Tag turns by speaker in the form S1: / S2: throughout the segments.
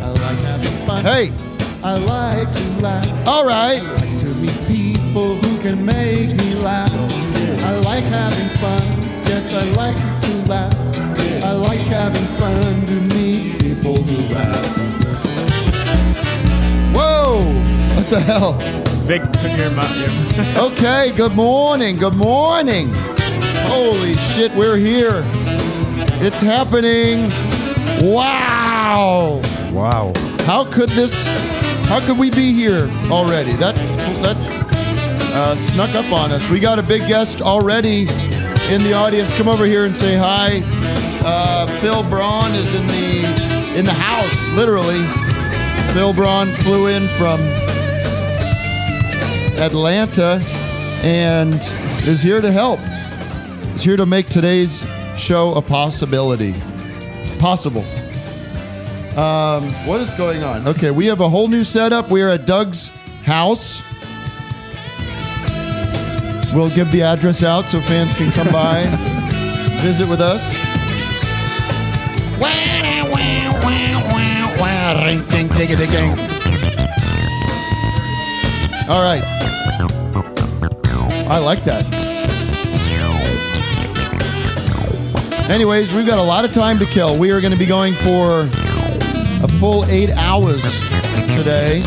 S1: I like having fun.
S2: Hey,
S1: I like to laugh.
S2: all
S1: I
S2: right.
S1: like to meet people who can make me laugh. I like having fun. Yes, I like to laugh. I like having fun to meet people who laugh.
S2: Whoa, what the hell?
S3: Vic took your mouth.
S2: Okay, good morning. Good morning. Holy shit, we're here. It's happening. Wow.
S3: Wow.
S2: How could this? How could we be here already? That that uh, snuck up on us. We got a big guest already in the audience. Come over here and say hi. Uh, Phil Braun is in the in the house, literally. Phil Braun flew in from Atlanta and is here to help. Is here to make today's show a possibility. Possible. Um, What is going on? Okay, we have a whole new setup. We are at Doug's house. We'll give the address out so fans can come by, and visit with us. All right. I like that. Anyways, we've got a lot of time to kill. We are going to be going for a full eight hours today.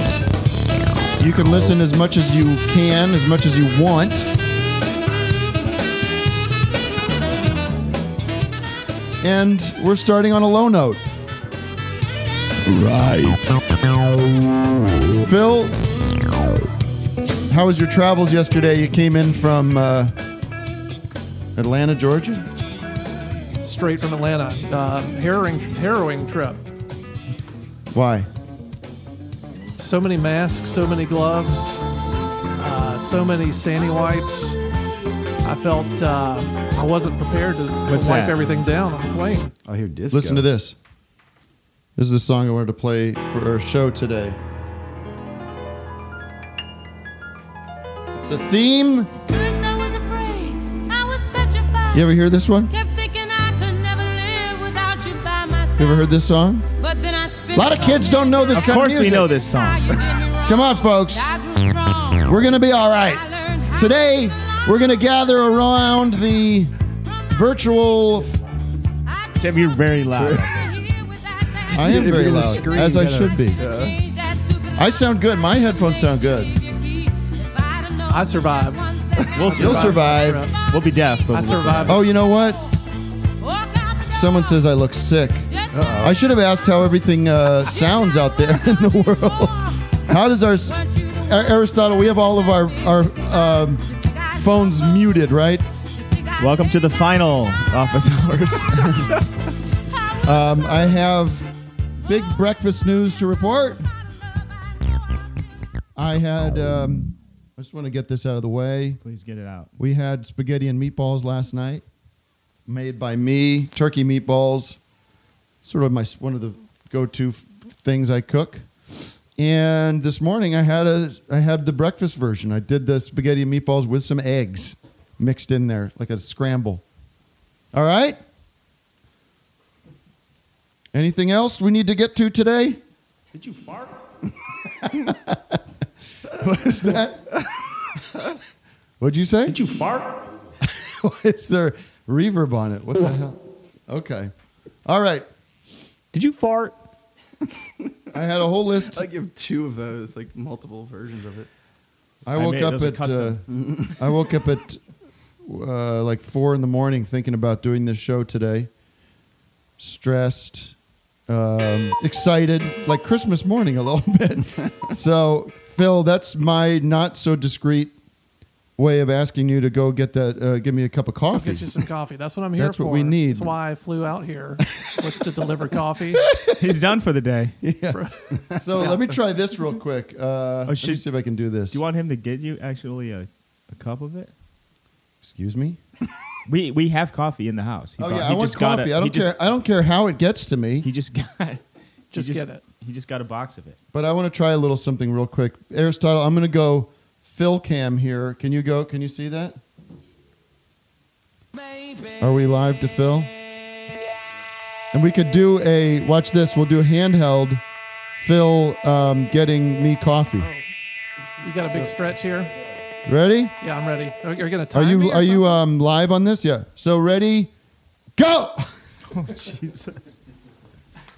S2: You can listen as much as you can, as much as you want. And we're starting on a low note. Right. Phil, how was your travels yesterday? You came in from uh, Atlanta, Georgia?
S4: straight from Atlanta. Uh, harrowing, harrowing trip.
S2: Why?
S4: So many masks, so many gloves, uh, so many sandy wipes. I felt uh, I wasn't prepared to, to wipe
S3: What's that?
S4: everything down on the plane.
S2: Oh,
S3: I hear disco.
S2: Listen to this. This is the song I wanted to play for our show today. It's a theme.
S5: First I was afraid, I was petrified.
S2: You ever hear this one?
S5: Kept thinking I could never live without you by my side.
S2: You ever heard this song?
S5: But then I
S2: A lot of kids don't know this
S3: Of
S2: kind of
S3: course, we
S2: music.
S3: know this song.
S2: Come on, folks. We're gonna be all right. Today, we're gonna gather around the virtual.
S3: Except you're very loud.
S2: I am very loud, as I should be. I sound good. My headphones sound good.
S4: I survived.
S3: We'll
S2: You'll survive.
S3: We'll be deaf, but
S4: I
S3: we'll
S4: survived.
S2: Oh, you know what? Someone says I look sick. I should have asked how everything uh, sounds out there in the world. How does our Ar- Aristotle? We have all of our our um, phones muted, right?
S3: Welcome to the final office hours.
S2: Um, I have big breakfast news to report. I had. Um, I just want to get this out of the way.
S3: Please get it out.
S2: We had spaghetti and meatballs last night, made by me. Turkey meatballs, sort of my one of the go-to f- things I cook. And this morning I had a I had the breakfast version. I did the spaghetti and meatballs with some eggs mixed in there, like a scramble. All right. Anything else we need to get to today?
S3: Did you fart?
S2: Is that? What'd you say?
S3: you fart?
S2: Why is there reverb on it? What the hell? Okay. All right.
S3: Did you fart?
S2: I had a whole list.
S6: I give two of those, like multiple versions of it.
S2: I
S3: I
S2: woke
S3: made
S2: up
S3: those a
S2: at uh, I woke up at uh, like four in the morning thinking about doing this show today. Stressed, um, excited, like Christmas morning a little bit. so Phil, that's my not so discreet way of asking you to go get that. Uh, give me a cup of
S4: Go
S2: coffee.
S4: get you some coffee. That's what I'm here
S2: That's
S4: for.
S2: what we need.
S4: That's why I flew out here was to deliver coffee.
S3: He's done for the day. Do
S2: So let me try this real quick. Uh, let me
S3: should-
S2: see if I can do
S3: Oh,
S2: this.
S3: you want him to get you actually a, a cup of it?
S2: Excuse me.
S3: We we have coffee in the house. He
S2: oh
S3: brought-
S2: yeah,
S3: he
S2: I want
S3: just got
S2: coffee.
S3: a-
S2: I
S3: he
S2: don't care.
S3: just-
S2: I don't care how it gets to me.
S3: He just got. he
S4: Just get it.
S3: He just got a box of it.
S2: But I want to try a little something real quick. Aristotle, I'm going to go Phil Cam here. Can you go? Can you see that? Are we live to Phil? And we could do a, watch this, we'll do a handheld Phil um, getting me coffee.
S4: You got a big stretch here.
S2: Ready?
S4: Yeah, I'm ready. Are you gonna
S2: Are
S4: time me
S2: you
S4: or
S2: are you
S4: something?
S2: um, live on this? Yeah. So ready? Go!
S3: Oh, Jesus.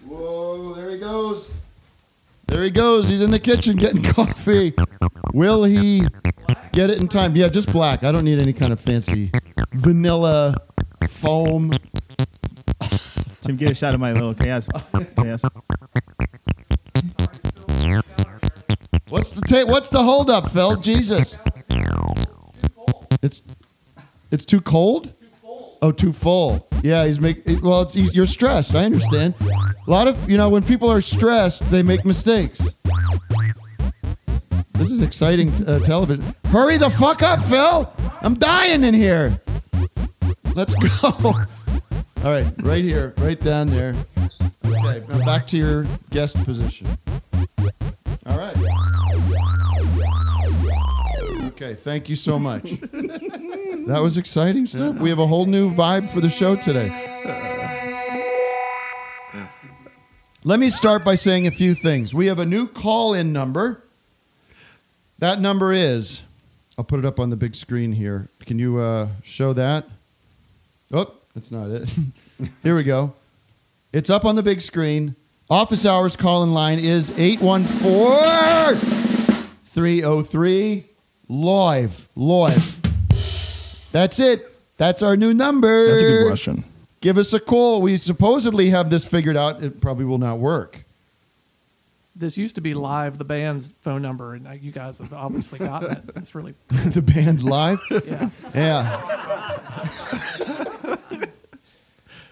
S2: Whoa, there he goes. There he goes. He's in the kitchen getting coffee. Will he get it in time? Yeah, just black. I don't need any kind of fancy vanilla foam.
S3: Tim, get a shot of my little chaos. chaos.
S2: What's the ta- what's the hold up, Phil? Jesus. It's it's too cold? Oh, too full. Yeah, he's make it- well, it's he's, you're stressed. I understand. A lot of, you know, when people are stressed, they make mistakes. This is exciting uh, television. Hurry the fuck up, Phil. I'm dying in here. Let's go. All right, right here, right down there. Okay, now back to your guest position. All right. Okay, thank you so much. that was exciting stuff. We have a whole new vibe for the show today. Let me start by saying a few things. We have a new call in number. That number is, I'll put it up on the big screen here. Can you uh, show that? Oh, that's not it. here we go. It's up on the big screen. Office hours call in line is 814 303 live. Live. That's it. That's our new number.
S6: That's a good question.
S2: Give us a call. We supposedly have this figured out. It probably will not work.
S4: This used to be live, the band's phone number, and uh, you guys have obviously gotten it. It's really,
S2: the band live?
S4: yeah.
S2: Yeah.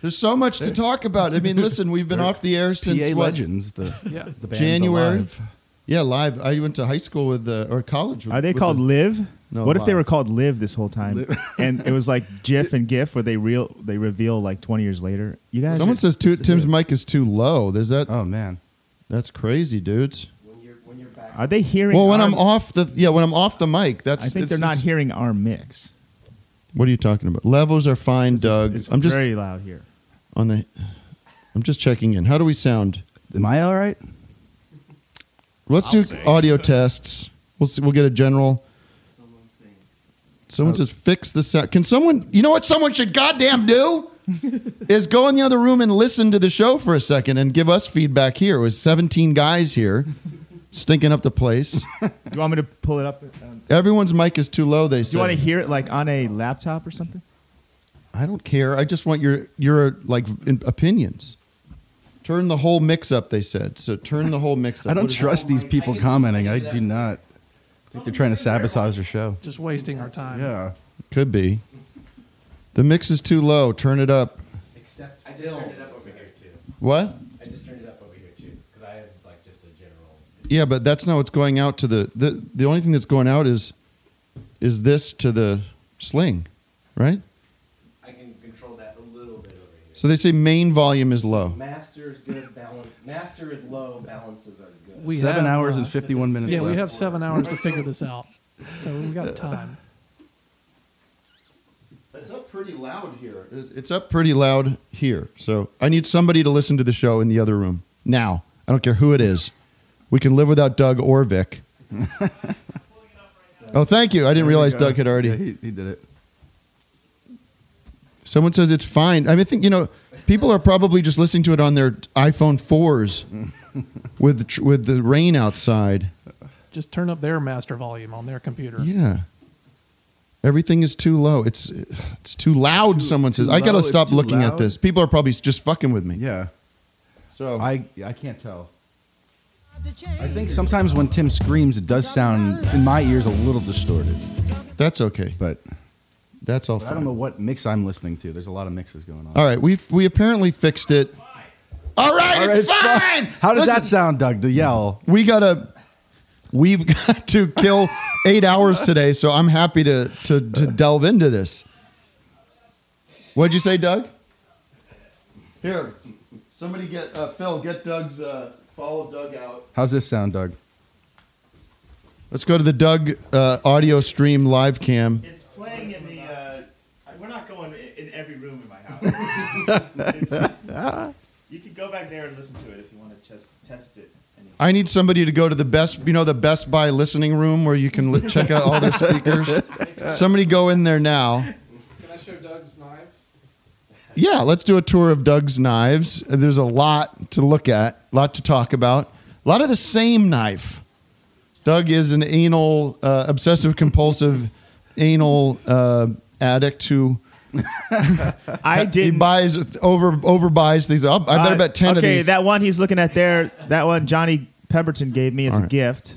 S2: There's so much to talk about. I mean, listen, we've been off the air since
S6: PA
S2: what?
S6: Legends, the,
S4: Yeah.
S6: the band
S2: January?
S6: Alive.
S2: Yeah, live. I went to high school with the or college. With,
S3: Are they
S2: with
S3: called
S2: the-
S3: Live?
S2: No,
S3: what if they
S2: Live.
S3: were called Live this whole time, and it was like GIF and GIF, where they real they reveal like twenty years later? You guys,
S2: Someone
S3: are-
S2: says too, Tim's mic is too low. There's that.
S6: Oh man,
S2: That's crazy, dudes.
S3: are they hearing?
S2: Well, when
S3: our-
S2: I'm off the yeah, when I'm off the mic, that's.
S3: I think
S2: it's-
S3: they're not
S2: it's-
S3: hearing our mix.
S2: What are you talking about? Levels are fine, Doug.
S3: It's
S2: I'm just
S3: very loud here.
S2: on the. I'm just checking in. How do we sound?
S6: am I all right?
S2: Let's do audio tests. We'll see, we'll get a general.
S6: Oh.
S2: Someone says fix the sound. Can someone? You know what? Someone should goddamn do is go in the other room and listen to the show for a second and give us feedback here. It was 17 guys here, stinking up the place.
S3: Do you want me to pull it up? Um,
S2: Everyone's mic is too low. They
S3: do you want to
S2: say.
S3: hear it like on a laptop or something?
S2: I don't care. I just want your your like in- opinions. Turn the whole mix up. They said so. Turn the whole mix up.
S6: I don't
S2: What is-
S6: trust these people commenting. I do not. I think they're trying to sabotage the show.
S4: Just wasting our time.
S6: Yeah.
S2: Could be. The mix is too low. Turn it up.
S7: Except I just turned it up over here too.
S2: What?
S7: I just turned it up over here too because I have like just a general.
S2: Yeah, but that's not what's going out to the the the only thing that's going out is is this to the sling, right?
S7: I can control that a little bit over here.
S2: So they say main volume is low.
S7: Master is good. Balance. Master is low. Balances are good.
S4: We
S6: Seven
S4: have,
S6: hours
S4: uh,
S6: and fifty-one minutes.
S4: Yeah,
S6: left.
S4: we have seven hours to figure this out. So we've got time.
S2: It's up pretty loud here. It's up pretty loud here. So I need somebody to listen to the show in the other room now. I don't care who it is. We can live without Doug or Vic. oh, thank you. I didn't realize Doug had already.
S6: Yeah, he, he did it.
S2: Someone says it's fine. I mean, I think you know. People are probably just listening to it on their iPhone fours with the, tr- with the rain outside.
S4: Just turn up their master volume on their computer.
S2: Yeah. Everything is too low. It's it's too loud. someone says,
S8: too
S2: "I got
S8: low,
S2: to
S8: it's
S2: stop
S8: too
S2: looking at
S8: loud.
S2: this." People are probably just fucking with me.
S8: Yeah.
S2: So
S8: I I can't tell. I think sometimes when Tim screams, it does sound in my ears a little distorted.
S2: that's okay.
S8: But
S2: That's all.
S8: I
S2: fine.
S8: don't know what mix I'm listening to. There's a lot of mixes going on.
S2: All right, we've we apparently fixed it. All right,
S8: All right,
S2: it's,
S8: it's
S2: fine.
S8: How does
S2: Listen,
S8: that sound, Doug? The yell.
S2: We gotta, we've got to kill eight hours today. So I'm happy to to to delve into this. What'd you say, Doug? Here, somebody get uh, Phil. Get Doug's uh, follow Doug out.
S8: How's this sound, Doug?
S2: Um, Let's go to the Doug uh, audio stream live cam.
S9: It's playing in the. Uh, we're not going i- in every room in my house. It's- you could go back there and listen to it if you want to just test it. And
S2: I need somebody to go to the best, you know, the Best Buy listening room where you can li- check out all their speakers. somebody go in there now.
S10: Can I show Doug's knives?
S2: Yeah, let's do a tour of Doug's knives. There's a lot to look at, a lot to talk about, a lot of the same knife. Doug is an anal, uh, obsessive compulsive anal uh, addict who
S3: I
S2: he
S3: didn't.
S2: buys over overbuys things. I'll, I bet
S3: uh,
S2: about
S3: okay,
S2: ten of these.
S3: that one he's looking at there. That one Johnny Pemberton gave me as
S2: All
S3: a
S2: right.
S3: gift.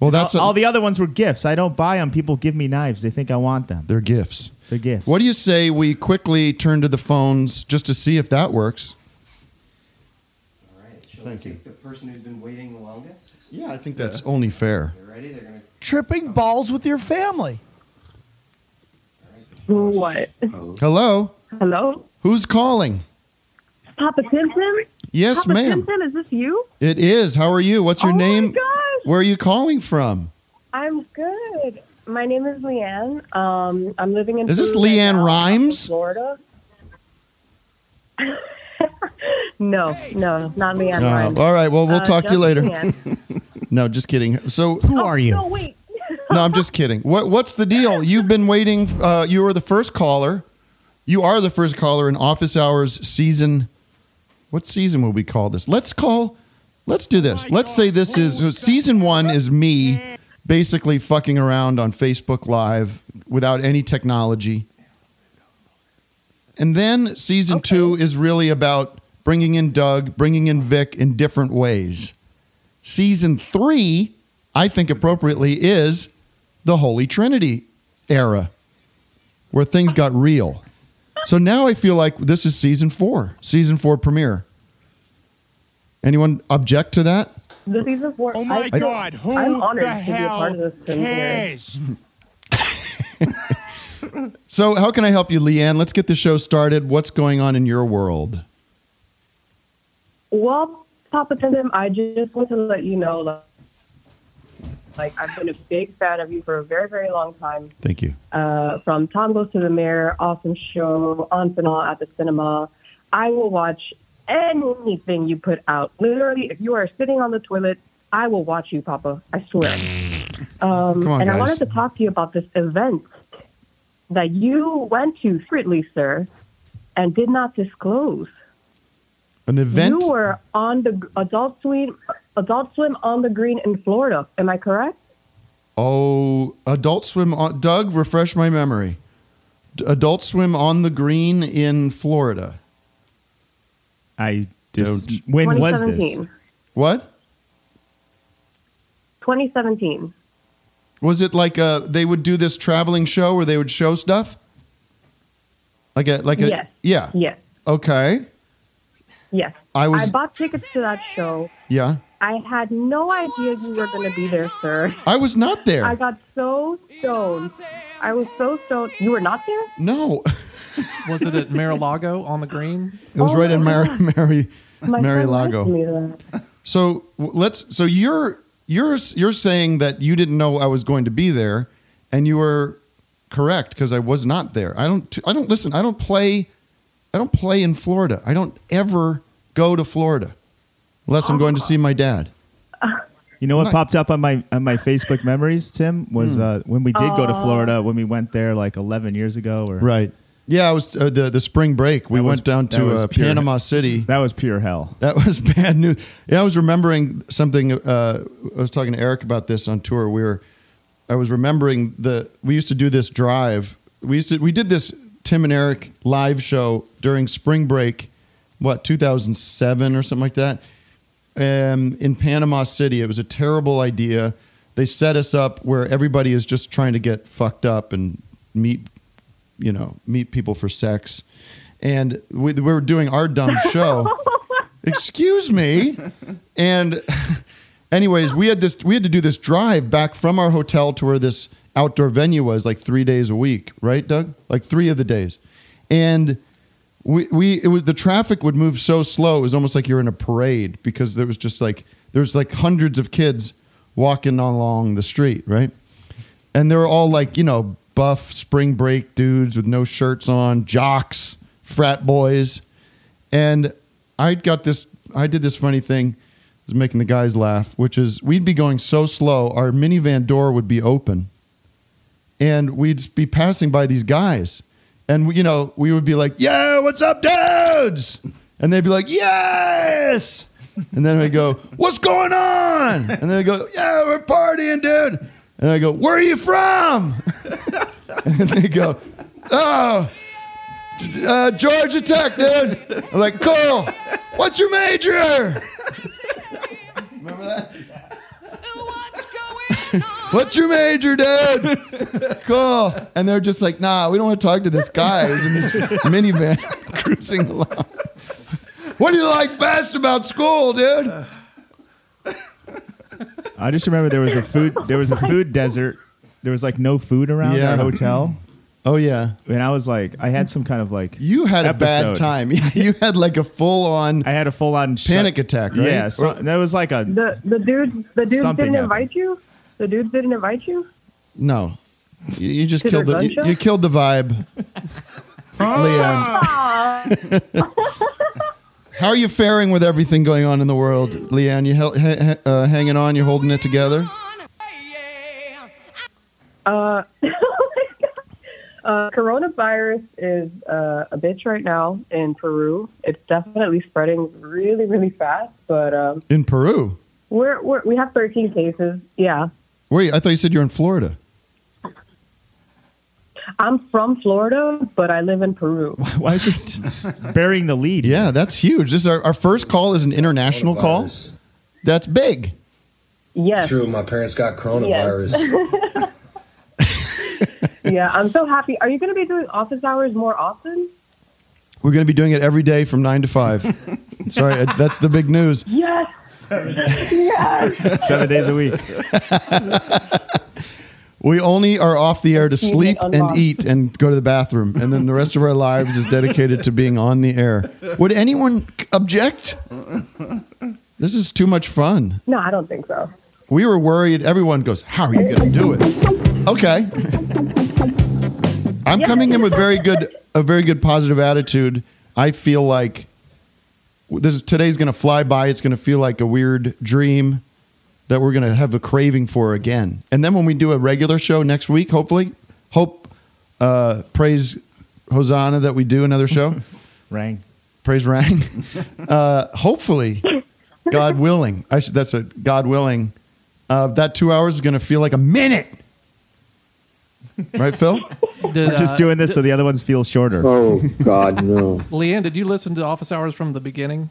S2: well, that's
S3: all,
S2: a-
S3: all the other ones were gifts. I don't buy them. People give me knives. They think I want them.
S2: they're gifts.
S3: They're gifts.
S2: What do you say we quickly turn to the phones just to see if that works?
S10: All right. Shall
S2: Thank
S10: Thank
S2: you.
S10: take the person who's been waiting the longest?
S2: Yeah, I think that's only fair.
S10: They're ready. They're gonna.
S11: Tripping balls with your family.
S7: What?
S2: Hello,
S7: Hello?
S2: who's calling?
S7: Papa Simpson?
S2: Yes,
S7: Papa
S2: ma'am. Mm.
S7: Simpson, is this you?
S2: It is. How are you? What's your
S7: oh
S2: name?
S7: my gosh.
S2: Where are you calling from?
S7: I'm good. My name is Leanne. Um, I'm living in
S2: Is this
S7: Boone right
S2: Leanne
S7: now,
S2: Rhymes?
S7: Florida. no, no, not Leanne
S2: Uh,
S7: Rhymes.
S2: all right. Well, we'll
S7: Uh,
S2: talk to you
S7: just
S2: later.
S7: Leanne.
S2: No, just kidding. So,
S11: Who are you?
S7: Oh, No, wait.
S2: no, I'm just kidding. What What's the deal? You've been waiting. Uh, you were the first caller. You are the first caller in Office Hours season. What season will we call this? Let's call. Let's do
S7: Oh
S2: this. Let's say this is season one is me basically fucking around on Facebook Live without any technology. And then season two is really about bringing in Doug, bringing in Vic in different ways. Season three, I think appropriately, is the Holy Trinity era where things got real. So now I feel like this is season four, season four premiere. Anyone object to that?
S7: The season four.
S11: Oh my
S7: I,
S11: God! Who
S7: I'm honored
S11: the
S7: to be a part
S11: hell
S7: of this thing here.
S11: cares?
S2: So, how can I help you, Leanne? Let's get the show started. What's going on in your world?
S7: Well, Papa Simpson, I just want to let you know, like, like I've been a big fan of you for a very, very long time.
S2: Thank you.
S7: uh, from Tangos to the Mayor, awesome show, on and all at the cinema. I will watch anything you put out. Literally, if you are sitting on the toilet, I will watch you, Papa. I swear. Um,
S2: Come on,
S7: and I
S2: guys.
S7: wanted to talk to you about this event that you went to secretly, sir, and did not disclose.
S2: An event?
S7: You were on the adult swim, adult swim on the green in Florida. Am I correct?
S2: Oh, Adult Swim. On, Doug, refresh my memory. D- Adult Swim on the green in Florida.
S3: I just
S2: Don't.
S3: when was this?
S7: 2017.
S2: What
S7: 2017.
S2: was it like? A they would do this traveling show where they would show stuff. Like a like a
S7: Yes.
S2: yeah
S7: Yes.
S2: okay
S7: Yes.
S2: I was
S7: I bought tickets to that show.
S2: yeah
S7: I had no idea you were going to be there, sir.
S2: I was not there
S7: I got so stoned. I was so stoned. You were not there?
S2: no
S4: Was it at Mar-a-Lago on the green?
S2: it was
S7: Oh,
S2: right in Mary Mary
S7: My
S2: Mary
S7: friend
S2: Lago.
S7: asked me that.
S2: So w- let's. So you're you're you're saying that you didn't know I was going to be there, and you were correct because I was not there. I don't. I don't listen. I don't play. I don't play in Florida. I don't ever go to Florida unless I'm going to see my dad.
S3: You know
S2: Nice.
S3: what popped up on my on my Facebook
S2: Hmm.
S3: memories, Tim, was uh, when we did go to
S4: Oh.
S7: Aw.
S3: Florida. When we went there like 11 years ago, or
S2: Right. Yeah, I was uh, the the spring break. We
S3: That was-
S2: went down
S3: that
S2: to
S3: was
S2: uh,
S3: pure-
S2: Panama City.
S3: That was pure hell.
S2: That was bad news. Yeah, I was remembering something. Uh, I was talking to Eric about this on tour. We were, I was remembering the we used to do this drive. We used to we did this Tim and Eric live show during spring break, what 2007 or something like that, um, in Panama City. It was a terrible idea. They set us up where everybody is just trying to get fucked up and meet, you know, meet people for sex, and we, we were doing our dumb show. excuse me and anyways we had this we had to do this drive back from our hotel to where this outdoor venue was like three days a week right doug like three of the days and we, we it was the traffic would move so slow it was almost like you're in a parade because there was just like there's like hundreds of kids walking along the street right and they were all like you know buff spring break dudes with no shirts on jocks frat boys and i got this i did this funny thing it was making the guys laugh which is we'd be going so slow our minivan door would be open and we'd be passing by these guys and you know we would be like yeah what's up dudes and they'd be like yes and then we go what's going on and then they go yeah we're partying dude and i go where are you from and they go oh uh, georgia tech dude i'm like cool what's your major Remember that? What's your major, dude? cool. And they're just like, nah, we don't want to talk to this guy who's in this minivan cruising along. What do you like best about school, dude?
S3: I just remember there was a food there was a food desert. There was like no food around
S2: Yeah.
S3: our hotel.
S2: Oh yeah.
S3: And I was like I had some kind of like
S2: You had a bad
S3: episode.
S2: time. You had like a full on
S3: I had a full on
S2: panic attack, right?
S3: Yeah, so,
S2: Or-
S3: that was like a
S12: The the dude the dude
S3: Something happened.
S12: didn't invite you. The dude didn't invite you.
S2: no. You, you just
S12: To
S2: killed
S12: their
S2: the you,
S12: gunshot?
S2: you killed the vibe. Oh, Liam.
S12: Ah. Uh,
S2: How are you faring with everything going on in the world, Leanne? You hel- ha- ha- uh, hanging on? You holding it together?
S12: Uh, uh, coronavirus is uh, a bitch right now in Peru. It's definitely spreading really, really fast. But um,
S2: In Peru?
S12: we're, we're we have 13 cases. Yeah,
S2: Wait, I thought you said you're in Florida.
S12: I'm from Florida, but I live in Peru.
S3: Why is just burying the lead?
S2: Yeah, that's huge. This is our, our first call is an international call. That's big.
S12: Yes.
S7: True, my parents got coronavirus.
S12: Yes. yeah, I'm so happy. Are you going to be doing office hours more often?
S2: We're going to be doing it every day from nine to five. Sorry, I- that's the big news.
S12: Yes. yes.
S3: Seven days a week.
S2: We only are off the air to
S12: Keep it
S2: sleep and
S12: unlocked.
S2: eat and go to the bathroom, and then the rest of our lives is dedicated to being on the air. Would anyone object? This is too much fun.
S12: No, I don't think so.
S2: We were worried. Everyone goes, How are you going to do it? Okay. I'm coming in with very good, a very good positive attitude. I feel like this is, today's going to fly by. It's going to feel like a weird dream that we're going to have a craving for again. And then when we do a regular show next week, hopefully, hope, uh, praise Hosanna that we do another show.
S3: Rang.
S2: praise Rang. Uh, hopefully, God willing, I should, that's a God willing. Uh, that two hours is going to feel like a minute, right, Phil?
S4: Did,
S3: I'm just
S4: uh,
S3: doing this so the other ones feel shorter.
S13: Oh God, no!
S4: Leanne, did you listen to Office Hours from the beginning?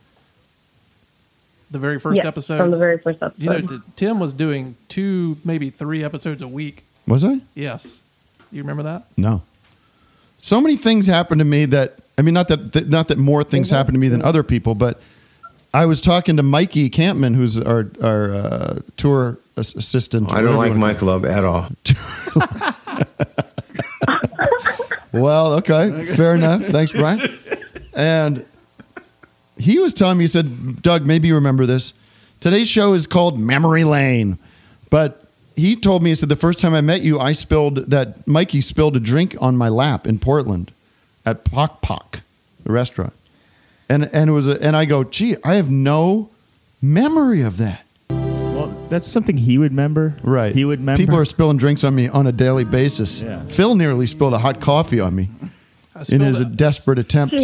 S4: The very first
S12: Yes,
S4: episode?
S12: from the very first episode.
S4: You know, t- Tim was doing two, maybe three episodes a week.
S2: Was I?
S4: Yes. You remember that?
S2: No. So many things happened to me that I mean, not that th- not that more things happened to me than other people, but I was talking to Mikey Campman, who's our our uh, tour as- assistant.
S14: I don't like
S2: Whatever
S14: my club at all.
S2: you wanna- Well, okay, fair enough. Thanks, Brian. And he was telling me, he said, Doug, maybe you remember this. Today's show is called Memory Lane. But he told me, he said, the first time I met you, I spilled that Mikey spilled a drink on my lap in Portland at Pock Pock, the restaurant. And, and it was a, and I go, gee, I have no memory of that.
S3: Well, that's something he would remember.
S2: Right.
S3: He would remember.
S2: People are spilling drinks on me on a daily basis.
S3: Yeah.
S2: Phil nearly spilled a hot coffee on me. in
S4: spilled
S2: his
S4: it.
S2: desperate attempt.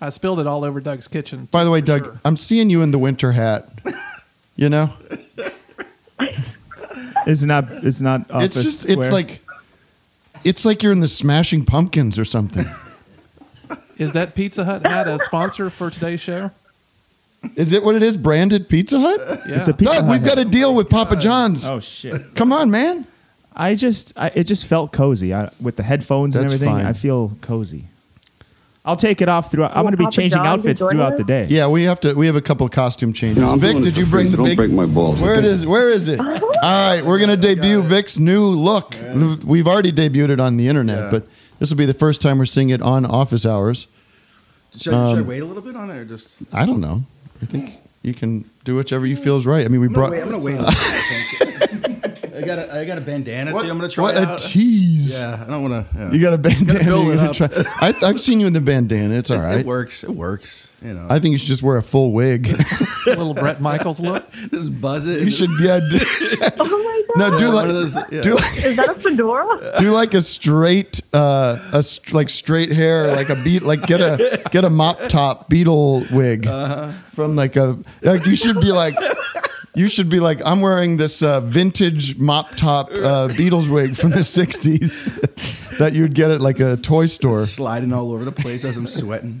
S4: I spilled it all over Doug's kitchen.
S2: By the way, Doug, I'm seeing you in the winter hat. You know,
S3: It's not. It's not.
S2: it's
S3: office
S2: just it's
S3: wear.
S2: like it's like you're in the Smashing Pumpkins or something.
S4: Is that Pizza Hut hat a sponsor for today's show?
S2: Is it what it is? Branded Pizza Hut?
S4: Yeah. It's a Pizza
S2: Doug,
S4: Hut
S2: we've
S4: hat.
S2: got a deal with Papa John's.
S3: Oh shit!
S2: Come on, man.
S3: I just. I, it just felt cozy I, with the headphones
S2: That's
S3: and everything.
S2: fine.
S3: I feel cozy. I'll take it off throughout. I'm
S2: Will
S3: going to be
S2: Papa
S3: changing
S2: John's
S3: outfits
S2: enjoy
S3: throughout
S2: that?
S3: the day.
S2: Yeah, we have to. We have a couple of costume changes.
S3: No, I'm
S2: Vic,
S3: doing it
S2: did
S3: for
S2: you
S3: free,
S2: bring
S3: so
S2: the
S3: don't
S2: big?
S3: break my balls,
S2: Where it
S3: okay?
S2: is? Where is it? All right, we're gonna debut Vic's new look. We've already debuted it on the internet,
S6: Yeah.
S2: but this will be the first time we're seeing it on office hours.
S6: Should, I should I
S2: Um,
S6: wait a little bit on it or just?
S2: I don't know. I think you can do whichever you feel is right. I mean, we
S6: I'm gonna
S2: brought.
S6: wait- I'm gonna wait. a little bit, I think. I got a, I got a bandana too. I'm gonna try.
S2: what
S6: it
S2: a
S6: out.
S2: tease.
S6: Yeah, I don't want to.
S2: You got a bandana.
S6: build
S2: You're
S6: it
S2: gonna
S6: up.
S2: try. I, I've seen you in the bandana. It's all right.
S6: It works. It works. You know.
S2: I think you should just wear a full wig.
S4: little Brett Michaels look.
S6: Just buzz it.
S2: You should, yeah. Do,
S12: Oh
S2: No, do
S6: Yeah,
S2: like
S6: one of those- yeah.
S2: do,
S12: Is that a fedora?
S2: do like a straight, uh, a st- like straight hair, like a beat, like get a get a mop top beetle wig from like a like you should be like. You should be like, I'm wearing this uh, vintage mop top uh, Beatles wig from the 60s that you'd get at like a toy store.
S6: Sliding all over the place as I'm sweating.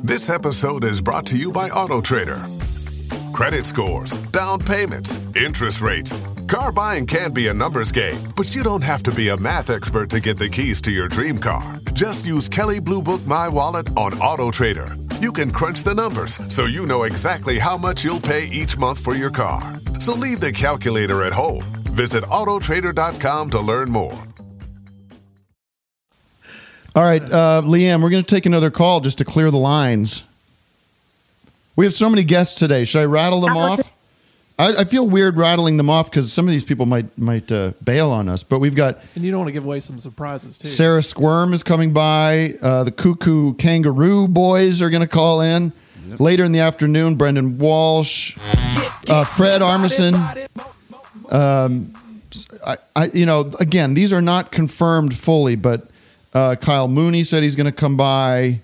S13: This episode is brought to you by AutoTrader. Credit scores, down payments, interest rates. Car buying can be a numbers game, but you don't have to be a math expert to get the keys to your dream car. Just use Kelly Blue Book My Wallet on AutoTrader. You can crunch the numbers so you know exactly how much you'll pay each month for your car. So leave the calculator at home. Visit autotrader.com to learn more.
S2: All right, uh, Liam, we're going to take another call just to clear the lines. We have so many guests today. Should I rattle them off? I, I feel weird rattling them off because some of these people might might uh, bail on us. But we've got
S4: And you don't want to give away some surprises too.
S2: Sarah Squirm is coming by. Uh, the Cuckoo Kangaroo Boys are going to call in later in the afternoon. Brendan Walsh, uh, Fred Armisen. Um, s- I, I, you know, again, these are not confirmed fully, but uh, Kyle Mooney said he's going to come by.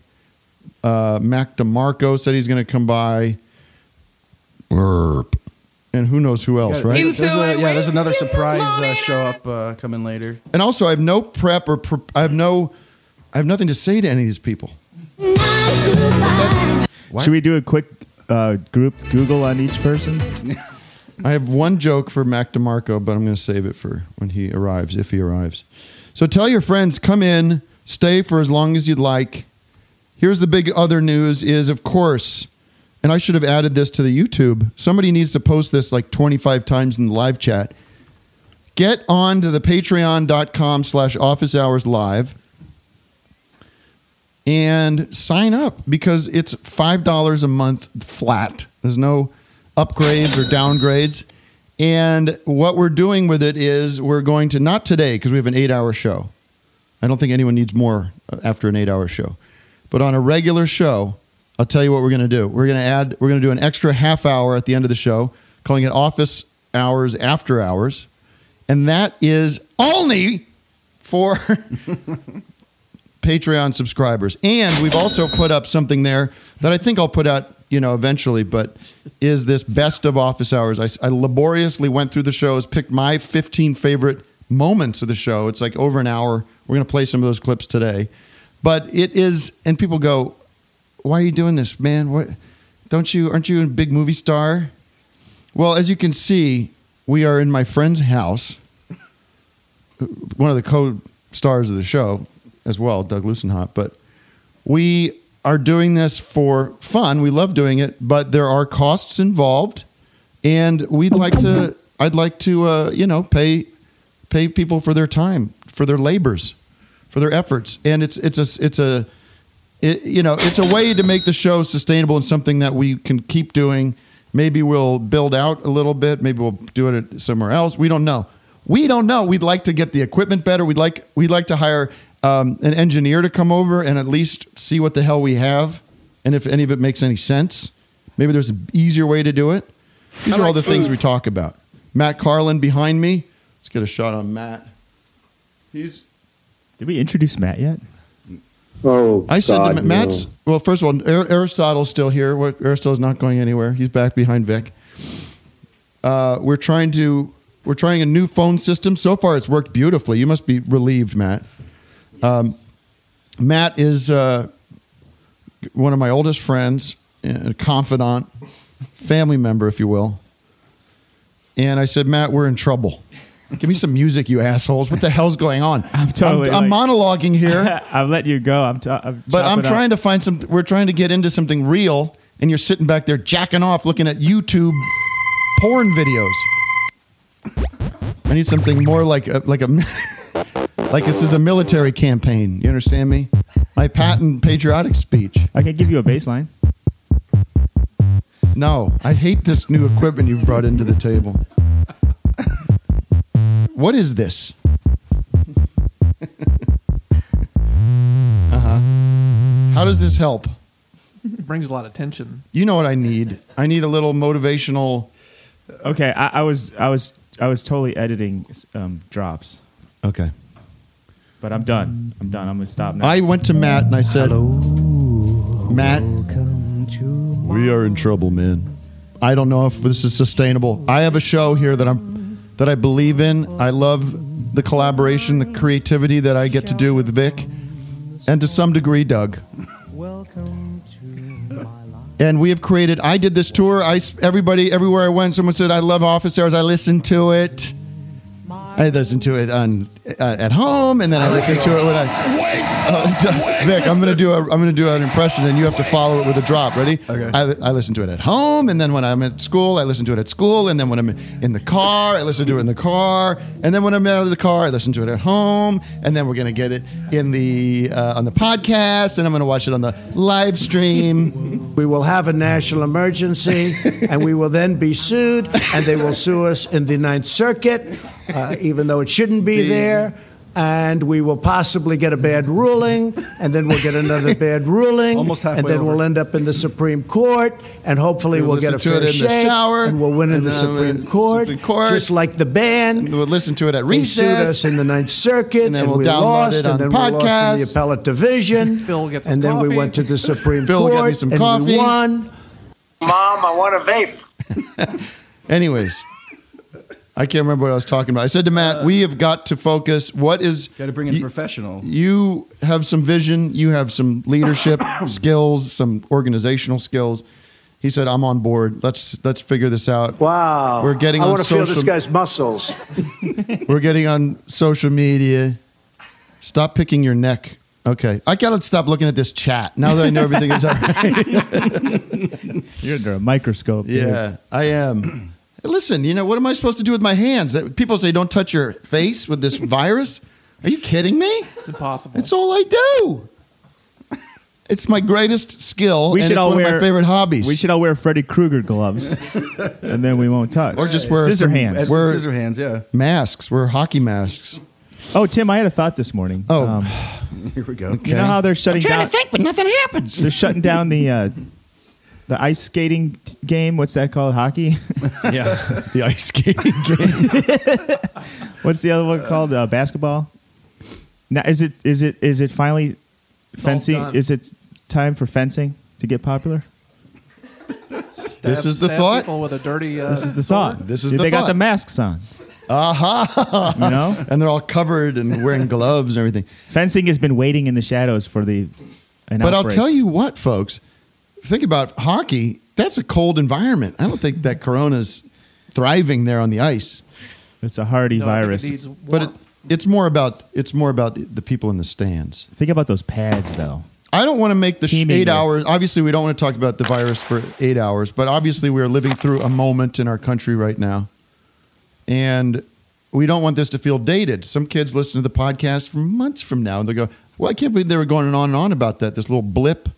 S2: Uh, Mac DeMarco said he's going to come by. Burp. And who knows who else,
S6: Yeah,
S2: right?
S6: There's, there's a, yeah, there's another surprise uh, show up uh, coming later.
S2: And also, I have no prep or pre- I have no, I have nothing to say to any of these people.
S3: Should we do a quick uh, group Google on each person?
S2: I have one joke for Mac DeMarco, but I'm going to save it for when he arrives, if he arrives. So tell your friends, come in, stay for as long as you'd like. Here's the big other news is, of course, and I should have added this to the YouTube. Somebody needs to post this like 25 times in the live chat. Get on to the patreon.com slash office hours live and sign up because it's $5 a month flat. There's no upgrades or downgrades. And what we're doing with it is we're going to, not today, because we have an eight hour show. I don't think anyone needs more uh, after an eight hour show. But on a regular show, I'll tell you what we're going to do. We're going to add, we're going to do an extra half hour at the end of the show, calling it office hours after hours. And that is only for Patreon subscribers. And we've also put up something there that I think I'll put out, you know, eventually, but is this best of office hours. I, I laboriously went through the shows, picked my 15 favorite moments of the show. It's like over an hour. We're going to play some of those clips today. But it is, and people go, why are you doing this, man? What? Don't you, aren't you a big movie star? Well, as you can see, we are in my friend's house one of the co-stars of the show as well, Doug Lucenhop. But we are doing this for fun. We love doing it, but there are costs involved, and we'd like to. I'd like to, uh, you know, pay pay people for their time for their labors, for their efforts, and it's it's a it's a it, you know it's a way to make the show sustainable and something that we can keep doing. Maybe we'll build out a little bit. Maybe we'll do it at- somewhere else. We don't know. We don't know. We'd like to get the equipment better. We'd like we'd like to hire um, an engineer to come over and at least see what the hell we have and if any of it makes any sense. Maybe there's an easier way to do it. These
S14: I
S2: are all the
S14: like-
S2: things we talk about. Matt Carlin behind me. Let's get a shot on Matt. He's
S3: Did we introduce Matt yet?
S15: Oh,
S2: I said
S3: God,
S2: to Ma- Matt's.
S3: no.
S2: Well, first of all, Ar- Aristotle's still here. What- Aristotle's not going anywhere. He's back behind Vic. Uh, we're trying to. We're trying a new phone system. So far, it's worked beautifully. You must be relieved, Matt. Um, Matt is uh, one of my oldest friends, a confidant, family member, if you will. And I said, Matt, we're in trouble. Give me some music, you assholes. What the hell's going on? I'm
S3: totally
S2: I'm,
S3: like-
S2: monologuing here.
S3: I'm letting you go. I'm. T- I'm
S2: But I'm
S3: chopping up.
S2: trying to find some. We're trying to get into something real, and you're sitting back there jacking off, looking at YouTube porn videos. I need something more like a, like a like this is a military campaign. You understand me? My patent patriotic speech.
S3: I can give you a baseline.
S2: No, I hate this new equipment you've brought into the table. What is this? uh huh. How does this help?
S4: brings a lot of tension.
S2: You know what I need. I need a little motivational.
S3: Okay, I, I was, I was, I was totally editing um, drops,
S2: Okay.
S3: but I'm done. I'm done. I'm gonna stop now.
S2: I went to Matt and I said, Matt, we are in trouble, man. I don't know if this is sustainable. I have a show here that I'm that I believe in. I love the collaboration, the creativity that I get to do with Vic, and to some degree, Doug. And we have created. I did this tour. I s- everybody everywhere I went, someone said I love Office Hours. I listened to it. I listened to it on uh, at home, and then I listened to it when I. Uh, Vic, I'm gonna do a, I'm gonna do an impression, and you have to follow it with a drop. Ready? Okay. I, I listen to it at home, and then when I'm at school, I listen to it at school, and then when I'm in the car, I listen to it in the car, and then when I'm out of the car, I listen to it at home, and then we're gonna get it in the uh, on the podcast, and I'm gonna watch it on the live stream.
S16: We will have a national emergency, and we will then be sued, and they will sue us in the Ninth Circuit, uh, even though it shouldn't be there. And we will possibly get a bad ruling, and then we'll get another bad ruling, Almost and
S6: halfway
S16: then we'll end up in the Supreme Court, and hopefully
S2: We'll
S16: we'll, get a
S2: listen
S16: fair
S2: to it in the
S16: shake,
S2: shower,
S16: and we'll win in
S2: and
S16: the
S2: then I'm
S16: Supreme
S2: in
S16: Court,
S2: Supreme Court.
S16: just like the band.
S2: We'll listen to it at
S16: They sued
S2: recess.
S16: us in the Ninth Circuit,
S2: And then
S16: and
S2: we'll
S16: we
S2: download
S16: lost,
S2: it on
S16: and then we lost in
S2: podcast.
S16: the appellate division, and then we
S2: coffee.
S16: went to the Supreme
S2: Phil, get me
S16: Court,
S2: some
S16: and
S2: coffee.
S16: we won.
S17: Mom, I want a vape.
S2: Anyways, I can't remember what I was talking about. I said to Matt, we have got to focus. What is. Got to bring in
S6: professional.
S2: You have some vision, you have some leadership skills, some organizational skills. He said, I'm on board. Let's let's figure this out.
S16: Wow.
S2: Oh. We're getting
S16: I
S2: on
S16: want to feel
S2: social
S16: this guy's muscles.
S2: We're getting on social media. Stop picking your neck. Okay. I gotta stop looking at this chat now that I know everything is all right.
S3: You're under a microscope. dude.
S2: Yeah, I am. Listen, you know what am I supposed to do with my hands? That- People say don't touch your face with this virus. Are you kidding me?
S4: It's impossible.
S2: It's all I do. It's my greatest skill.
S3: We
S2: Oh, and
S3: should
S2: it's
S3: all
S2: one
S3: wear
S2: of my favorite hobbies.
S3: We should all wear Freddy Krueger gloves, and then we won't touch.
S2: or just wear
S3: scissor
S2: some-
S3: hands.
S2: Wear
S6: hands, yeah.
S2: Masks. Wear hockey masks.
S3: Oh, Tim, I had a thought this morning. Um,
S2: Oh.
S6: Here we go.
S3: You know how they're shutting
S6: I'm trying
S3: down.
S6: to think,
S3: but nothing happens. They're shutting down the uh, the ice skating t- game. What's that called? Hockey.
S2: Yeah, the ice skating game.
S3: What's the other one called? Uh, basketball. Now is it is it is it finally
S4: all
S3: fencing?
S4: done.
S3: Is it time for fencing to get popular?
S4: Stab-
S3: This is the
S4: stab
S3: thought.
S4: People with a dirty. Uh,
S3: this is the
S4: sword.
S3: thought.
S2: This is
S3: Dude,
S2: the
S3: they got
S2: thought.
S3: the masks on.
S2: Aha! Uh-huh.
S3: You know?
S2: and they're all covered and wearing gloves and everything.
S3: Fencing has been waiting in the shadows for the. An
S2: but I'll
S3: outbreak.
S2: tell you what, folks. Think about hockey. That's a cold environment. I don't think that Corona's thriving there on the ice.
S3: It's a hardy
S2: No, I think it virus. needs But it- warmth. it's more about it's more about the people in the stands.
S3: Think about those pads, though.
S2: I don't want to make the sh-
S3: Teaming
S2: eight
S3: with-
S2: hours. Obviously, we don't want to talk about the virus for eight hours, but obviously, we are living through a moment in our country right now, and we don't want this to feel dated. Some kids listen to the podcast from months from now and they go, "Well, I can't believe they were going on and on about that. This little blip,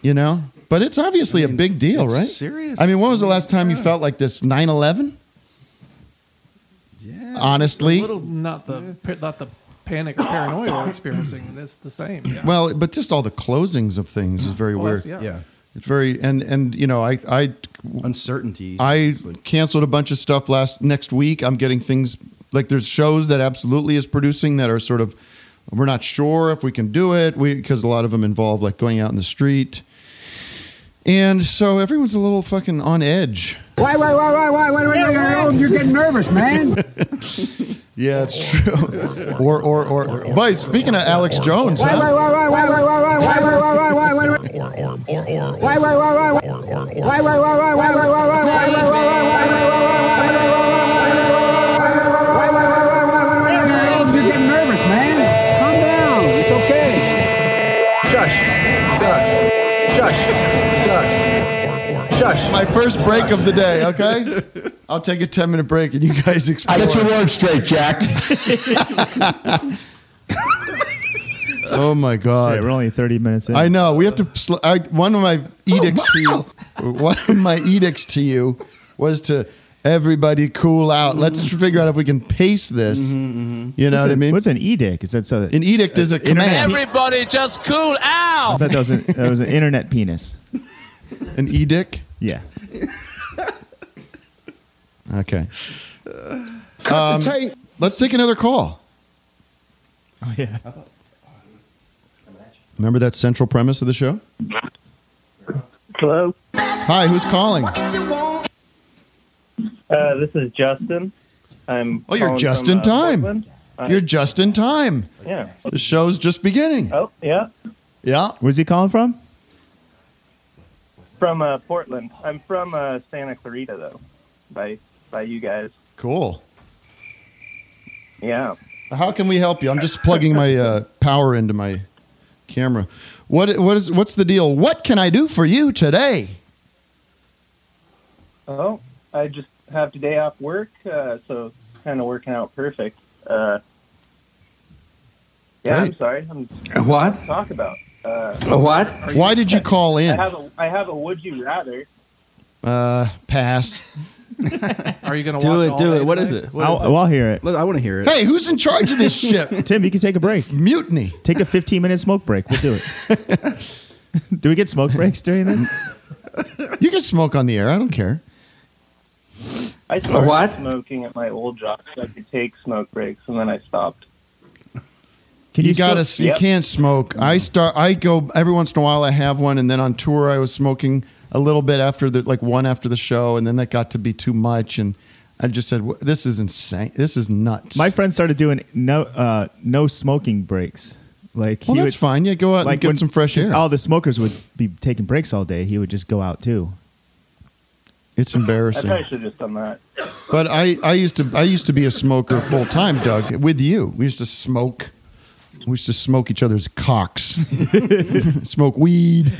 S2: you know." But it's obviously a big deal,
S6: it's
S2: right?
S6: serious.
S2: I mean, when was the last time you felt like this? 9-11?
S4: Yeah.
S2: Honestly,
S4: a little, not the pa- not the panic or paranoia we're experiencing. It's the same. Yeah.
S2: Well, but just all the closings of things is very
S4: Oh,
S2: weird.
S4: that's- yeah. Yeah.
S2: It's very and and you know, I I
S6: uncertainty.
S2: I canceled a bunch of stuff last next week. I'm getting things like there's shows that absolutely is producing that are sort of we're not sure if we can do it. We because a lot of them involve like going out in the street. And so everyone's a little fucking on edge.
S17: Why, why, why, why, why, why, why, why, why, you're getting nervous, man.
S2: Yeah, it's true. or, or, or, or, but speaking of Alex Jones,
S17: Why,
S2: huh?
S17: why, why, why, why, why, why, why, why, why, why, why, why, why,
S18: Or, or, or, or,
S17: why, why, why, why, why, why, why, why, why, why, why, why, why, why, why, why, why, why, You're getting nervous, man. Calm down. It's okay. Shush. Shush. Shush. Shush. Shush.
S2: My first break of the day, okay? I'll take a 10 minute break and you guys explore.
S17: get your
S2: words straight, Jack. oh my God.
S3: Shit, we're only 30 minutes in.
S2: I know. We have to. Sl- I, one of my edicts to you, one of my edicts to you was to everybody cool out. Let's figure out if we can pace this. You know
S3: What's
S2: what I
S3: an-
S2: mean?
S3: What's an edict? Is that so?
S2: An edict is a command.
S19: Everybody just cool
S3: I
S19: out.
S3: thought that was, an, that was an internet penis.
S2: An edict?
S3: Yeah.
S2: Okay. Um,
S3: Cut the
S17: tape.
S2: Let's take another call.
S3: Oh, yeah.
S2: Remember that central premise of the show?
S11: Hello.
S2: Hi, who's calling?
S11: Uh, this is Justin. I'm.
S2: Oh, you're
S11: calling
S2: just
S11: from,
S2: in
S11: uh,
S2: time.
S11: Portland. I-
S2: You're just in time.
S11: Yeah.
S2: The show's just beginning.
S11: Oh, yeah.
S2: Yeah.
S3: Where's he calling from?
S11: From uh, Portland. I'm from uh, Santa Clarita, though. By by you guys.
S2: Cool.
S11: Yeah.
S2: How can we help you? I'm just plugging my uh, power into my camera. What what is what's the deal? What can I do for you today?
S11: Oh, I just have today off work, uh, so kind of working out perfect. Uh, yeah, I'm
S2: Great.
S11: sorry. I'm
S2: A what?
S11: to talk about. Uh,
S2: A what? Why did you call in?
S11: I have a, I have a would you rather.
S2: Uh, pass.
S4: Are you going to
S2: Do
S4: watch
S2: it,
S4: all
S2: do
S4: day
S2: it. What
S4: today?
S2: is it?
S4: What is
S3: I'll, I'll hear it.
S6: I want to hear
S2: Hey, who's in charge of this ship?
S3: Tim, you can take a break.
S2: Mutiny.
S3: Take a 15 minute smoke break. We'll do it. do we get smoke breaks during this?
S2: You can smoke on the air. I don't care.
S11: I started
S2: what?
S11: smoking at my old job so I could take smoke breaks, and then I stopped.
S2: Can
S11: you
S2: you, gotta
S11: still-
S2: you
S11: Yep.
S2: can't smoke. I start I go every once in a while I have one and then on tour I was smoking a little bit after the like one after the show and then that got to be too much and I just said "Wh- this is insane. This is nuts.
S3: My friend started doing no uh, no smoking breaks. Like
S2: Well,
S3: he
S2: that's fine. Yeah, go out and get some fresh
S3: 'cause
S2: air.
S3: All the smokers would be taking breaks all day. He would just go out too.
S2: It's
S11: I
S2: embarrassing.
S11: probably should have just done that.
S2: But I, I used to I used to be a smoker full time, Doug. With you, we used to smoke. We used to smoke each other's cocks, smoke weed.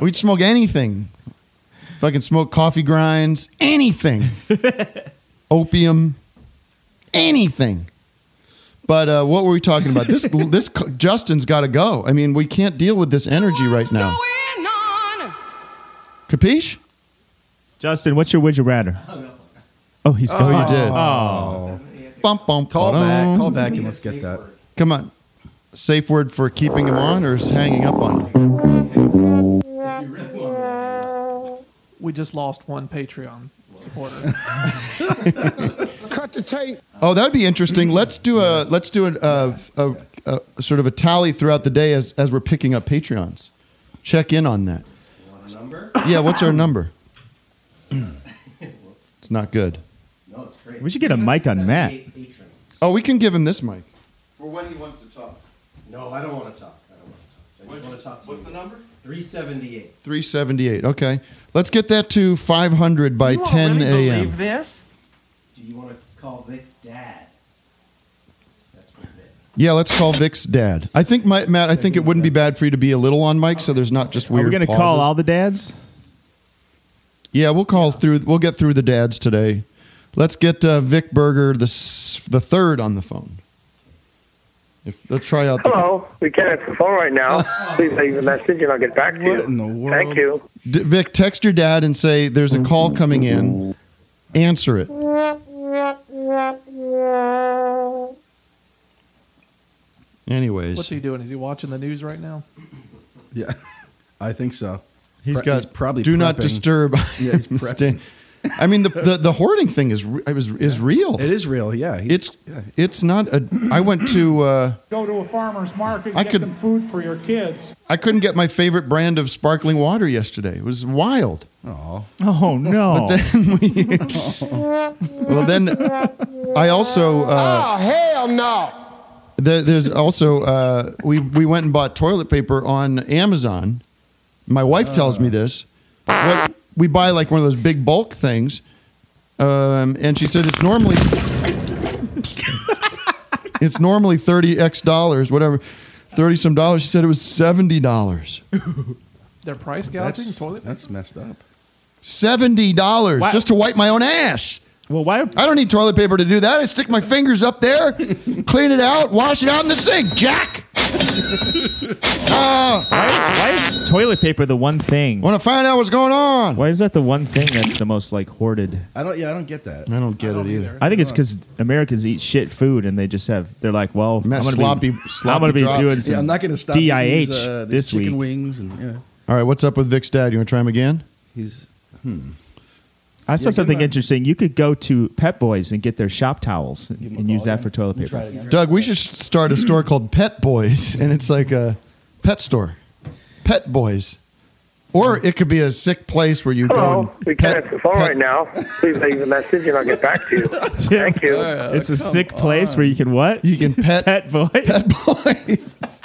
S2: We'd smoke anything. Fucking smoke coffee grinds, anything, opium, anything. But uh, what were we talking about? This this Justin's got to go. I mean, we can't deal with this energy right now. Capiche?
S3: Justin, what's your would you rather? Oh, he's
S2: Oh,
S3: going.
S2: you did.
S3: Oh.
S2: Bump bump.
S6: Call back.
S2: ba-dum.
S6: Call back and let's get that.
S2: Come on. Safe word for keeping him on or is hanging up on him?
S4: We just lost one Patreon supporter. Cut the tape.
S2: Oh, that'd be interesting. Let's do a let's do an, uh, a, a, a sort of a tally throughout the day as as we're picking up Patreons. Check in on that.
S7: Number?
S2: Yeah, what's our number? it's not good.
S7: No, it's great.
S3: We should get a mic on Matt.
S2: Oh, we can give him this mic.
S7: For when he wants to talk. No, I don't want to talk. I don't want to talk. I just want to talk to What's the number? 378.
S2: 378. Okay. Let's get that to 500 by 10 a.m.
S7: this? Do you want to call Vic's dad?
S2: Yeah, let's call Vic's dad. I think, my, Matt, I think it wouldn't be bad for you to be a little on mic so there's not just
S3: Are
S2: weird
S3: we going to
S2: pauses.
S3: call all the dads?
S2: Yeah, we'll call through. We'll get through the dads today. Let's get uh, Vic Berger the the third on the phone. If let's try out. The,
S18: Hello, we can't answer the phone right now.
S3: Oh.
S18: Please leave a message and I'll get back to you. Thank you.
S2: D- Vic, text your dad and say there's a call coming in. Answer it. Anyways,
S4: What's he doing? Is he watching the news right now?
S6: Yeah, I think so.
S2: He's
S6: Pre-
S2: got
S6: probably
S2: do not
S6: prepping.
S2: disturb.
S6: Yeah, he's
S2: items
S6: prepping.
S2: to- I mean the, the the hoarding thing is re- is, is real. It
S6: is real. Yeah,
S2: it's it's not a. I went to. Uh,
S19: Go to a farmer's market and
S2: I
S19: get
S2: could-
S19: some food for your kids.
S2: I couldn't get my favorite brand of sparkling water yesterday. It was wild.
S6: Oh.
S3: Oh no.
S2: But then we. well, then I also. Uh,
S20: hell no.
S2: There, there's also uh, we we went and bought toilet paper on Amazon. My wife tells me this. What- we buy like one of those big bulk things, um, and she said it's normally it's normally thirty x dollars, whatever, thirty some dollars. She said it was seventy dollars.
S4: They're price gouging
S6: That's,
S4: toilet paper.
S6: that's messed up.
S2: Seventy dollars
S4: Why-
S2: just to wipe my own ass.
S3: Well, why?
S2: I don't need toilet paper to do that. I stick my fingers up there, clean it out, wash it out in the sink, Jack.
S3: Ah. why is toilet paper the one thing?
S2: Want to find out what's going on?
S3: Why is that the one thing that's the most like hoarded?
S6: I don't. Yeah, I don't get that.
S2: I don't get it either.
S3: I think it's because Americans eat shit food and they just have. They're like, well, I'm gonna
S2: sloppy-
S3: be, I'm
S2: sloppy
S3: gonna be
S2: drops.
S3: doing
S2: Yeah,
S3: some
S2: I'm not
S6: gonna stop eating
S3: DIH
S6: these, uh, these
S3: this
S6: chicken
S3: week.
S6: wings and yeah.
S2: All right, what's up with Vic's dad? You want to try him again?
S6: He's hmm.
S3: I saw
S6: Yeah,
S3: something
S6: give him a-
S3: interesting. You could go to Pet Boys and get their shop towels and, and use that for toilet paper.
S2: Doug, we should start a store called Pet Boys, and it's like a pet store. Pet Boys. Or it could be a sick place where you go.
S18: Hello, we can't answer the phone right now. Please leave a message and I'll get back to you. Thank you.
S3: it's a sick place where you can what?
S2: You can pet
S3: pet boys. Pet
S2: boys.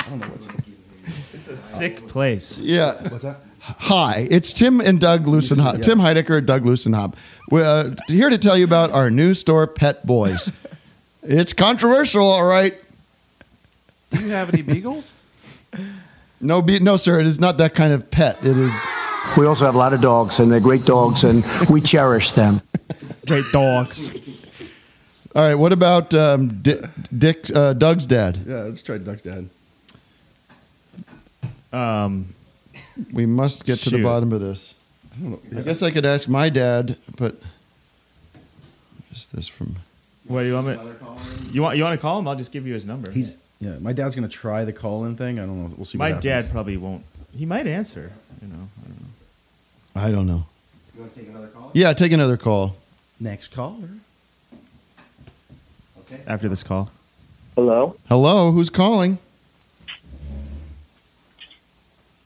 S3: it's a sick place.
S2: Yeah. Hi, it's Tim and Doug Lucenhop. Tim Heidecker, Doug Lucenhop. We're uh, here to tell you about our new store, Pet Boys. it's controversial, all right.
S4: Do you have any beagles?
S2: No, be- no, sir. It is not that kind of pet. It is.
S16: We also have a lot of dogs, and they're great dogs, and we cherish them.
S3: Great dogs.
S2: All right. What about um, Dick, Dick uh, Doug's dad?
S6: Yeah, let's try Duck's dad.
S3: Um,
S2: we must get to the
S6: shoot.
S2: bottom of this.
S6: I don't know.
S2: I guess I could ask my dad, but is this from?
S3: What you want me? You want you want to call him? I'll just give you his number.
S6: He's yeah. My dad's gonna try the call-in thing. I don't know. We'll see.
S3: my
S6: what
S3: dad probably won't. He might answer. You know. I don't know.
S2: I don't know.
S7: You want to take another call?
S2: Yeah, take another call.
S6: Next caller.
S3: After this call.
S21: Hello,
S2: Hello, who's calling?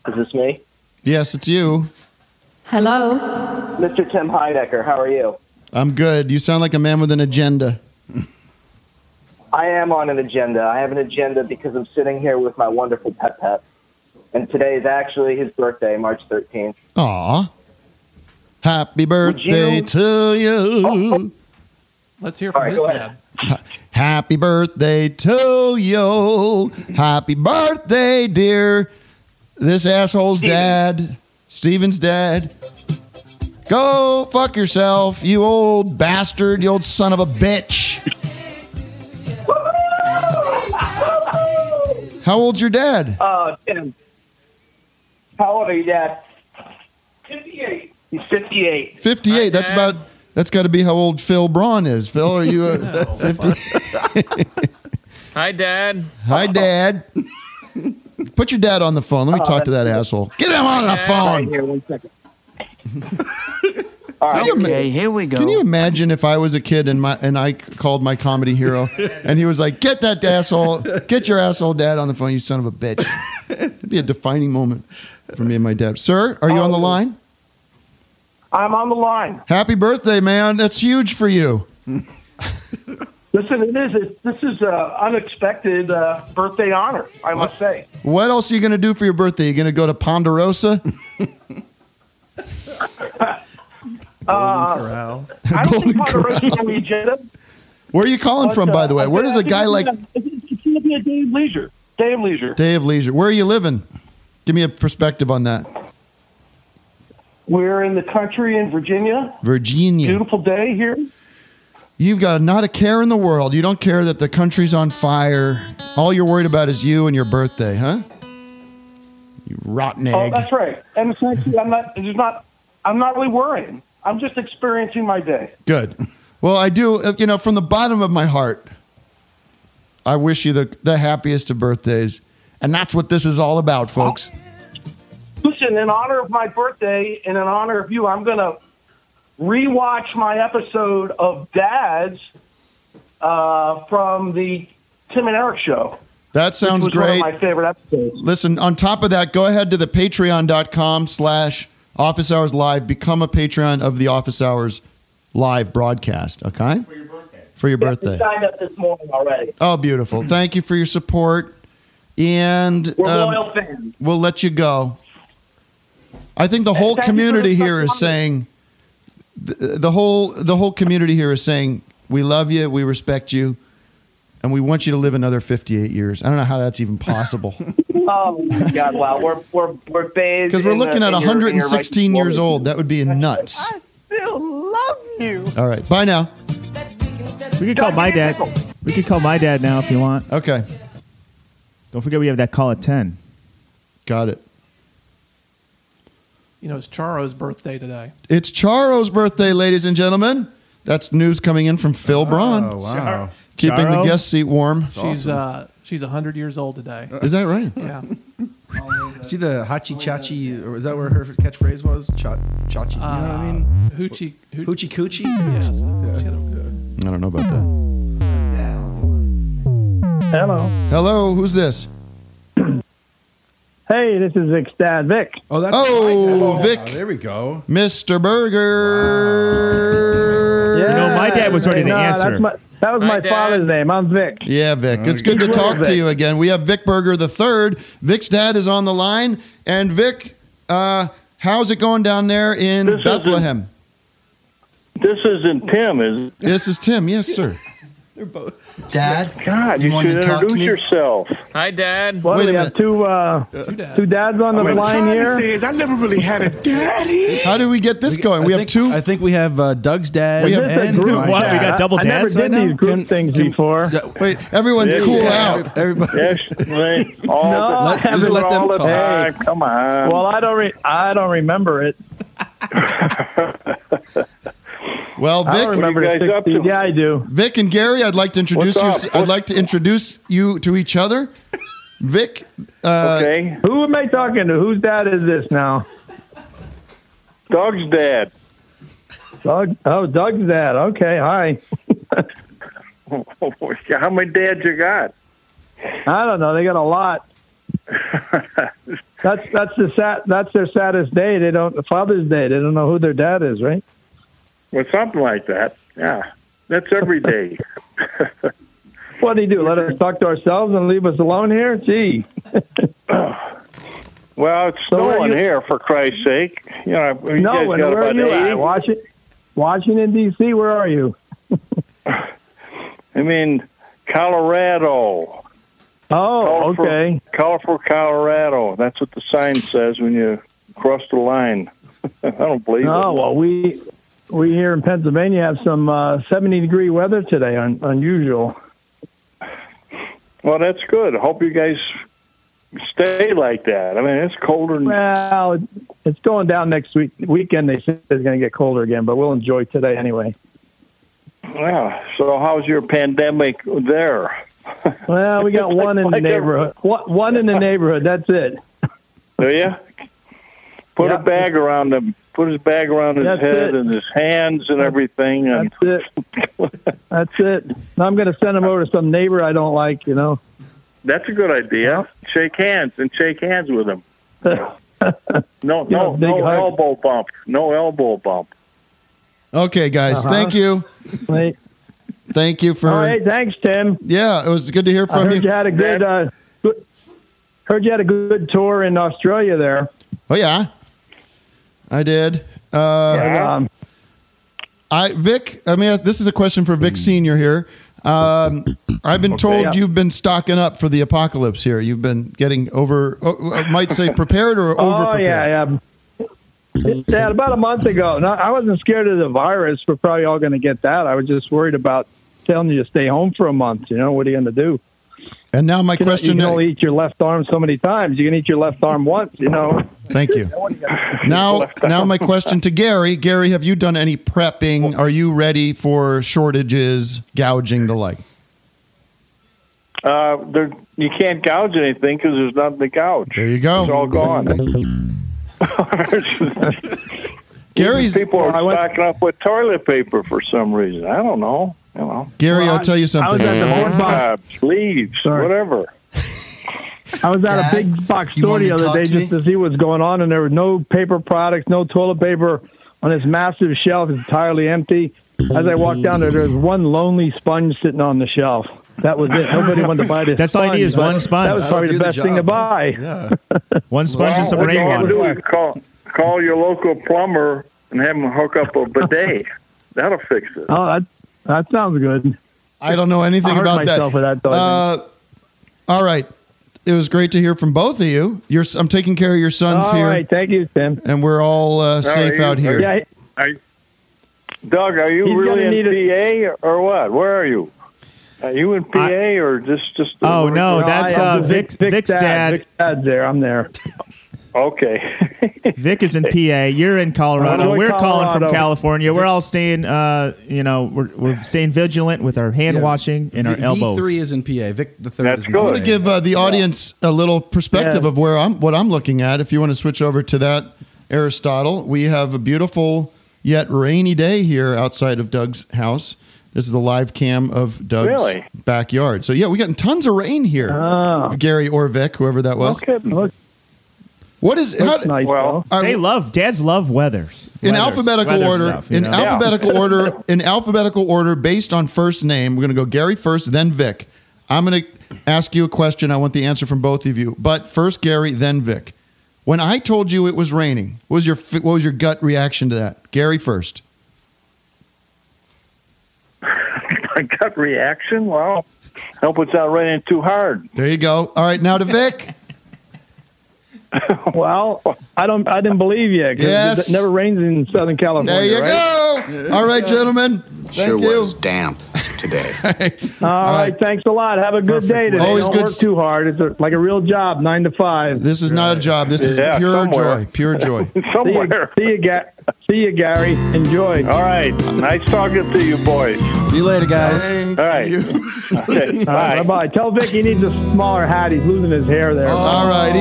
S21: is this me?
S2: Yes, it's you.
S21: Hello, Mr. Tim Heidecker. How are you?
S2: I'm good. You sound like a man with an agenda.
S21: I am on an agenda. I have an agenda because I'm sitting here with my wonderful pet pet, and today is actually his birthday, March 13th.
S2: Aw. Happy birthday
S21: you- Oh,
S2: to you.
S4: Let's hear from his dad.
S2: Happy birthday to you. Happy birthday, dear. This asshole's dad, Steven's dad. Go fuck yourself, you old bastard, you old son of a bitch. How old's your dad?
S21: Oh, Tim. How old are you, Dad? 58. He's 58.
S2: 58. That's about that's got to be how old Phil Braun is. Phil, are you uh, 50?
S22: Hi, Dad.
S2: Hi, Dad. Put your dad on the phone. Let me
S21: Oh,
S2: talk to that asshole. Get him on the
S21: Yeah.
S2: phone.
S21: Here, one second.
S22: Okay, here we go.
S2: Can you imagine if I was a kid and my and I c- called my comedy hero and he was like, "Get that asshole, get your asshole dad on the phone, you son of a bitch." It'd be a defining moment for me and my dad. Sir, are you on the line?
S21: Oh. I'm on the line.
S2: Happy birthday, man. That's huge for you.
S21: Listen, it is. It, this is an unexpected uh, birthday honor, I must say.
S2: What else are you going to do for your birthday? You going to go to Ponderosa?
S21: Uh, I don't think Ponderosa's on the agenda.
S2: Where are you calling
S21: but,
S2: from,
S21: uh,
S2: by the way?
S21: I
S2: Where
S21: think-
S2: does
S21: I
S2: a
S21: think
S2: guy
S21: it's
S2: like
S21: gonna- It's going to be a day of leisure. Day of leisure.
S2: Day of Leisure? Where are you living? Give me a perspective on that.
S21: We're in the country in Virginia.
S2: Virginia.
S21: Beautiful day here.
S2: You've got not a care in the world. You don't care that the country's on fire. All you're worried about is you and your birthday, huh? You rotten egg.
S21: Oh, that's right. And it's not, I'm not. It's not. I'm not really worrying. I'm just experiencing my day.
S2: Good. Well, I do, uh, you know, from the bottom of my heart, I wish you the, the happiest of birthdays. And that's what this is all about, folks.
S21: Oh, Listen, in honor of my birthday and in honor of you, I'm going to rewatch my episode of Dad's uh, from the Tim and Eric show.
S2: That sounds
S21: which was
S2: great.
S21: One of my favorite episodes.
S2: Listen, on top of that, go ahead to the patreon.com slash office hours live. Become a patron of the office hours live broadcast, okay? For your birthday. For your birthday.
S21: Signed up this morning already.
S2: Oh, beautiful. Thank you for your support. And
S21: We're
S2: um,
S21: loyal fans.
S2: we'll let you go. I think the
S21: And
S2: whole
S21: thank you for
S2: community
S21: the
S2: here is saying uh, the, the whole the whole community here is saying we love you, we respect you, and we want you to live another 58 years. I don't know how that's even possible.
S21: Oh my God! Wow, we're we're we're bathed
S2: Because we're
S21: in the-
S2: looking at
S21: in your- in your right
S2: 116 years old. That would be nuts.
S21: I still love you.
S2: All right. Bye now.
S3: We could call my dad. We could call my dad now if you want.
S2: Okay.
S3: Don't forget we have that call at ten.
S2: Got it.
S4: You know, it's Charo's birthday today.
S2: It's Charo's birthday, ladies and gentlemen. That's news coming in from Phil Braun.
S3: Oh,
S4: wow.
S2: Keeping the
S4: Charo?
S2: guest seat warm.
S4: she's uh, she's hundred years old today.
S2: Is that right?
S4: Yeah.
S8: See the Hachi Chachi, or is that where her catchphrase was? Cha- Chachi. You know what I mean?
S4: Um, Hoochie
S8: Hoochie Coochie.
S4: Yes.
S2: I don't know about that.
S11: Hello.
S2: Hello, who's this?
S11: Hey, this is Vic's dad, Vic.
S8: Oh,
S11: that's
S2: oh,
S11: my dad.
S2: Vic.
S11: Oh,
S8: there we go.
S2: Mr. Burger.
S11: Yeah,
S2: to
S11: no, That's my, that was my father's name. I'm Vic.
S2: Yeah, Vic. It's good to
S11: He's
S2: talk
S11: Vic.
S2: to you again. We have Vic Berger the third. Vic's dad is on the line, and Vic, uh, how's it going down there in
S20: This is the-
S2: Bethlehem?
S20: This isn't Tim, is it?
S2: This is Tim. Yes, sir.
S20: Dad? God,
S11: You
S20: you,
S11: wanted
S20: should
S11: to talk to
S20: introduce
S11: me?
S20: yourself. Hi, Dad.
S11: Well, we have two, uh, two dads on the
S20: What I'm
S11: line
S20: trying to
S11: here.
S20: say
S11: I never really had a daddy.
S2: How do we get this going? We have two.
S8: I think we have uh, Doug's dad.
S11: We have-
S8: and
S11: Is this a group?
S8: my
S11: Wow,
S8: dad.
S11: we got double I never dads did right now? these group things before.
S2: Wait, everyone,
S11: Yeah,
S2: cool
S11: yeah.
S2: out.
S11: Everybody.
S20: Yes, all
S11: no,
S20: the-
S11: I
S20: Let- just
S11: haven't
S20: let them
S11: all of-
S20: talk.
S11: hey,
S20: Come on.
S11: Well, I don't. Re- I don't remember it.
S2: Well, Vic,
S11: I don't remember the 60s. Yeah, I do.
S2: Vic and Gary, I'd like to introduce you.
S11: What's up?
S2: I'd like to introduce you to each other. Vic, uh,
S11: okay. Who am I talking to? Whose dad is this now?
S20: Doug's dad.
S11: Doug. Oh, Doug's dad. Okay. Hi.
S20: Oh, How many dads you got?
S11: I don't know. They got a lot. that's that's the sad, that's their saddest day. They don't Father's Day. They don't know who their dad is, right?
S20: Well, something like that. Yeah. That's every day.
S11: What do you do? Let us talk to ourselves and leave us alone here? Gee.
S20: well, it's
S11: So where
S20: snowing
S11: you-
S20: here, for Christ's sake. You know, you
S11: no,
S20: guys
S11: where
S20: got
S11: where are
S20: about
S11: you? At?
S20: 80?
S11: Washington, Washington D.C. Where are you?
S20: I mean, Colorado.
S11: Oh,
S20: Colorful-
S11: okay.
S20: Colorful Colorado. That's what the sign says when you cross the line. I don't believe it.
S11: Oh well, we we here in Pennsylvania have some uh, seventy degree weather today. Un- unusual.
S20: Well, that's good. I hope you guys stay like that. I mean, it's colder than
S11: Well, it- it's going down next week weekend. They said it's going to get colder again, but we'll enjoy today anyway.
S20: yeah. So, how's your pandemic there?
S11: Well, we got one in the neighborhood. One one in the neighborhood. That's it.
S20: Do you put a bag around him? Put his bag around his
S11: That's
S20: head
S11: it.
S20: and his hands and everything. And
S11: That's it. That's it. And I'm going to send them over to some neighbor I don't like. You know.
S20: that's a good idea. Shake hands and shake hands with him. No,
S11: Yeah,
S20: no,
S11: big
S20: no
S11: hug.
S20: elbow bump. No elbow bump.
S2: okay, guys,
S11: Uh-huh.
S2: thank you.
S11: Right.
S2: Thank you for.
S11: All right. Thanks, Tim.
S2: Yeah, it was good to hear
S11: I
S2: from
S11: heard
S2: you.
S11: you. had a good, uh, good. Heard you had a good tour in Australia there.
S2: Oh yeah, I did. Uh,
S11: Yeah. Um,
S2: I Vic. I mean, this is a question for Vic Senior here. Um, I've been
S20: Okay.
S2: told
S20: Yeah.
S2: you've been stocking up for the apocalypse here. You've been getting over, oh, I might say, prepared or over
S11: Oh yeah,
S2: prepared.
S11: yeah. Yeah, about a month ago. No, I wasn't scared of the virus. We're probably all going to get that. I was just worried about telling you to stay home for a month. You know, what are you going to do?
S2: And now my
S11: You can-
S2: question
S11: You can only eat your left arm so many times. You can eat your left arm once, you know.
S2: Thank you. Now, now my question to Gary. Gary, have you done any prepping? Are you ready for shortages, gouging, the like?
S20: Uh, there, you can't gouge anything because there's nothing to gouge.
S2: There you go.
S20: It's all gone.
S2: Gary's
S20: people are stocking up with toilet paper for some reason. I don't know. You know.
S2: Gary, I'll tell you
S3: Oh,
S2: something.
S20: Doorknobs, leaves, whatever.
S11: I was at a big box store the other day just to see what's going on, and there were no paper products, no toilet paper on this massive shelf, entirely empty. As I walked down there, there was one lonely sponge sitting on the shelf. That was it. Nobody wanted to buy this.
S3: That's all you need is
S11: but
S3: one sponge.
S11: That was
S3: That'll
S11: probably
S3: do
S11: the
S3: the
S11: best thing to
S3: job.
S11: buy.
S3: One sponge and some
S20: what you ought to do
S3: rainwater.
S20: is Call, call your local plumber and have him hook up a bidet. That'll fix it.
S11: Oh, that, that sounds good.
S2: I don't know anything
S11: I hurt
S2: about
S11: myself
S2: that.
S11: with that, though, I
S2: uh, all right. It was great to hear from both of you. Your, I'm taking care of your sons
S20: All
S2: here.
S20: right.
S11: Thank you, Tim.
S2: And we're all uh, safe
S20: Are you-
S2: out here.
S20: Are, are you- Doug, are you
S2: He's
S20: really
S2: gonna
S20: in
S2: need a-
S20: PA or what? Where are you? Are you in PA or just just?
S3: Oh, no, that's,
S20: I am
S3: uh,
S20: the
S3: Vic- Vic's dad.
S11: Vic's dad's there. I'm there.
S20: Okay.
S3: Vic is in PA. You're in Colorado.
S20: I'm in
S3: We're calling from
S20: Colorado.
S3: California. We're all staying, uh, you know, we're, we're staying vigilant with our hand
S2: Yeah.
S3: washing and our
S2: V-
S3: elbows.
S2: V3
S3: is in PA. Vic the
S8: third That's is in good.
S2: I'm going to give uh, the audience a little perspective
S8: Yeah.
S2: of where I'm, what I'm looking at. If you want to switch over to that, Aristotle, we have a beautiful yet rainy day here outside of Doug's house. This is the live cam of Doug's
S20: Really?
S2: backyard. So yeah, we got tons of rain here. Gary or Vic, whoever that was. What is how,
S3: well,
S2: I-
S3: they love dads love weathers
S2: in
S3: Weathers.
S2: alphabetical
S3: Weather
S2: order?
S3: stuff, you
S2: in
S3: know?
S2: alphabetical order, in alphabetical order, based on first name, we're going to go Gary first, then Vic. I'm going to ask you a question. I want the answer from both of you, but first Gary, then Vic. When I told you it was raining, what was your what was your gut reaction to that? Gary first.
S20: My gut reaction. Well, I hope it's not raining too hard.
S2: There you go. All right, now to Vic.
S11: well, I don't. I didn't believe you. 'cause
S2: Yes.
S11: It never rains in Southern California.
S2: There you
S11: right?
S2: go. All right, gentlemen. Thank
S11: Sure
S2: you.
S11: was
S2: damp today.
S11: All right. Thanks a lot. Have a good day today.
S2: Always
S11: Don't
S2: good
S11: work
S2: s-
S11: too hard. It's a, like a real job, nine to five.
S2: This is not a job. This is
S11: Yeah,
S2: pure
S11: somewhere.
S2: joy. Pure joy.
S20: Somewhere.
S11: See you, see you, Ga- see you, Gary. Enjoy.
S20: All right. Nice talking to you, boys.
S8: See you later, guys.
S20: All right. Okay,
S11: bye. Bye. Tell Vic he needs a smaller hat. He's losing his hair there.
S2: All right.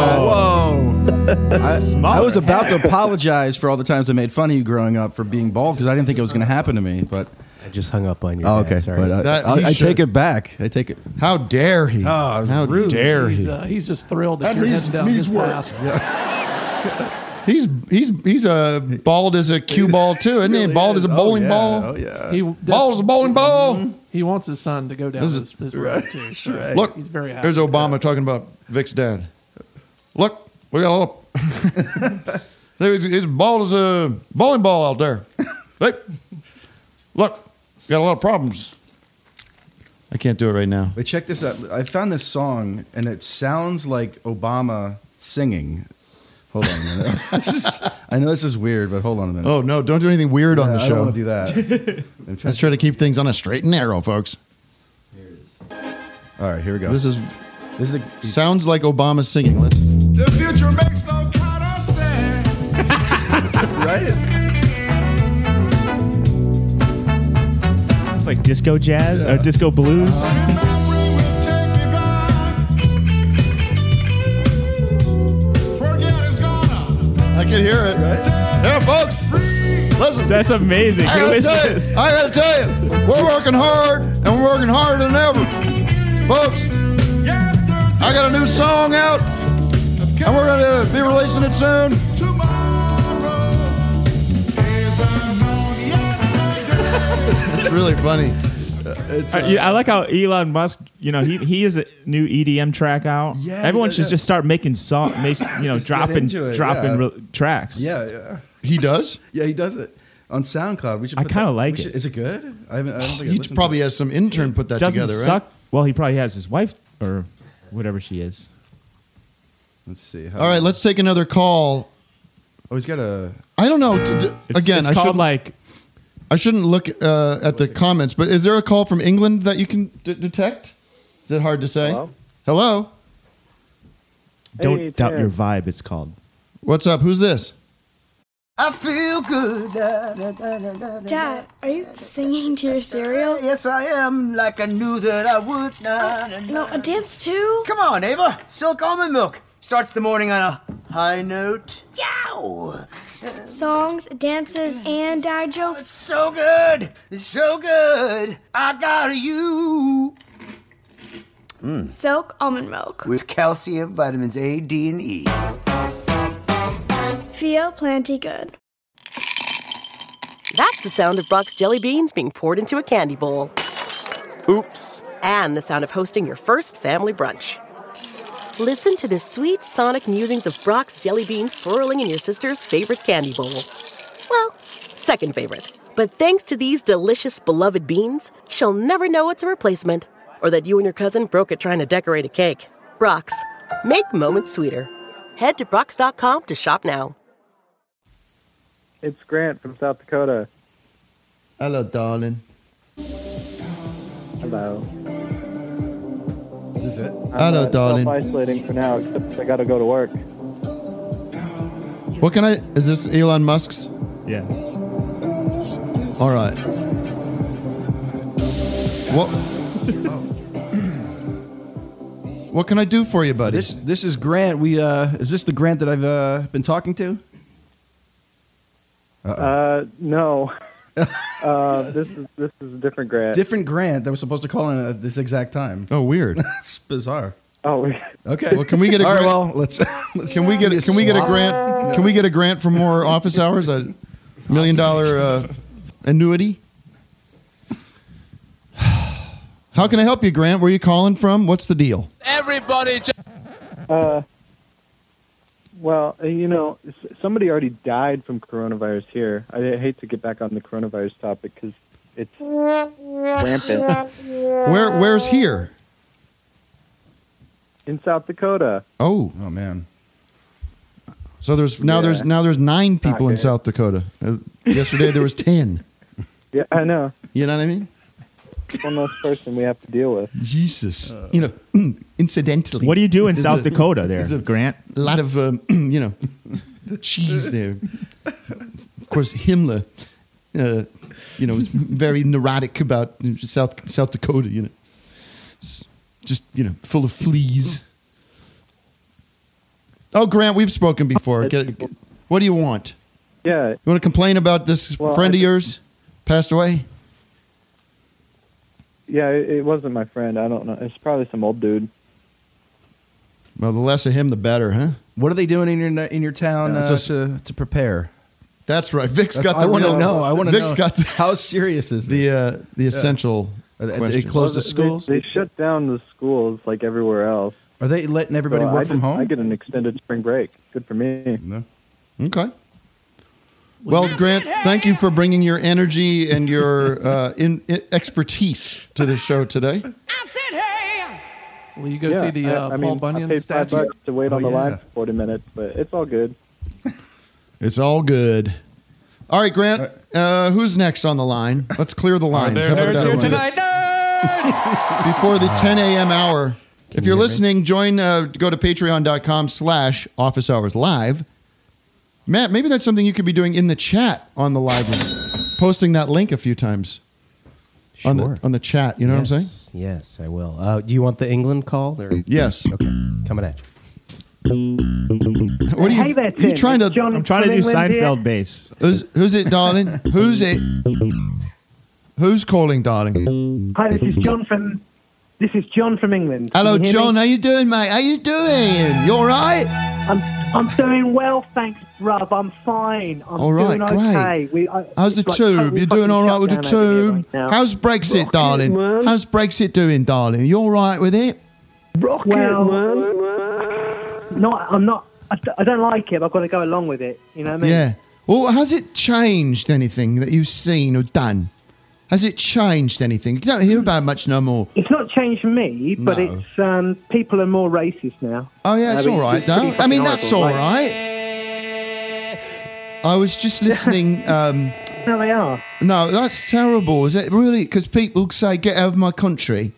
S8: Oh, Whoa. I, I was
S3: Smaller
S8: about to
S3: hat.
S8: apologize for all the times I made fun of you growing up for being bald because I didn't think it was going to happen to me, but. I just hung up on
S16: you,
S8: Oh,
S16: Dad,
S8: okay.
S16: sorry.
S8: But I,
S16: That-
S8: I-
S16: you
S8: I take
S16: should.
S8: it back. I take it.
S2: How dare he?
S8: Oh,
S2: How dare he?
S4: He's, uh, he's just thrilled that,
S2: That
S4: you're
S2: needs-
S4: heading down
S2: needs
S4: his
S2: work.
S4: path.
S2: He's he's he's a bald as a cue ball too, isn't he? Bald
S4: Oh,
S2: as a bowling ball.
S4: He Mm-hmm.
S2: Ball's a bowling ball.
S4: He wants his son to go down
S2: This
S4: his,
S2: is-
S4: his road too. so
S2: Look,
S4: he's very happy.
S2: there's Obama talking about Vic's dad. Look, we got a little. there's he's bald as a bowling ball out there. Hey, look, got a lot of problems. I can't do it right now.
S8: But check this out. I found this song, and it sounds like Obama singing. Hold on a minute. This is- I know this is weird, but hold on a minute.
S2: Oh no! Don't do anything weird on
S8: Yeah,
S2: the
S8: I
S2: show.
S8: don't wanna do that.
S2: Let's try to keep things on a straight and narrow, folks.
S8: All right, here we go.
S2: This is
S8: this is
S2: sounds like Obama singing. Let's.
S13: The future makes no kind of sense.
S8: right?
S3: It's like disco jazz or disco blues.
S2: I can hear it. Yeah, folks. Listen.
S3: That's amazing.
S2: I
S3: Who
S2: gotta
S3: is
S2: tell you-
S3: this?
S2: I gotta tell you, we're working hard and we're working harder than ever, folks. I got a new song out, and we're gonna be releasing it soon. It's really funny.
S8: Uh,
S3: I, yeah, I like how Elon Musk, you know, he he has a new EDM track out.
S8: Yeah,
S3: everyone
S8: yeah,
S3: should
S8: yeah.
S3: just start making song, make, you know,
S8: Just get
S3: dropping
S8: into it,
S3: dropping
S8: yeah.
S3: re- tracks.
S8: Yeah, yeah.
S2: He does.
S8: Yeah, he does it on SoundCloud. We should.
S3: I
S8: put
S3: kinda
S8: that-
S3: like
S8: we should-
S3: it.
S8: Is it good? I, haven't, I don't think I
S2: He
S8: listened
S2: probably
S8: to it.
S2: has some intern put that
S3: Doesn't
S2: together,
S3: suck.
S2: right?
S3: Well, he probably has his wife or whatever she is.
S8: Let's see.
S2: All right, let's take another call.
S8: Oh, he's got a.
S2: I don't know. D- d-
S8: It's-
S2: Again,
S8: it's
S2: I
S8: called,
S2: shouldn't like. I shouldn't look uh, at the comments, but is there a call from England that you can d- detect? Is it hard to say? Hello.
S3: Don't
S2: Hey,
S3: doubt
S2: Ted.
S3: your vibe. It's called.
S2: What's up? Who's this?
S23: I feel good. Da, da, da, da, da, da.
S13: Dad, are you singing to your cereal? Oh,
S23: Yes, I am. Like I knew that I would. Na, na, na. No, a dance too. Come on, Ava. Silk almond milk starts the morning on a high note. Yow!
S13: Songs, dances, and dad jokes.
S23: So good, so good. I got you. Hmm.
S13: Silk almond milk.
S23: With calcium, vitamins A, D, and E.
S13: Feel plenty good.
S5: That's the sound of Brock's jelly beans being poured into a candy bowl. Oops. And the sound of hosting your first family brunch. Listen to the sweet sonic musings of Brock's jelly beans swirling in your sister's favorite candy bowl. Well, second favorite. But thanks to these delicious beloved beans, she'll never know it's a replacement or that you and your cousin broke it trying to decorate a cake. Brock's. Make moments sweeter. Head to Brock's.com to shop now.
S11: It's Grant from South Dakota.
S2: Hello, darling.
S11: Hello.
S8: Is this it?
S2: Hello, darling.
S11: Isolating uh, for now, except I got to go to work.
S2: What can I? Is this Elon Musk's?
S3: Yeah.
S2: All right. What? what can I do for you, buddy?
S8: This this is Grant. We uh, is this the Grant that I've uh, been talking to?
S11: Uh, no. uh, this is this is a different Grant.
S8: Different Grant that was supposed to call in at this exact time.
S2: Oh, weird.
S8: That's bizarre.
S11: Oh,
S8: okay.
S2: Well, can we get a
S8: All right,
S2: Grant-
S8: well, let's, let's.
S2: Can we get? Can we get a grant? Can we get a grant for more office hours? A million dollar uh, annuity. How can I help you, Grant? Where are you calling from? What's the deal?
S11: Everybody. uh, well, uh, you know, s- somebody already died from coronavirus here. I hate to get back on the coronavirus topic because it's rampant
S2: Where? Where's here?
S11: in South Dakota.
S2: Oh.
S8: Oh man.
S2: So there's now there's
S11: Yeah.
S2: now there's nine
S11: Not
S2: people in
S11: good.
S2: South Dakota. Uh, yesterday there was ten.
S11: Yeah, I know.
S2: You know what I mean?
S11: One less person we have to deal with.
S2: Jesus.
S8: Uh,
S2: you know, incidentally.
S3: What do you do in
S2: There's
S3: South
S2: a-
S3: Dakota there,
S2: there's a
S3: Grant?
S2: lot of um, you know cheese there. Of course, Himmler, uh, you know, was very neurotic about South South Dakota. You know, S- just you know, full of fleas. Oh, Grant, we've spoken before. Get, get- what do you want?
S11: Yeah.
S2: You want to complain about this
S11: Well,
S2: friend
S11: I-
S2: of yours passed away?
S11: Yeah, it, it wasn't my friend. I don't know. It's probably some old dude.
S2: Well, the less of him, the better, huh?
S8: What are they doing in your in your town
S2: Yeah,
S8: uh,
S2: so s-
S8: to to prepare?
S2: That's right. Vic's got the
S8: I want to
S2: real-
S8: know. I want to know.
S2: Vic's got
S8: how serious is
S2: the uh, the essential
S8: Are they- they
S2: question.
S8: close the
S11: Well,
S8: schools?
S11: They, they shut down the schools like everywhere else.
S8: Are they letting everybody
S11: So I
S8: work from
S11: just-
S8: home?
S11: I get an extended spring break. Good for me.
S2: Okay. Well, Grant, thank you for bringing your energy and your uh, in, i expertise to the show today.
S4: Will you go
S11: Yeah,
S4: see the
S11: I-
S4: uh,
S11: I
S4: Paul
S11: mean, I
S4: Bunyan
S11: paid five
S4: statue?
S11: bucks to wait on
S4: Oh,
S11: the line
S4: yeah.
S11: for forty minutes, but it's all good.
S2: It's all good. All right, Grant. Uh, who's next on the line? Let's clear the lines.
S14: there
S2: How about
S14: nerds
S2: that
S14: here
S2: one?
S14: tonight.
S2: Before the 10 a.m. hour.
S14: you
S2: if you're
S14: hear me?
S2: listening, join. Uh, go to patreon.com slash office hours live. Matt, maybe that's something you could be doing in the chat on the live room, posting that link a few times on
S10: Sure.
S2: the on the chat. You know what I'm saying?
S10: Yes, I will. Uh, do you want the England call? Or?
S2: Yes.
S10: Okay, coming at you.
S2: What are you,
S10: Hey there,
S2: you
S10: Tim.
S2: trying to?
S10: It's John I'm trying to from do England here. Seinfeld
S2: bass. Who's, who's it, darling? who's it? Who's calling, darling?
S24: Hi, this is John from. This is John from England. Can
S2: Hello,
S24: you hear
S2: John.
S24: me?
S2: How you doing, mate? How you doing? You all right?
S24: I'm I'm doing well, thanks, Rob. I'm fine. I'm
S2: All right,
S24: doing okay.
S2: great.
S24: We, I,
S2: How's the
S24: it's like
S2: tube?
S24: total
S2: You doing
S24: fucking
S2: all right with the
S24: shutdown over here
S2: tube?
S24: right now.
S2: How's Brexit, darling? How's Brexit doing, darling? You all right with it? Rocket
S24: well, No, I'm not. I, d- I don't like it. But I've got to go along with it. You know what I mean?
S2: Yeah. Well, has it changed anything that you've seen or done? Has it changed anything? You don't hear about it much no more.
S24: It's not changed me, but
S2: No.
S24: it's um, people are more racist now.
S2: Oh yeah, it's
S24: Uh,
S2: all right
S24: pretty
S2: though. I
S24: fucking
S2: mean, that's
S24: horrible.
S2: all
S24: Like,
S2: right. I was just listening. Um,
S24: no, they are.
S2: No, that's terrible. Is it really? Because people say, "Get out of my country,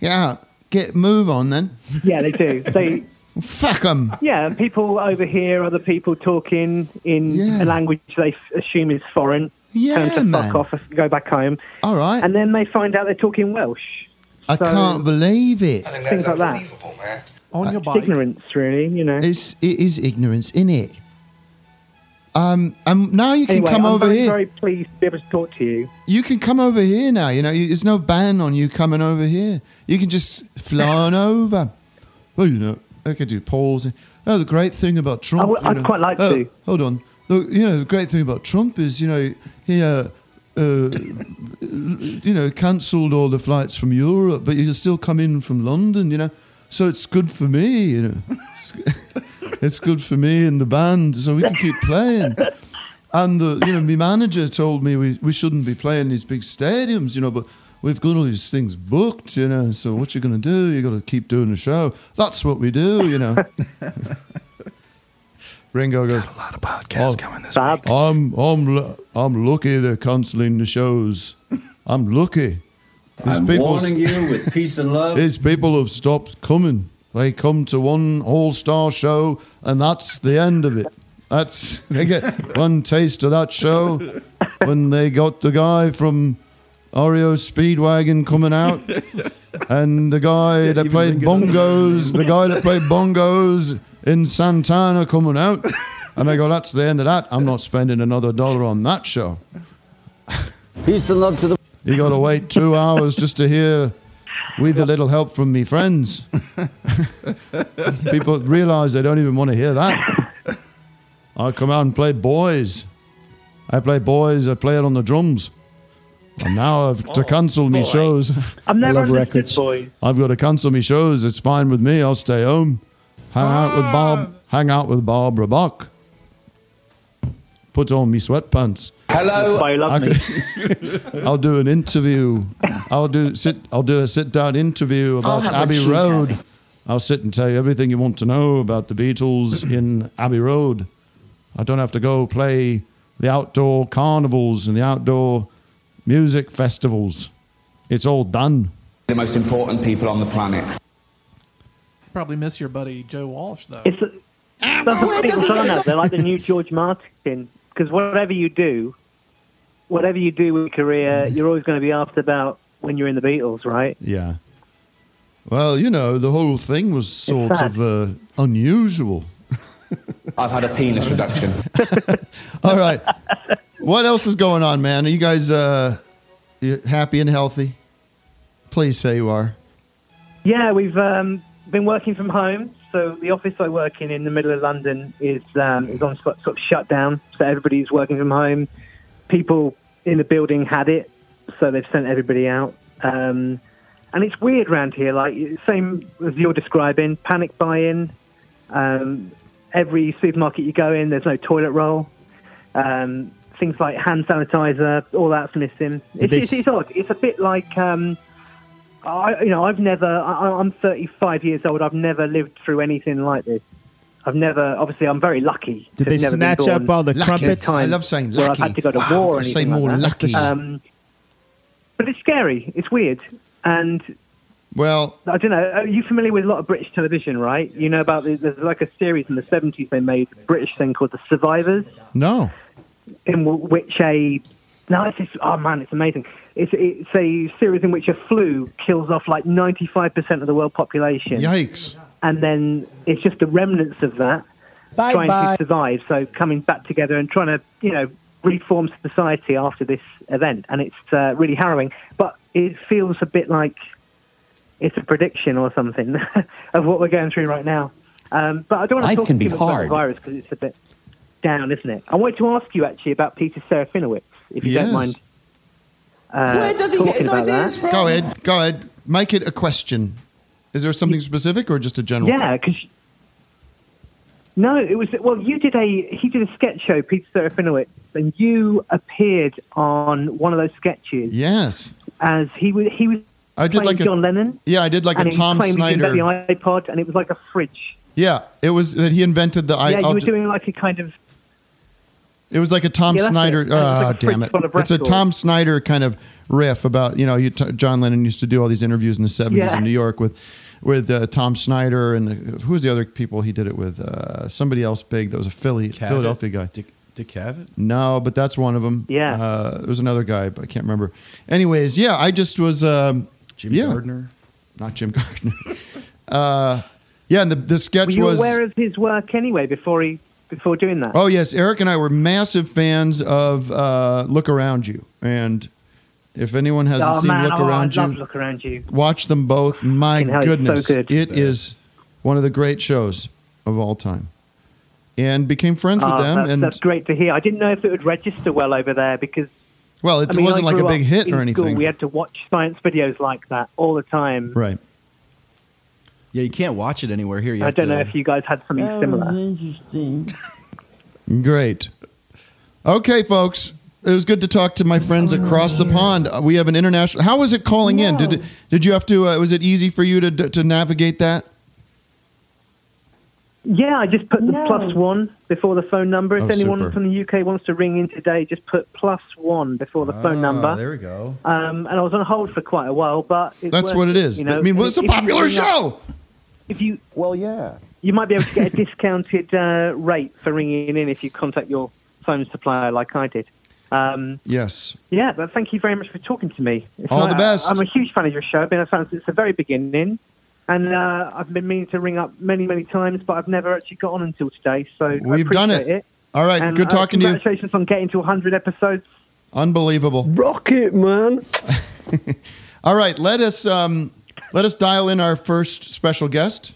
S2: get out, get move on." Then
S24: Yeah, they do. They
S2: fuck them.
S24: yeah, people overhear other people talking in a language they f- assume is foreign.
S2: Yeah,
S24: tell them to
S2: man.
S24: fuck off, and go back home.
S2: All right,
S24: and then they find out they're talking Welsh.
S2: I
S24: So-
S2: can't believe it.
S24: Things like that.
S2: On your
S24: bike. Ignorance, really. You know,
S2: it's it is ignorance, isn't it? Um, and now you can
S24: Anyway,
S2: come
S24: I'm
S2: over
S24: very,
S2: here.
S24: very pleased to be able to talk to you.
S2: You can come over here now. You know, you- there's no ban on you coming over here. You can just fly on over. Well, you know, I could do polls. Oh, the great thing about Trump.
S24: I would-
S2: you
S24: I'd
S2: know-
S24: quite like
S2: oh,
S24: to.
S2: Hold on. Look, you know, the great thing about Trump is, you know, he, uh, uh, you know, cancelled all the flights from Europe, but you can still come in from London. You know, so it's good for me. You know, it's good for me and the band, so we can keep playing. And the you know, my manager told me we, we shouldn't be playing these big stadiums, you know, but we've got all these things booked, you know. So what you gonna do? You gotta keep doing the show. That's what we do, you know. Ringo goes. Got a lot of podcasts coming this week. I'm I'm lu- I'm lucky they're cancelling the shows. I'm lucky.
S7: I'm
S2: people's-
S7: warning you with peace and love.
S2: These people have stopped coming. They come to one all star show, and that's the end of it. That's they get one taste of that show when they got the guy from Oreo Speedwagon coming out, and the guy that played bongos, the guy that played bongos in Santana coming out, and I go, that's the end of that. I'm not spending another dollar on that show. Peace and love to the. You got to wait two hours just to hear, with a little help from me friends. People realize they don't even want to hear that. I come out and play boys. I play boys. I play it on the drums. And now I've to cancel me shows.
S24: I've never
S2: I love
S24: understood
S2: records.
S24: boys.
S2: I've got to cancel me shows. It's fine with me. I'll stay home. Hang out with Bob. Hang out with Barbara Bach. Put on me sweatpants.
S7: Hello. I
S2: I could- I'll do an interview. I'll do sit. I'll do a sit down interview about
S7: have what
S2: Abbey
S7: she's
S2: Road. I'll sit and tell you everything you want to know about the Beatles in Abbey Road. I don't have to go play the outdoor carnivals and the outdoor music festivals. It's all done.
S14: The most important people on the planet.
S4: Probably miss your buddy Joe Walsh though.
S24: It's a, that's what people turn up. They're like the new George Martin because whatever you do, whatever you do with your career, you're always going to be asked about when you're in the Beatles, right?
S2: Yeah. Well, you know, the whole thing was sort
S24: sad.
S2: of uh, unusual.
S14: I've had a penis reduction.
S2: All right. What else is going on, man? Are you guys uh, you happy and healthy? Please say you are.
S24: Yeah, we've um, been working from home. So the office I work in in the middle of London is um, is on sort sort of shutdown. So everybody's working from home. People in the building had it, so they've sent everybody out. Um, and it's weird round here. Like same as you're describing, panic buying. Um, every supermarket you go in, there's no toilet roll. Um, things like hand sanitizer, all that's missing. It's,
S3: they
S24: it's,
S3: s-
S24: it's odd. It's a bit like. Um, I, you know, I've never. I, I'm 35 years old. I've never lived through anything like this. I've never. Obviously, I'm very lucky.
S3: Did
S24: to
S3: they
S24: have never been
S3: snatch
S24: born
S3: up all the
S24: at a
S3: crumpets?
S24: time
S3: I love saying
S24: Where I've
S3: lucky.
S24: had to go to
S3: Wow,
S24: war. Or
S3: I say
S24: anything like
S3: more
S24: that.
S3: lucky.
S24: Um, but it's scary. It's weird. And
S2: well,
S24: I don't know. Are you familiar with a lot of British television, right? You know about the, there's like a series in the 70s they made a British thing called The Survivors
S2: No.
S24: in w- which a no, it's just, oh man, it's amazing. It's it's a series in which a flu kills off like ninety five percent of the world population.
S2: Yikes!
S24: And then it's just the remnants of that trying
S25: Bye-bye.
S24: to survive. So coming back together and trying to you know reform society after this event, and it's uh, really harrowing. But it feels a bit like it's a prediction or something of what we're going through right now. Um, but I don't
S12: Life
S24: want to talk
S12: can
S24: too
S12: be
S24: much about
S12: hard.
S24: the virus because it's a bit down, isn't it? I wanted to ask you actually about Peter Serafinowicz, if you
S2: Yes.
S24: don't mind. Uh, talking about that.
S2: Go ahead. Go ahead. Make it a question. Is there something specific or just a general?
S24: Yeah, because no, it was well. You did a he did a sketch show, Peter Serafinowicz, and you appeared on one of those sketches.
S2: Yes,
S24: as he was he was.
S2: I did
S24: playing
S2: like a-
S24: John Lennon.
S2: Yeah, I did like a
S24: and he
S2: Tom
S24: claimed he invented
S2: Snyder.
S24: The iPod, and it was like a fridge.
S2: Yeah, it was that he invented the. I,
S24: yeah, you
S2: I'll
S24: were
S2: ju-
S24: doing like a kind of
S2: It was like a Tom
S17: Yeah, that's
S2: Snyder.
S17: it.
S2: Ah,
S17: It's like a
S2: damn it!
S17: freak on a
S2: It's a
S17: breastbone.
S2: Tom Snyder kind of riff about you know you t- John Lennon used to do all these interviews in the seventies
S17: Yeah.
S2: in New York with with uh, Tom Snyder and the, who was the other people he did it with? Uh, somebody else big that was a Philly
S6: Cavett?
S2: Philadelphia guy.
S6: Dick, Dick Cavett?
S2: No, but that's one of them.
S6: Yeah.
S2: Uh, there was another guy, but I can't remember. Anyways, yeah, I just was. Um, Jim
S6: Gardner?
S2: Not Jim Gardner. uh, yeah, and the, the
S24: Were
S2: sketch
S24: you
S2: was.
S24: aware of his work anyway before he before doing that?
S2: Oh, yes. Eric and I were massive fans of uh, Look Around You. And if anyone hasn't
S24: oh,
S2: seen
S24: man,
S2: Look
S24: oh,
S2: Around
S24: I
S2: You,
S24: love Look Around You.
S2: watch them both. My
S24: Fucking hell, it's so
S2: goodness.
S24: good.
S2: It is one of the great shows of all time. And became friends
S24: Oh,
S2: with them.
S24: that's,
S2: and
S24: that's great to hear. I didn't know if it would register well over there because
S2: Well, it
S24: I mean,
S2: wasn't
S24: I
S2: like a
S24: grew
S2: big
S24: up
S2: hit
S24: in
S2: or
S24: School.
S2: anything.
S24: We had to watch science videos like that all the time.
S2: Right.
S6: Yeah, you can't watch it anywhere here. You
S24: I
S6: have
S24: don't
S6: to-
S24: know if you guys had something
S2: uh,
S6: That was
S24: similar. Interesting.
S2: Great. Okay, folks. It was good to talk to my friends across the pond. Uh, We have an international. How was it calling in? Did it, did you have to? Uh, was it easy for you to to navigate that?
S24: Yeah, I just put the plus one before the phone number. If
S2: Oh,
S24: anyone
S2: super.
S24: from the UK wants to ring in today, just put plus one before the
S8: Ah,
S24: phone number.
S2: Ah,
S6: There we go.
S24: Um, and I was on hold for quite a while, but it's
S2: That's
S24: worth
S2: what it
S24: it,
S2: is.
S24: You know,
S2: I mean, well, it's a
S24: If you
S2: popular
S24: ring up-
S2: show.
S24: If you well, yeah, you might be able to get a discounted uh, rate for ringing in if you contact your phone supplier, like I did. Um,
S2: Yes.
S24: yeah, but thank you very much for talking to me. It's
S2: All the best.
S24: I'm a huge fan of your show. I've been a fan since the very beginning, and uh, I've been meaning to ring up many, many times, but I've never actually got on until today. So I
S2: We've done
S24: appreciate
S2: it. All right,
S24: And,
S2: good
S24: uh,
S2: talking to you.
S24: Congratulations on getting to 100 episodes.
S2: Unbelievable. Rocket man. All right, let us um, let us dial in our first special guest.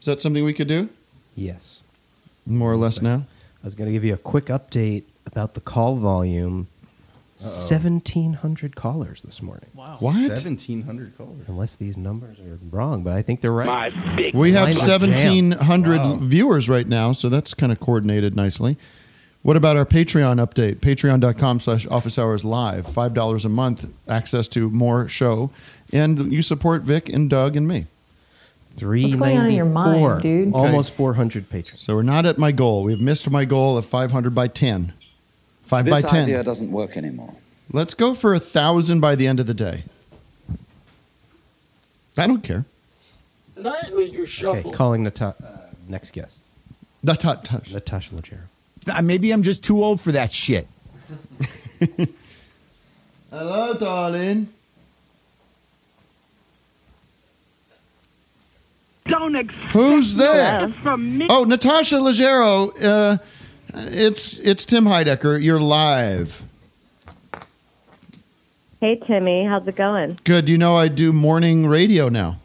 S2: Is that something we could do?
S10: Yes.
S2: More or less now.
S10: I was going to give you a quick update about the call volume. Seventeen hundred callers this morning. Wow. What?
S6: 1,700 callers.
S10: Unless these numbers are wrong, but I think they're right.
S6: My big
S2: We have
S10: Mine are
S2: seventeen hundred
S10: jammed.
S2: viewers right now, so that's kind of coordinated nicely. What about our Patreon update? Patreon.com slash office hours live. Five dollars a month, access to more show. And you support Vic and Doug and me.
S10: Three
S25: What's going on in your mind, 394, dude? almost
S10: four hundred patrons.
S2: So we're not at my goal. We've missed my goal of five hundred by ten. Five
S12: this
S2: by ten.
S12: idea doesn't work anymore.
S2: Let's go for a thousand by the end of the day. I don't care.
S13: Nightly you shuffle.
S10: Okay, calling Natasha. Uh, next guest.
S2: Natasha.
S10: Natasha Leggero.
S15: Uh, Maybe I'm just too old for that shit.
S2: Hello, darling.
S19: Don't expect
S2: Who's there?
S19: It's from me.
S2: Oh, Natasha Leggero. Uh, it's it's Tim Heidecker. You're live.
S26: Hey, Timmy, how's it going?
S2: Good. You know I do morning radio now.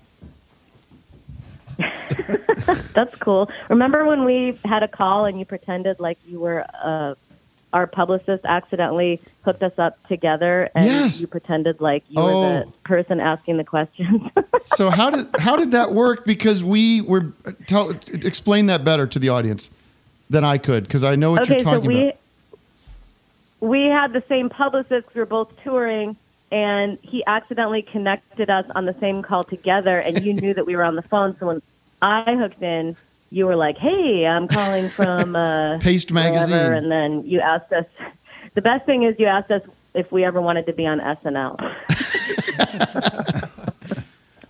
S26: That's cool. Remember when we had a call and you pretended like you were uh, our publicist accidentally hooked us up together and you pretended like you were the person asking the questions?
S2: So how did how did that work? Because we were tell explain that better to the audience than I could because I know what
S26: okay,
S2: you're talking
S26: so we
S2: about.
S26: we had the same publicist. 'cause We were both touring, and he accidentally connected us on the same call together. And you knew that we were on the phone. So when I hooked in, you were like, "Hey, I'm calling from uh,
S2: Paste
S26: wherever,"
S2: Magazine.
S26: and then you asked us. The best thing is you asked us if we ever wanted to be on SNL.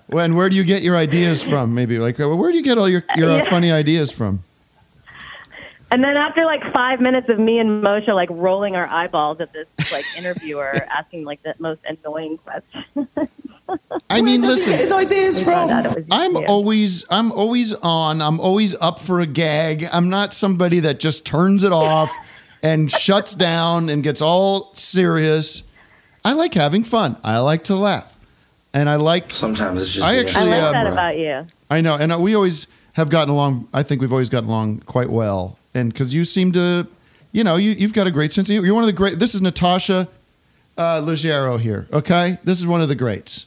S2: When where do you get your ideas from? Maybe like where do you get all your your uh,
S26: Yeah.
S2: funny ideas from?
S26: And then after like five minutes of me and Moshe like rolling our eyeballs at this like interviewer asking like the most annoying question.
S2: I mean,
S26: did you
S2: listen.
S26: get his ideas We found from? out it was
S2: I'm
S26: you.
S2: always, I'm always on. I'm always up for a gag. I'm not somebody that just turns it off and shuts down and gets all serious. I like having fun. I like to laugh, and I like. Sometimes it's I actually.
S26: I like that
S2: um,
S26: about you.
S2: I know, and uh, we always have gotten along. I think we've always gotten along quite well, and because you seem to, you know, you, you've got a great sense. of- You're one of the great. This is Natasha uh, Leggero here. Okay, this is one of the greats.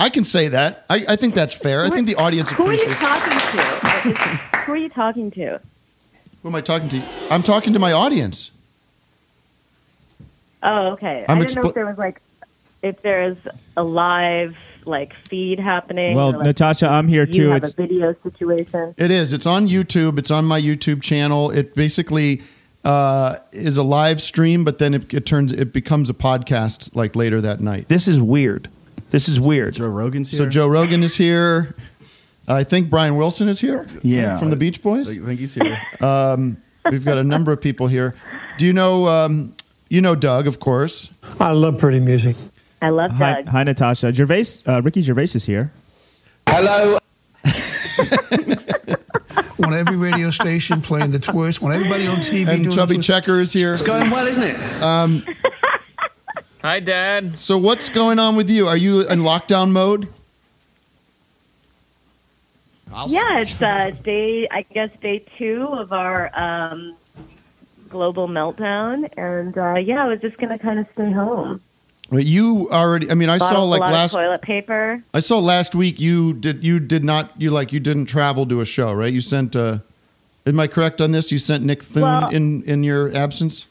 S2: I can say that. I, I think that's fair. I think the audience
S26: Who are you
S2: appreciates.
S26: talking to? Who are you talking to?
S2: Who am I talking to? I'm talking to my audience.
S26: Oh, okay.
S2: I'm
S26: I didn't know
S2: expl-
S26: if there was like if there is a live like feed happening.
S3: Well,
S26: or, like,
S3: Natasha, I'm here
S26: you
S3: too.
S26: Have
S3: It's-
S26: a video situation.
S2: It is. It's on YouTube. It's on my YouTube channel. It basically uh, is a live stream, but then it, it turns it becomes a podcast like later that night. This is weird. This is weird. Joe Rogan's So
S6: here?
S2: Joe Rogan is here. I think Brian Wilson is here.
S6: Yeah.
S2: from the Beach Boys.
S6: I think he's here.
S2: Um, we've got a number of people here. Do you know? Um, you know Doug, of course.
S3: I love pretty music.
S26: I love
S3: Hi, hi Natasha. Gervais, uh, Ricky Gervais is here.
S12: Hello. on every radio station playing the twist, on everybody on TV
S2: And
S12: doing
S2: Chubby
S12: the twist.
S2: Checker is here.
S12: It's going well, isn't it?
S2: Um,
S16: Hi, Dad.
S2: so what's going on with you? Are you in lockdown mode?
S26: yeah, it's uh, day, I guess, day two of our um, global meltdown. And uh, yeah, I was just going to kind of stay home.
S2: Well, You already. I mean, I
S26: Bought
S2: saw
S26: a
S2: like
S26: lot of
S2: last.
S26: toilet paper.
S2: I saw last week you did you did not you like you didn't travel to a show, right? You sent uh am I correct on this? You sent Nick Thune
S26: Well-
S2: in in your absence?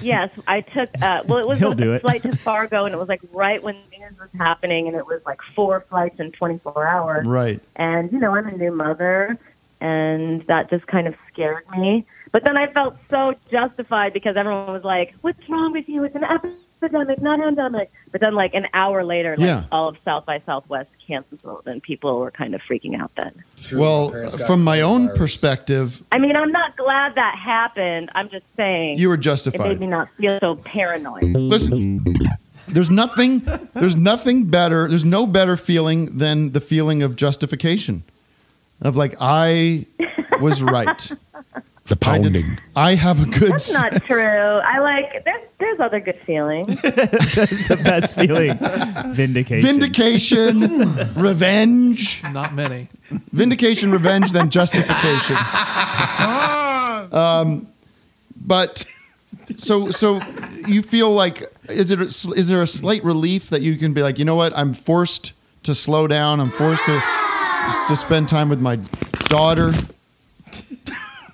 S26: Yes, I took. Uh, well, it was
S2: He'll
S26: a
S2: do it.
S26: flight to Fargo, and it was like right when things was happening, and it was like four flights in 24 hours.
S2: Right.
S26: And you know, I'm a new mother, and that just kind of scared me. But then I felt so justified because everyone was like, "What's wrong with you? It's an epidemic, not endemic." But then, like an hour later, like
S2: Yeah.
S26: all of South by Southwest canceled, and people were kind of freaking out then.
S2: well, from my own perspective,
S26: I mean, I'm not glad that happened. I'm just saying
S2: You were
S26: It
S2: justified.
S26: made me not feel so paranoid.
S2: listen. There's nothing there's nothing better. There's no better feeling than the feeling of justification. Of like I was right. the pounding. I, have a good
S26: That's not true. I like there's there's other good feelings.
S3: That's the best feeling. Vindication.
S2: vindication, revenge.
S4: Not many.
S2: vindication, revenge, then justification. um, but so so you feel like is it is there a slight relief that you can be like you know what I'm forced to slow down I'm forced to to spend time with my daughter.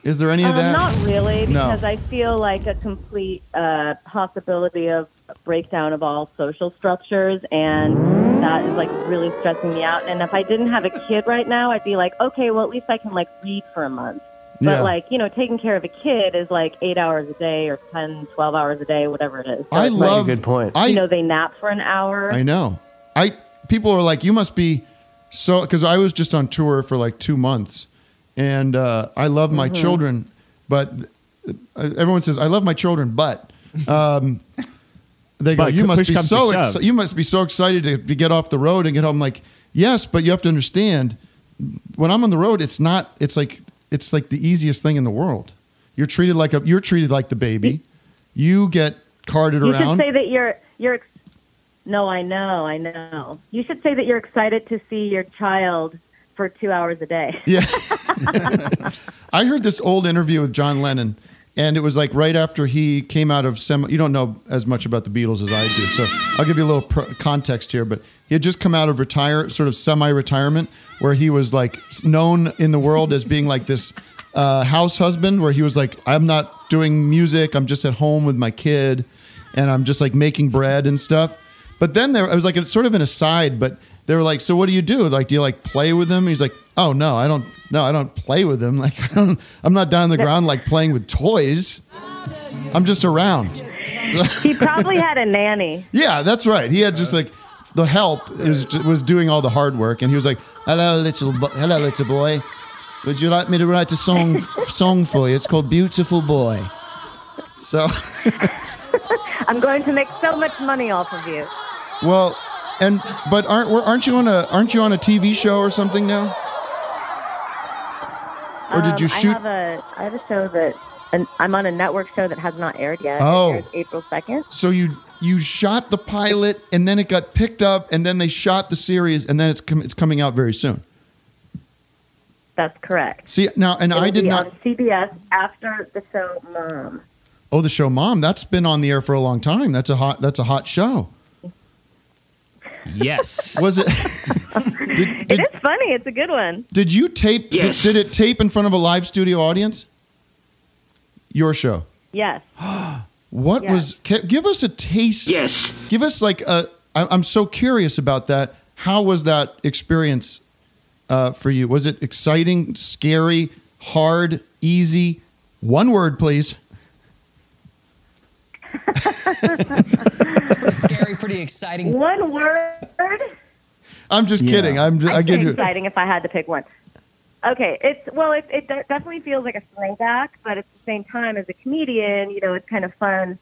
S2: Is there any of
S26: Um,
S2: that?
S26: Not really,
S2: No.
S26: because I feel like a complete uh, possibility of breakdown of all social structures, and that is like really stressing me out. And if I didn't have a kid right now, I'd be like, okay, well at least I can like read for a month. But
S2: Yeah.
S26: like you know, taking care of a kid is like eight hours a day or 10, 12 hours a day, whatever it is. So
S2: I
S26: it's like,
S2: love. Good point. I
S26: you know, they nap for an hour.
S2: I know. I people are like, you must be so because I was just on tour for like two months, and uh, I love my
S3: Mm-hmm.
S26: Mhm.
S2: children, but uh, everyone says I love my children, but um, they go,
S3: But
S2: you must
S3: push
S2: be
S3: comes
S2: so
S3: to
S2: ex-
S3: shove.
S2: you must be so excited to, to get off the road and get home. I'm like, yes, but you have to understand when I'm on the road, it's not. It's like it's like the easiest thing in the world. You're treated like a you're treated like the baby. You get carted
S26: You should
S2: around.
S26: say that you're you're. Ex- no, I know, I know. You should say that you're excited to see your child for two hours a day.
S2: Yeah. I heard this old interview with John Lennon, and it was like right after he came out of semi. You don't know as much about the Beatles as I do, so I'll give you a little pr- context here. But he had just come out of retire, sort of semi-retirement, where he was like known in the world as being like this uh, house husband, where he was like, "I'm not doing music. I'm just at home with my kid, and I'm just like making bread and stuff." But then there, I was like, it's sort of an aside, but they were like, so what do you do? Like, do you like play with him? He's like, oh no, I don't, no, I don't play with him. Like, I don't, I'm not down on the ground like playing with toys. I'm just around.
S26: he probably had a nanny.
S2: yeah, that's right. He had just like the help is, was doing all the hard work, and he was like, hello, little, bo- hello, little boy. Would you like me to write a song, song for you? It's called Beautiful Boy. So.
S26: I'm going to make so much money off of you.
S2: Well, and but aren't we're- aren't you on a aren't you on a TV show or something now? Or did you
S26: Um, I
S2: shoot?
S26: have a I have a show that and I'm on a network show that has not aired yet.
S2: Oh.
S26: It airs April second.
S2: so you you shot the pilot and then it got picked up and then they shot the series and then it's com- it's coming out very soon.
S26: That's correct.
S2: See now, and
S26: It'll
S2: I did
S26: be
S2: not.
S26: on CBS after the show Mom.
S2: Oh, the show Mom that's been on the air for a long time. That's a hot that's a hot show.
S26: Yes.
S2: Was it?
S26: it is funny. It's a good one.
S2: Did you tape? did-
S26: Yes.
S2: Did, it tape in front of a live studio audience? Your show.
S26: Yes.
S2: What
S26: Yes.
S2: was? ca- Give us a taste. Yes. Give us like a. I- I'm so curious about that. How was that experience uh, for you? Was it exciting, scary, hard, easy? One word, please.
S1: pretty scary, pretty exciting.
S26: One word.
S2: I'm just
S26: Yeah.
S2: kidding. I'm. Just, I
S26: I'd
S2: give
S26: say
S2: you.
S26: exciting if I had to pick one. Okay, it's well, it, it de- definitely feels like a throwback, but at the same time, as a comedian, you know, it's kind of fun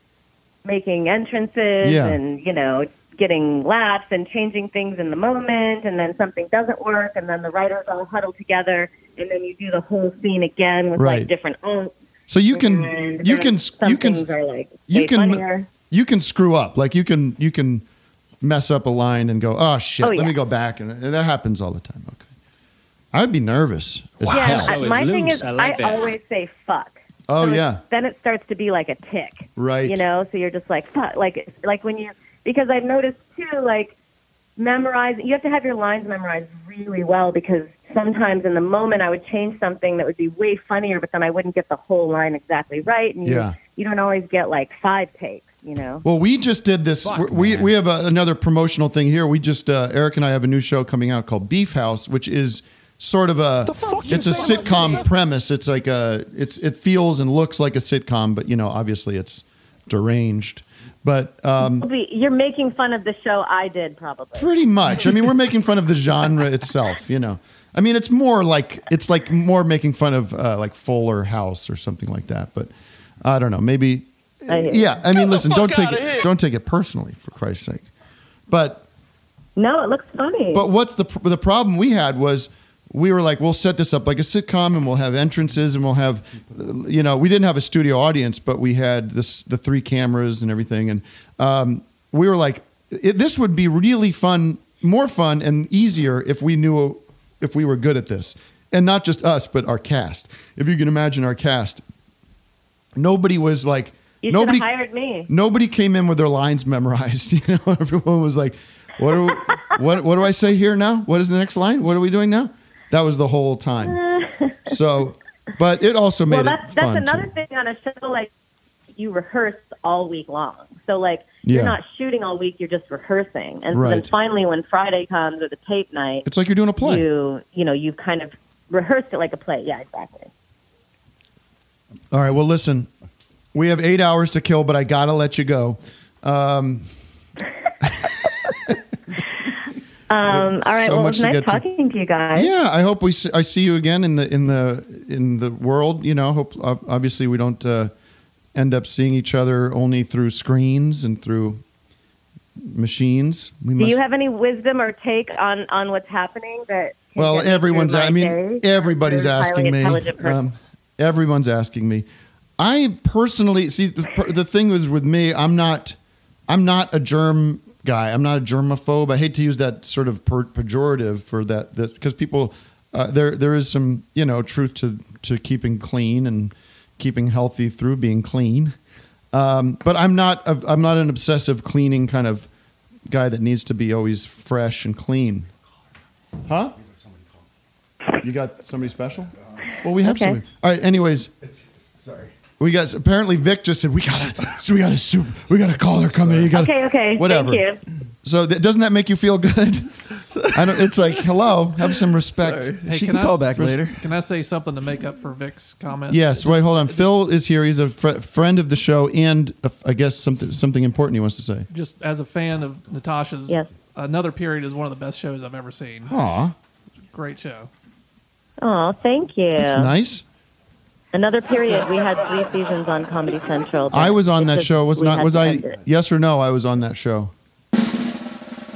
S26: making entrances
S18: Yeah.
S26: and you know getting laughs and changing things in the moment, and then something doesn't work, and then the writers all huddle together, and then you do the whole scene again with
S2: Right.
S26: like different oh.
S2: So you can-
S26: and
S2: you
S26: then
S2: can-
S26: some
S2: you can-
S26: things are like
S2: you
S26: way
S2: can-
S26: funnier.
S2: You can screw up. Like you can. You can mess up a line and go. Oh shit.
S26: Oh,
S2: Let
S26: yeah.
S2: me go back. And and that happens all the time. Okay. I'd be nervous. as
S26: yeah,
S2: hell.
S26: I- my thing is I, always say fuck.
S2: Oh
S26: So it-
S2: yeah.
S26: then it starts to be like a tick.
S2: Right.
S26: you know so you're just like fuck like like when you because i've noticed too like memorizing you have to have your lines memorized really well because sometimes in the moment i would change something that would be way funnier but then i wouldn't get the whole line exactly right and you,
S2: Yeah.
S26: you don't always get like five takes you know
S2: Well, we just did this. we, we have a, another promotional thing here. We just uh, Eric and I have a new show coming out called Beef House, which is sort of a it's a sitcom premise. It's like a it's it feels and looks like a sitcom, but you know, obviously it's deranged. But um,
S26: It'll be- you're making fun of the show i did probably
S2: pretty much, I mean, we're making fun of the genre itself. You know, I mean, it's more like it's like more making fun of uh, like Fuller House or something like that. But I don't know, maybe. Yeah, I mean, listen, don't take it, don't take it personally, for Christ's sake. But
S26: no it looks funny
S2: but what's the the problem we had was we were like, we'll set this up like a sitcom, and we'll have entrances, and we'll have, uh, you know, we didn't have a studio audience, but we had this the three cameras and everything, and um, we were like, it, this would be really fun, more fun and easier if we knew if we were good at this, and not just us, but our cast. If you can imagine our cast, nobody was like,
S26: you should
S2: nobody
S26: have hired me
S2: nobody came in with their lines memorized. You know, everyone was like, "What do what what do I say here now? What is the next line? What are we doing now?" That was the whole time. So, but it also made
S26: well that's
S2: it
S26: that's
S2: fun.
S26: another
S2: too.
S26: thing on a show like you rehearse all week long so like
S2: Yeah.
S26: you're not shooting all week you're just rehearsing and so then
S2: Right.
S26: finally when friday comes or the tape night
S2: It's like you're doing a play.
S26: you you know you've kind of rehearsed it like a play yeah exactly
S2: All right. Well, listen, we have eight hours to kill, but I gotta let you go. Um,
S26: um, all right
S2: so
S26: well it
S2: much
S26: was
S2: to
S26: nice
S2: get to-
S26: talking to you guys
S2: yeah, I hope we see, I see you again in the in the in the world. You know, hope ob- obviously we don't uh, end up seeing each other only through screens and through machines. We
S26: do
S2: must
S26: you have any wisdom or take on on what's happening that can
S2: Well,
S26: get me
S2: everyone's.
S26: through my
S2: I mean,
S26: day?
S2: everybody's
S26: You're a highly
S2: asking me.
S26: intelligent person.
S2: Um, everyone's asking me. I personally see the per- the thing was with me. I'm not. I'm not a germ guy. I'm not a germaphobe. I hate to use that sort of per, pejorative for that because people. Uh, there, there is some you know truth to to keeping clean and keeping healthy through being clean. Um, but I'm not. A, I'm not an obsessive cleaning kind of guy that needs to be always fresh and clean. Huh? You got somebody special? Well, we have
S26: Okay.
S2: somebody. All right. Anyways,
S26: sorry.
S2: we got. Apparently, Vic just said we gotta. So we gotta soup. We gotta call her coming. You gotta,
S26: okay okay
S2: Whatever.
S26: thank you
S2: So that, doesn't that make you feel good? I don't. It's like hello. Have some respect.
S4: Hey, I, Can I say something to make up for Vic's comment?
S2: Yes. Wait. Hold on. Phil is here. He's a fr- friend of the show, and uh, I guess something something important he wants to say.
S4: Just as a fan of Natasha's,
S26: Yes.
S4: another period is one of the best shows I've ever seen.
S2: Aw,
S4: Great show.
S26: oh thank you
S2: that's nice.
S26: Another period. We had three seasons on Comedy Central. but
S2: I was on
S26: it's
S2: that
S26: just-
S2: show. Was
S26: we
S2: not
S26: had
S2: was
S26: to
S2: I?
S26: end it.
S2: Yes or no? I was on that show.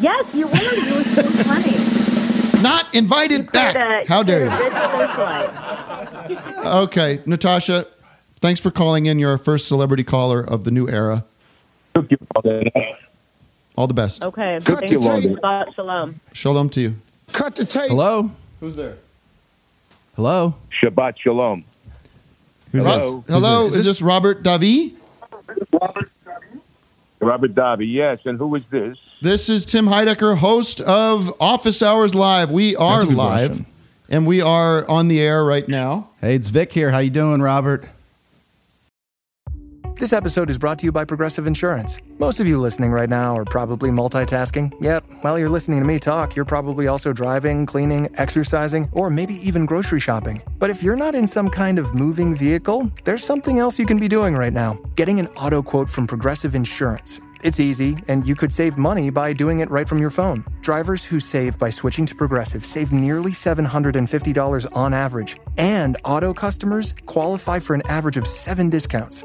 S26: Yes, you were. You were so funny.
S2: Not invited back.
S26: Played a-
S2: How dare
S26: played a
S2: you?
S26: rich socialite.
S2: Okay, Natasha, thanks for calling in. You're our first celebrity caller of the new era. All the best.
S26: Okay.
S2: Cut
S26: thank
S2: you,
S26: you.
S2: Walden.
S26: Shabbat Shalom.
S2: Shalom to you.
S26: Cut the tape.
S6: Hello.
S2: Who's there?
S6: Hello.
S19: Shabbat shalom.
S2: Who's
S19: Hello?
S2: This? Hello,
S19: Who's
S2: is
S19: this?
S2: this, Robert Davi?
S19: Robert Dobby, yes. And who is this?
S2: This is Tim Heidecker, host of Office Hours Live. We are
S19: That's a good
S2: live,
S19: question.
S2: and we are on the air right now.
S6: Hey, it's Vic here. How you doing, Robert?
S20: This episode is brought to you by Progressive Insurance.
S1: Most of you listening right now are probably multitasking, yet, while you're listening to me talk, you're probably also driving, cleaning, exercising, or maybe even grocery shopping. But if you're not in some kind of moving vehicle, there's something else you can be doing right now getting an auto quote from Progressive Insurance. It's easy, and you could save money by doing it right from your phone. Drivers who save by switching to Progressive save nearly $750 on average, and auto customers qualify for an average of seven discounts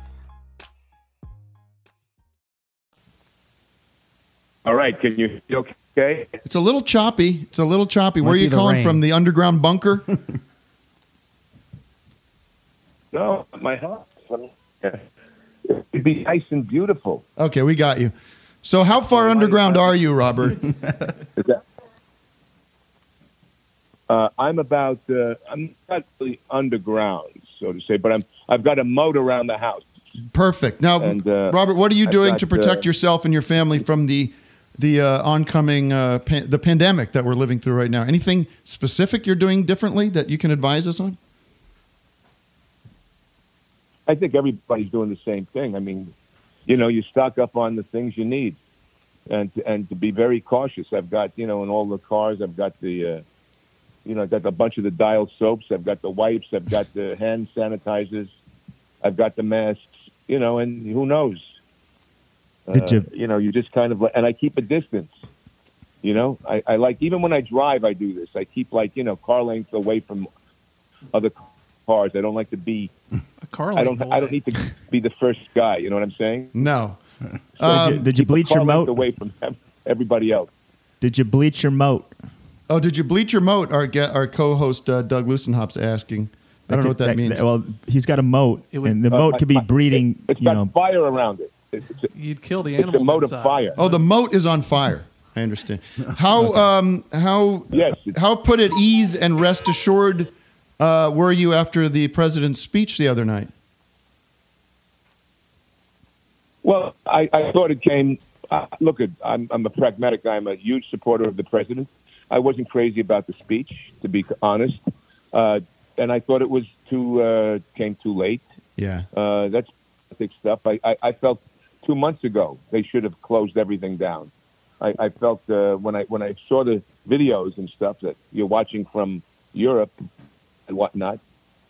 S19: All right, can you you okay?
S2: It's a little choppy. It's a little choppy. Where are
S19: Might be
S2: you
S19: the
S2: calling
S19: rain.
S2: from? The underground bunker?
S19: No, my house. It'd be nice and beautiful.
S2: okay, we got you. So, how far underground are you, Robert?
S19: Is that- Uh, I'm about. Uh, I'm not really underground, so to say, but I'm. I've got a moat around the house.
S2: Perfect. Now,
S19: And, uh,
S2: Robert, what are you
S19: I've
S2: doing
S19: got,
S2: to protect
S19: uh,
S2: yourself and your family from the the uh, oncoming uh, pan- the pandemic that we're living through right now? Anything specific you're doing differently that you can advise us on?
S19: I think everybody's doing the same thing. I mean, you know, you stock up on the things you need, and and to be very cautious. I've got you know in all the cars, I've got the, uh, you know, I've got a bunch of the dial soaps. I've got the wipes. I've got the hand sanitizers. I've got the masks. You know, and who knows?
S3: Uh, Did you-
S19: you know, you just kind of and I keep a distance. You know, I, I like even when I drive, I do this. I keep like you know car length away from other cars. I don't like to be
S4: Carl,
S19: I don't. I don't need to be the first guy. You know what I'm saying?
S2: No.
S19: So
S3: did, you, did you
S19: keep a
S3: bleach your
S19: car length
S3: moat?
S19: away from ev- everybody else?
S3: Did you bleach your moat?
S2: Oh, did you bleach your moat? Our ge- our co-host uh, Doug Lucenhop's asking. I don't know what that, means.
S3: well, he's got a moat, and the
S2: Uh,
S3: moat could be
S2: my-
S3: breeding.
S19: It's
S3: you
S19: got
S3: know,
S19: fire around it. It's, it's,
S4: You'd kill the
S19: it's
S4: animals.
S19: a moat
S4: inside.
S19: of fire.
S2: Oh, the moat is on fire. I understand. How um how
S19: yes
S2: how put at ease and rest assured uh, were you after the president's speech the other night?
S19: Well, I, I thought it came. Uh, look, it- I'm, I'm a pragmatic guy. I'm a huge supporter of the president. I wasn't crazy about the speech, to be honest, uh, and I thought it was too uh, came too late.
S2: Yeah.
S19: Uh, that's basic stuff. I, I, I felt two months ago they should have closed everything down. I, I felt uh, when I when I saw the videos and stuff that you're watching from Europe and whatnot,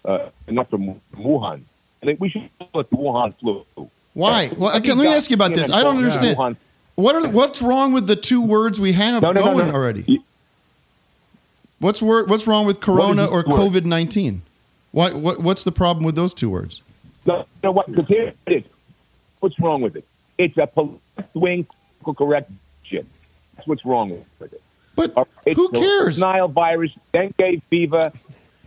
S19: uh, and not from Wuhan. I think we should call it the Wuhan flu.
S2: Why? Well, okay, let me ask you about this. I don't understand.
S19: Wuhan
S2: What are what's wrong with the two words we have
S19: No, no, no,
S2: going
S19: no.
S2: already? What's wor- what's wrong with corona
S19: What
S2: or
S19: is this word?
S2: COVID nineteen? Why what what's the problem with those two words?
S19: No, you know what? Because here it is. What's wrong with it? It's a left wing correct shit. That's what's wrong with it.
S2: But
S19: who cares? Nile virus, dengue fever.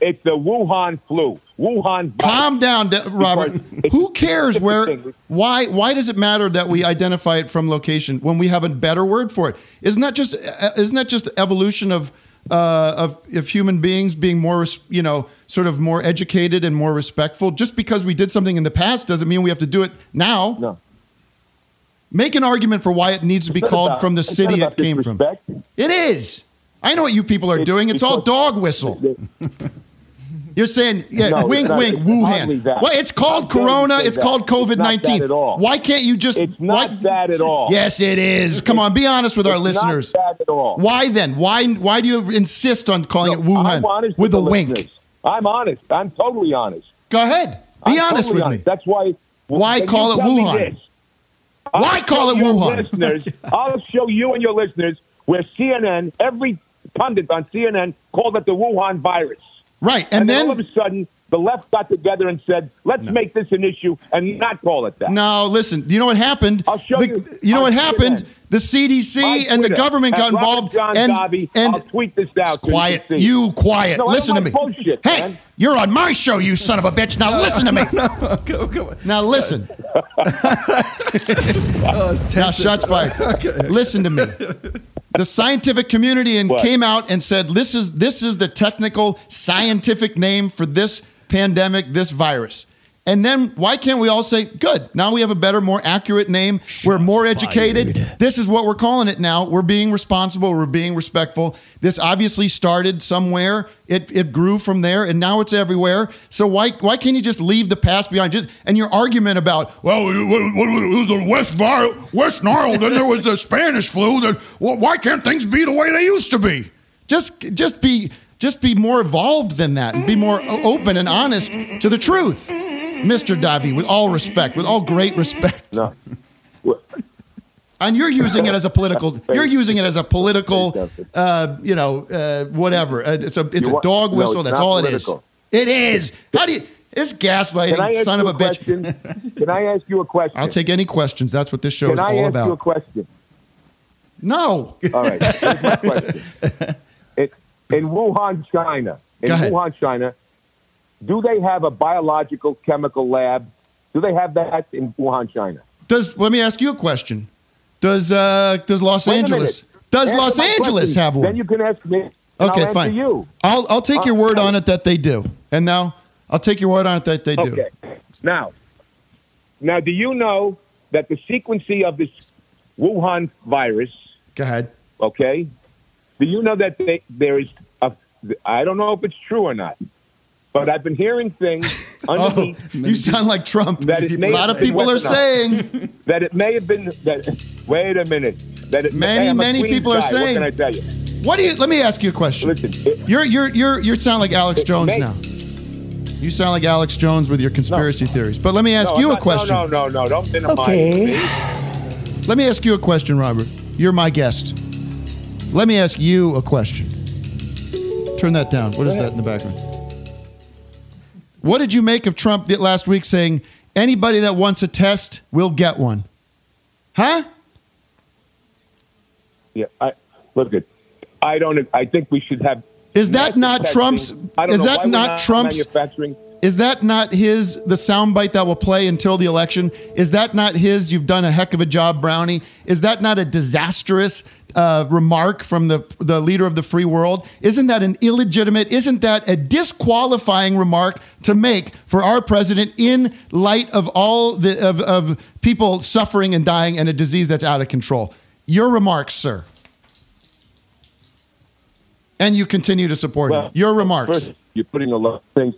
S19: It's the Wuhan flu. Wuhan. Virus.
S2: Calm down, De- Robert. Who cares where? Why? Why does it matter that we identify it from location when we have a better word for it? Isn't that just? uh, Isn't that just the evolution of uh, of of human beings being more, res- you know, sort of more educated and more respectful? Just because we did something in the past doesn't mean we have to do it now.
S19: No.
S2: Make an argument for why it needs to be
S19: It's not
S2: called
S19: about-
S2: from the
S19: it's not
S2: city it
S19: about
S2: came from. It is. I know what you people are doing. It's all dog whistle. You're saying, yeah,
S19: No, it's
S2: wink,
S19: not-
S2: wink,
S19: it's hardly
S2: Wuhan.
S19: that.
S2: Well, it's
S19: I
S2: called
S19: dare you
S2: Corona.
S19: say
S2: It's
S19: that.
S2: called
S19: It's not
S2: COVID
S19: that
S2: 19.
S19: at all.
S2: Why can't you just. It's
S19: not that at all.
S2: Yes, it is. Come on, be honest with our
S19: It's not
S2: listeners.
S19: that at all.
S2: Why then? Why Why do you insist on calling it
S19: I'm
S2: Wuhan
S19: honest
S2: with a
S19: the
S2: wink?
S19: listeners. I'm honest. I'm totally honest.
S2: Go ahead. Be
S19: I'm
S2: honest
S19: totally
S2: with me.
S19: honest. That's why.
S2: Why
S19: Can
S2: call
S19: you
S2: it
S19: tell me
S2: Wuhan?
S19: this? I'll
S2: Why call
S19: show
S2: it
S19: your
S2: Wuhan?
S19: Listeners, I'll show you and your listeners where CNN, every pundit on CNN called it the Wuhan virus.
S2: Right,
S19: and, then, all of a sudden, the left got together and said, "Let's make this an issue and not call it that."
S2: No, listen. You know what happened? I'll show the, you. know
S19: on
S2: what happened?
S19: CNN.
S2: The CDC
S19: On
S2: and the
S19: Twitter,
S2: government
S19: at
S2: got
S19: Robert
S2: involved.
S19: John
S2: and
S19: Dobby,
S2: and
S19: I'll tweet this out. so
S2: quiet,
S19: can see.
S2: you quiet.
S19: No, I don't
S2: listen to me.
S19: like Bullshit,
S2: hey,
S19: man.
S2: you're on my show, you son of a bitch. Now listen to me. Now listen.
S19: Oh,
S2: now
S17: tense.
S2: shots fired. Listen to me. The scientific community and
S17: What?
S2: came out and said this is this is the technical scientific name for this pandemic, this virus. And then why can't we all say good? Now we have a better, more accurate name. we're more educated. This is what we're calling it now. We're being responsible. We're being respectful. This obviously started somewhere. It it grew from there, and now it's everywhere. So why why can't you just leave the past behind? Just and your argument about well, it was, it was the West Vir- West Nile, then there was the Spanish flu. Then well, why can't things be the way they used to be? Just just be just be more evolved than that, and be more o- open and honest to the truth, Mister Davi. With all respect, with all great respect.
S19: No.
S2: And you're using it as a political. You're using it as a political, uh, you know, uh, whatever. Uh, it's a it's
S19: You
S2: a
S19: want-
S2: dog
S19: no,
S2: whistle.
S19: it's
S2: That's
S19: not
S2: all
S19: political.
S2: it is. It is. How do you? It's
S19: Can I
S2: gaslighting,
S19: ask
S2: son
S19: you
S2: of a, bitch.
S19: question? Can I ask you a question?
S2: I'll take any questions. That's what this show
S19: Can
S2: is
S19: I
S2: all
S19: ask you a
S2: about.
S19: question?
S2: No.
S19: All right. Here's my question. In, in Wuhan, China, in
S2: Go ahead.
S19: Wuhan, China, do they have a biological chemical lab? Do they have that in Wuhan, China?
S2: Does let me ask you a question. Does uh does Los
S19: Wait a
S2: Angeles
S19: minute.
S2: does
S19: Answer
S2: Los
S19: my
S2: Angeles
S19: question.
S2: have one?
S19: Then you can ask me. and I'll
S2: okay,
S19: answer
S2: fine.
S19: You.
S2: I'll I'll take
S19: Uh,
S2: your word on it that they do. And now I'll take your word on it that they do.
S19: Okay. Now, now, do you know that the sequencing of this Wuhan virus?
S2: Go ahead.
S19: Okay. Do you know that they, there is a? I don't know if it's true or not, but I've been hearing things
S2: Oh,
S19: underneath.
S2: you sound like Trump.
S19: that it may
S2: a lot of
S19: have been
S2: people are
S19: weaponized.
S2: saying
S19: that it may have been that. Wait a minute. That it,
S2: Many,
S19: hey, I'm a
S2: many
S19: Queens
S2: people are
S19: guy,
S2: saying-
S19: What can I tell you?
S2: What do you let me ask you a question? you're you're you're you sound like Alex Jones
S19: may-
S2: now. You sound like Alex Jones with your conspiracy theories. But let me ask
S19: No,
S2: you
S19: I'm
S2: a
S19: not-
S2: question.
S19: No, no, no, no. Don't minimize
S2: Okay.
S19: me.
S2: Let me ask you a question, Robert. You're my guest. Let me ask you a question. Turn that down. What is that in the background? What did you make of Trump th- last week saying anybody that wants a test will get one? Huh?
S19: Yeah, I look at. I don't. I think we should have.
S2: Is that not
S19: testing.
S2: Trump's-
S19: I don't
S2: is
S19: know
S2: that
S19: why we're
S2: not Trump's-
S19: manufacturing?
S2: Is that not his the soundbite that will play until the election? Is that not his you've done a heck of a job, Brownie? Is that not a disastrous uh, remark from the the leader of the free world? Isn't that an illegitimate? Isn't that a disqualifying remark to make for our president in light of all the of, of people suffering and dying and a disease that's out of control? Your remarks, sir. And you continue to support him. Your remarks.
S19: First, you're putting a lot of things.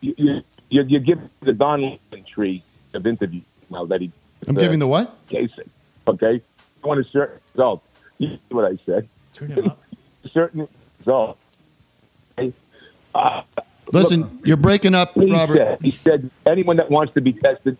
S19: You, you, you're, you're giving the Don Lemon tree of interview now that he.
S2: I'm giving the what?
S19: Jason. Okay, I want a certain result. You see what I said? Turn it up. certain result. Okay? Uh,
S2: Listen,
S19: look,
S2: you're breaking up,
S19: he
S2: Robert.
S19: Said, he said anyone that wants to be tested.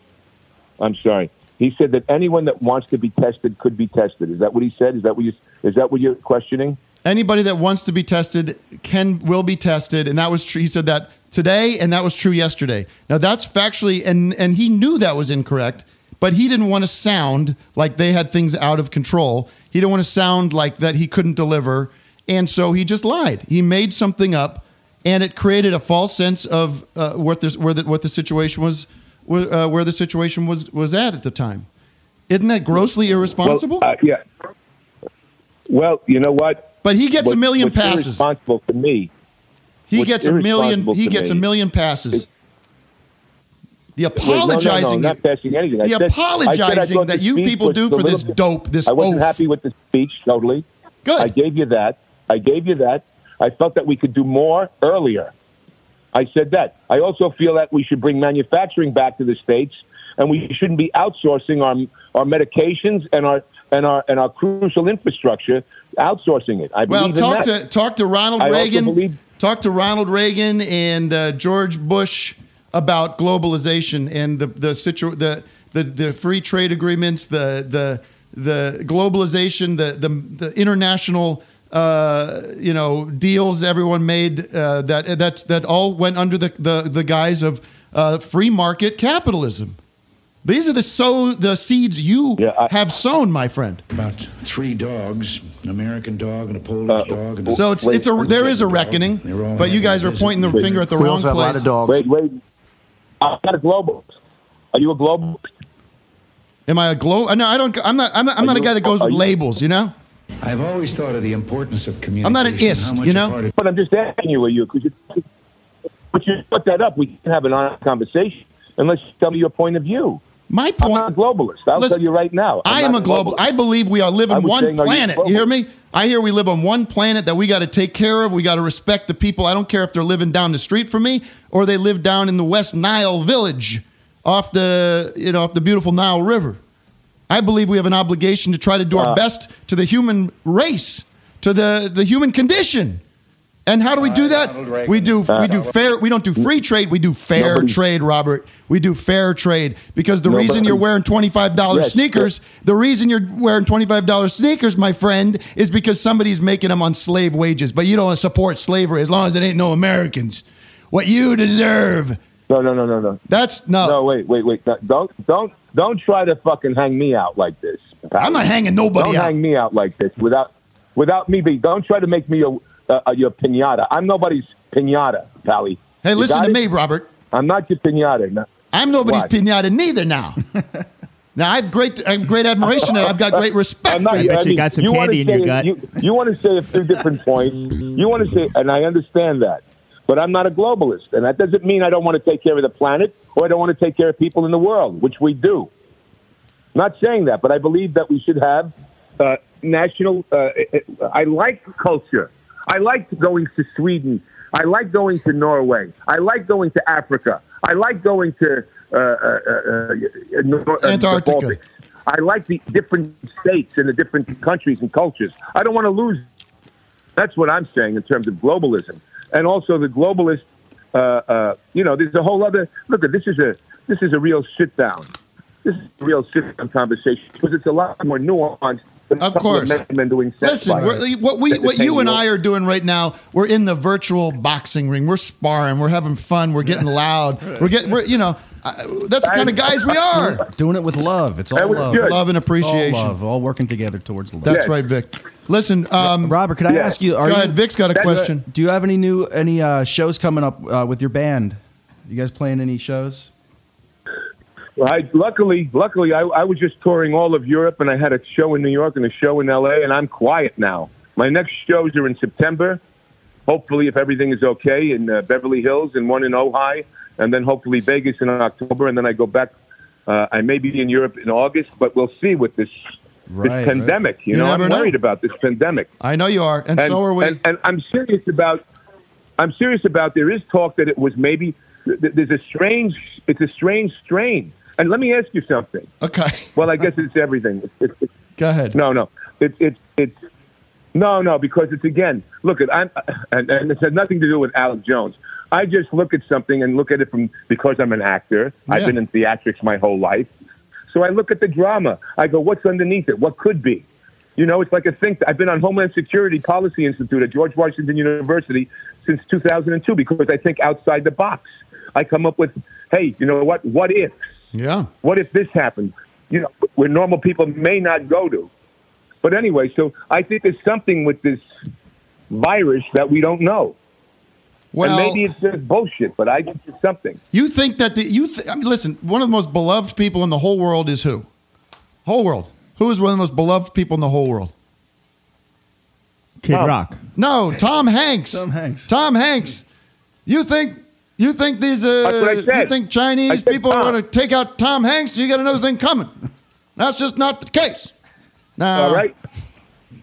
S19: I'm sorry. He said that anyone that wants to be tested could be tested. Is that what he said? Is that what you? Is that what you're questioning?
S2: anybody that wants to be tested can will be tested and that was true he said that today and that was true yesterday now that's factually and and he knew that was incorrect but he didn't want to sound like they had things out of control he didn't want to sound like that he couldn't deliver and so he just lied he made something up and it created a false sense of uh, what this where the, what the situation was where, uh, where the situation was was at at the time isn't that grossly irresponsible
S19: Well, uh, yeah. Well, you know what?
S2: But he gets a million
S19: what's
S2: passes.
S19: Irresponsible to me.
S2: He
S19: What's
S2: gets a million.
S19: irresponsible
S2: He
S19: to
S2: gets a
S19: me-
S2: million passes. The
S19: Wait, no, no, no,
S2: apologizing.
S19: not passing anything. I
S2: the
S19: said- I said I
S2: apologizing
S19: thought
S2: that
S19: the
S2: you
S19: speech
S2: people
S19: was
S2: do
S19: a
S2: for
S19: little
S2: this
S19: bit-
S2: dope, this
S19: I wasn't
S2: oath.
S19: happy with the speech totally.
S2: Good.
S19: I gave you that. I gave you that. I felt that we could do more earlier. I said that. I also feel that we should bring manufacturing back to the states, and we shouldn't be outsourcing our our medications and our and our and our crucial infrastructure, outsourcing it. I
S2: well,
S19: believe in
S2: talk
S19: that.
S2: to talk to Ronald
S19: I also
S2: Reagan.
S19: believe-
S2: talk to Ronald Reagan and uh, George Bush about globalization and the the situ- the, the the free trade agreements, the the the globalization, the the, the international uh, you know deals everyone made uh, that that's that all went under the the, the guise of uh, free market capitalism. These are the so the seeds you have sown, my friend.
S23: About three dogs, an American dog and a
S17: Uh,
S23: Polish dog. And
S2: So it's it's a there is a reckoning, but you guys are pointing the finger at the wrong place.
S23: Wait, wait.
S19: I'm not a globalist. Are you a globalist?
S2: Am I a glow? No, I don't. I'm not. I'm not, I'm not a guy that goes with labels. You know.
S23: I've always thought of the importance of communication.
S2: I'm not an ist,
S23: how much
S2: you
S23: a
S2: know?
S23: part of-
S19: But I'm just asking you, are you? Cause you but you put that up. We can have an honest conversation unless you tell me your point of view.
S2: My point.
S19: I'm not a globalist. I'll
S2: Listen,
S19: tell you right now.
S2: I am
S19: not
S2: a global. I believe we are live
S19: I
S2: on
S19: was
S2: one
S19: saying, are you
S2: planet. You,
S19: global?
S2: hear me? I hear we live on one planet that we got to take care of. We got to respect the people. I don't care if they're living down the street from me or they live down in the West Nile village off the you know off the beautiful Nile River. I believe we have an obligation to try to do our best to the human race, to the the human condition. And how do we do that? We do we do fair. We don't do free trade. We do fair
S8: Uh, Nobody-
S2: trade, Robert. We do fair trade because the
S8: Nobody-
S2: reason you're wearing twenty five dollars
S8: Yes,
S2: sneakers. The reason you're wearing twenty five dollars sneakers, my friend, is because somebody's making them on slave wages. But you don't want to support slavery as long as it ain't no Americans. What you deserve.
S19: No, no, no, no, no.
S2: That's no.
S19: No, wait, wait, wait. No, Don't, don't, don't try to fucking hang me out like this.
S2: I'm not hanging nobody
S19: Don't
S2: out.
S19: hang me out like this without, without me. Be, don't try to make me your, uh, uh, your pinata. I'm nobody's pinata, Pally.
S2: Hey,
S19: You
S2: listen
S19: got
S2: to
S19: it?
S2: me, Robert.
S19: I'm not your pinata. No.
S2: I'm nobody's
S19: What?
S2: pinata neither now. now I've great I have great admiration and I've got great respect
S19: I'm not-
S2: for you.
S19: mean, wanna say- You, you want to say a few different points. You want to say, and I understand that, but I'm not a globalist, and that doesn't mean I don't want to take care of the planet or I don't want to take care of people in the world, which we do. Not saying that, but I believe that we should have uh, national. Uh, I like culture. I like going to Sweden. I like going to Norway. I like going to Africa. I like going to uh, uh, uh, uh, Nor- uh,
S2: Antarctica.
S19: the Baltics. I like the different states and the different countries and cultures. I don't want to lose. That's what I'm saying in terms of globalism, and also the globalist. Uh, uh, you know, there's a whole other look. This is a this is a real sit down. This is a real sit down conversation because it's a lot more nuanced. Than
S2: Of
S19: a couple
S2: course.
S19: men, men doing sex
S2: Listen,
S19: lies.
S2: we're, what we, what you and I are doing right now, we're in the virtual boxing ring. We're sparring. We're having fun. We're getting loud. We're getting, we're, you know, I, that's the kind of guys we are.
S8: Doing it with love. It's all
S2: That was
S8: love.
S2: good. Love and
S8: It's all
S2: appreciation.
S8: love, all working together towards love.
S2: That's right, Vic. Listen, um,
S8: Robert, could I ask you? Are
S2: Go
S8: you,
S2: ahead. Vic's got a question.
S8: Do you have any new any uh, shows coming up uh, with your band? You guys playing any shows?
S19: Well, I, luckily, luckily, I, I was just touring all of Europe, and I had a show in New York and a show in L.A., and I'm quiet now. My next shows are in September, hopefully, if everything is okay, in uh, Beverly Hills and one in Ojai, and then hopefully Vegas in October, and then I go back. Uh, I may be in Europe in August, but we'll see with this
S2: Right, right.
S19: this pandemic. You,
S2: You
S19: know, I'm
S2: never know.
S19: worried about this pandemic
S2: I know you are, and, so are we.
S19: and, and I'm serious about. I'm serious about. There is talk that it was maybe. th- th- There's a strange. It's a strange strain. And let me ask you something.
S2: Okay.
S19: Well, I guess it's everything. It's, it's, it's,
S2: Go ahead.
S19: No, no. It's it's it's. No, no, because it's again. Look at I'm, and, and this has nothing to do with Alec Jones. I just look at something and look at it from because I'm an actor. I've
S2: Yeah.
S19: been in theatrics my whole life, so I look at the drama. I go, what's underneath it? What could be? You know, it's like a think. I've been on Homeland Security Policy Institute at George Washington University since 2002 because I think outside the box. I come up with, hey, you know what? What if?
S2: Yeah.
S19: What if this happened? You know, where normal people may not go to. But anyway, so I think there's something with this virus that we don't know.
S2: Well-
S19: and maybe it's just bullshit, but I think it's something.
S2: You think that the you th- I mean, listen. One of the most beloved people in the whole world is who? Whole world. Who is one of the most beloved people in the whole world?
S3: Kid Rock.
S2: No, Tom Hanks. Tom
S8: Hanks.
S2: Tom Hanks. You think you think these uh,
S19: That's what I said.
S2: you think Chinese people are going to take out Tom Hanks? You got another thing coming. That's just not the case. Now,
S19: All right?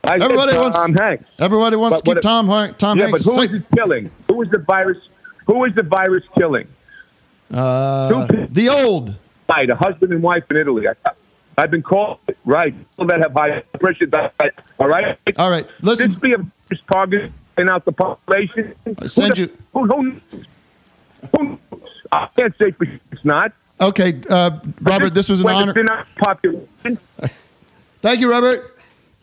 S19: I said
S2: everybody wants
S19: Tom Hanks.
S2: Everybody wants
S19: But
S2: to
S19: what
S2: keep
S19: if-
S2: Tom Hanks. Tom
S19: yeah,
S2: Hanks
S19: but who
S2: safe.
S19: is it killing? Who is the virus? Who is the virus killing?
S2: Uh, the old.
S19: Right, a husband and wife in Italy. I, I've been called it, right. People that have high pressure. That, all right.
S2: All right. Listen.
S19: This be a virus target and out the population.
S2: I send
S19: who The, who, who, knows? who knows? I can't say for sure it's not.
S2: Okay, uh, Robert, this was an
S19: Whether
S2: honor.
S19: It's in our population.
S2: Thank you, Robert.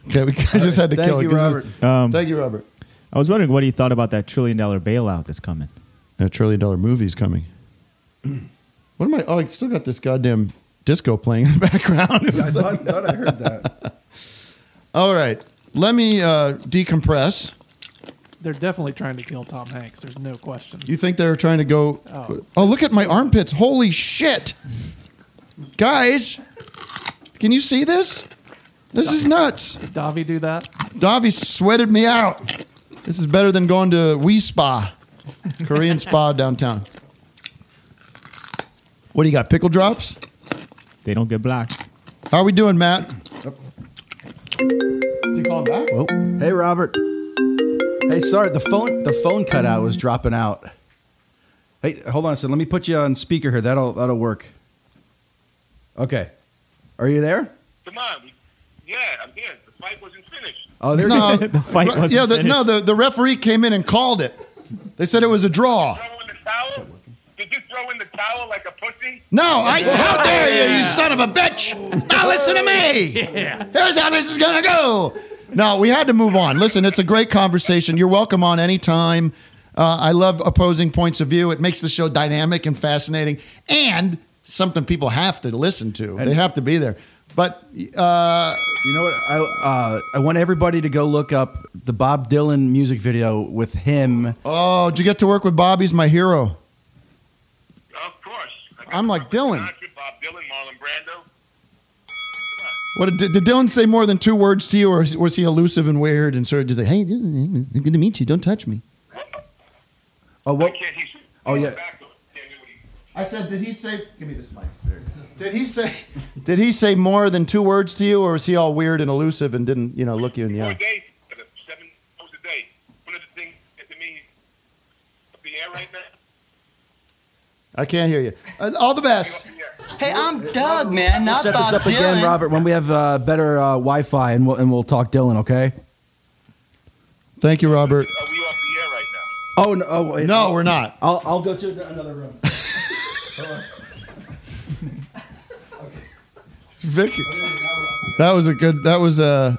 S2: Okay, we just had to
S3: Thank
S2: kill it.
S3: you,
S2: 'cause it was-
S3: Robert. Um,
S2: Thank you, Robert.
S3: I was wondering what he thought about that trillion dollar bailout that's coming.
S2: A trillion dollar movie's coming. What am I? Oh, I still got this goddamn disco playing in the background. It was like-
S6: thought I heard that.
S2: All right, let me uh, decompress.
S4: They're definitely trying to kill Tom Hanks. There's no question.
S2: You think they were trying to go? Oh. look at my armpits! Holy shit, guys! Can you see this? This is nuts.
S4: Did Davi do that?
S2: Davi sweated me out. This is better than going to Wee Spa, Korean spa downtown. What do you got? Pickle drops?
S3: They don't get blocked.
S2: How are we doing, Matt?
S8: Is
S2: he calling back?
S8: Oh. Hey, Robert. Hey, sorry. The phone the phone cutout was dropping out. Hey, hold on a second. Let me put you on speaker here. That'll that'll work. Okay. Are you there? Come on. Yeah, I'm
S2: No,
S8: here. Oh, The fight wasn't finished. Oh, there
S2: yeah, the, no, the, the referee came in and called it. They said it was a draw. No, I. How dare you, you son of a bitch! Now listen to me. Here's how this is gonna go. No, we had to move on. Listen, it's a great conversation. You're welcome on anytime. Uh, I love opposing points of view. It makes the show dynamic and fascinating, and something people have to listen to. they have to be there. But uh,
S8: you know what? I uh, I want everybody to go look up the Bob Dylan music video with him.
S2: Oh, did you get to work with Bobby's my hero? Of course. I'm like Dylan. What did, did Dylan say more than two words to you, or was he elusive and weird and sort of just like, "Hey, good to meet you. Don't touch me."
S8: Oh what? Oh yeah.
S2: I said, did he say? Give me this mic. Did he say? Did he say more than two words to you, or was he all weird and elusive and didn't, you know, look you in the eye? I can't hear you. Uh, all the best.
S18: Hey, I'm Doug, man,
S8: We'll
S18: not
S8: set this
S18: Bob
S8: up
S18: Dylan.
S8: again, Robert, when we have uh, better uh, Wi-Fi, and we'll and we'll talk Dylan. Okay.
S2: Thank you, Robert.
S8: Oh no! Oh, wait.
S2: No, we're not.
S8: I'll I'll go to another room. Hold on.
S2: Vic, that was a good. That was a.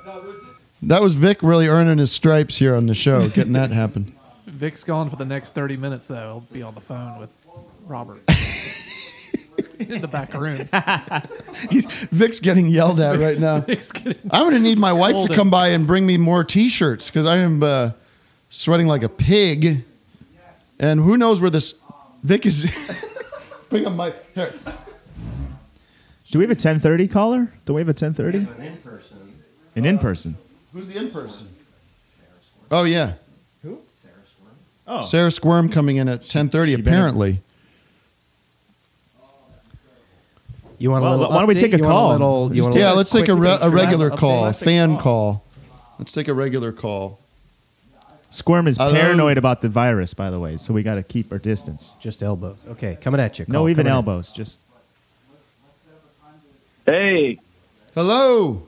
S2: That was Vic really earning his stripes here on the show, getting that happen.
S4: Vic's gone for the next 30 minutes, though. He'll be on the phone with Robert in the back room.
S2: Vic's getting yelled at right now.
S4: Vic's getting
S2: I'm going to need my wife to
S4: scolded.
S2: come by and bring me more T-shirts because I am uh, sweating like a pig, and who knows where this Vic is. bring a mic. Here.
S3: Do we have a 1030 caller? Do we have a 1030?
S7: an in-person.
S3: An in-person.
S2: Who's the in person? Oh yeah,
S3: Oh.
S2: Sarah Squirm coming in at 10:30 apparently.
S10: You want
S3: Well,
S10: a little?
S3: why don't we
S10: update?
S3: take a
S10: You want
S3: call?
S10: little- you want a
S2: yeah,
S10: little
S2: let's take a,
S10: quick
S2: re- a
S10: address
S2: regular
S10: update?
S2: call,
S10: Let's take a
S2: fan call. Let's take a regular call.
S3: Squirm is
S2: Hello?
S3: paranoid about the virus, by the way, so we got to keep our distance.
S10: Just elbows. Okay, coming at you.
S3: No,
S10: Call
S3: even
S10: coming at-
S3: elbows. Just
S11: Hey.
S2: Hello.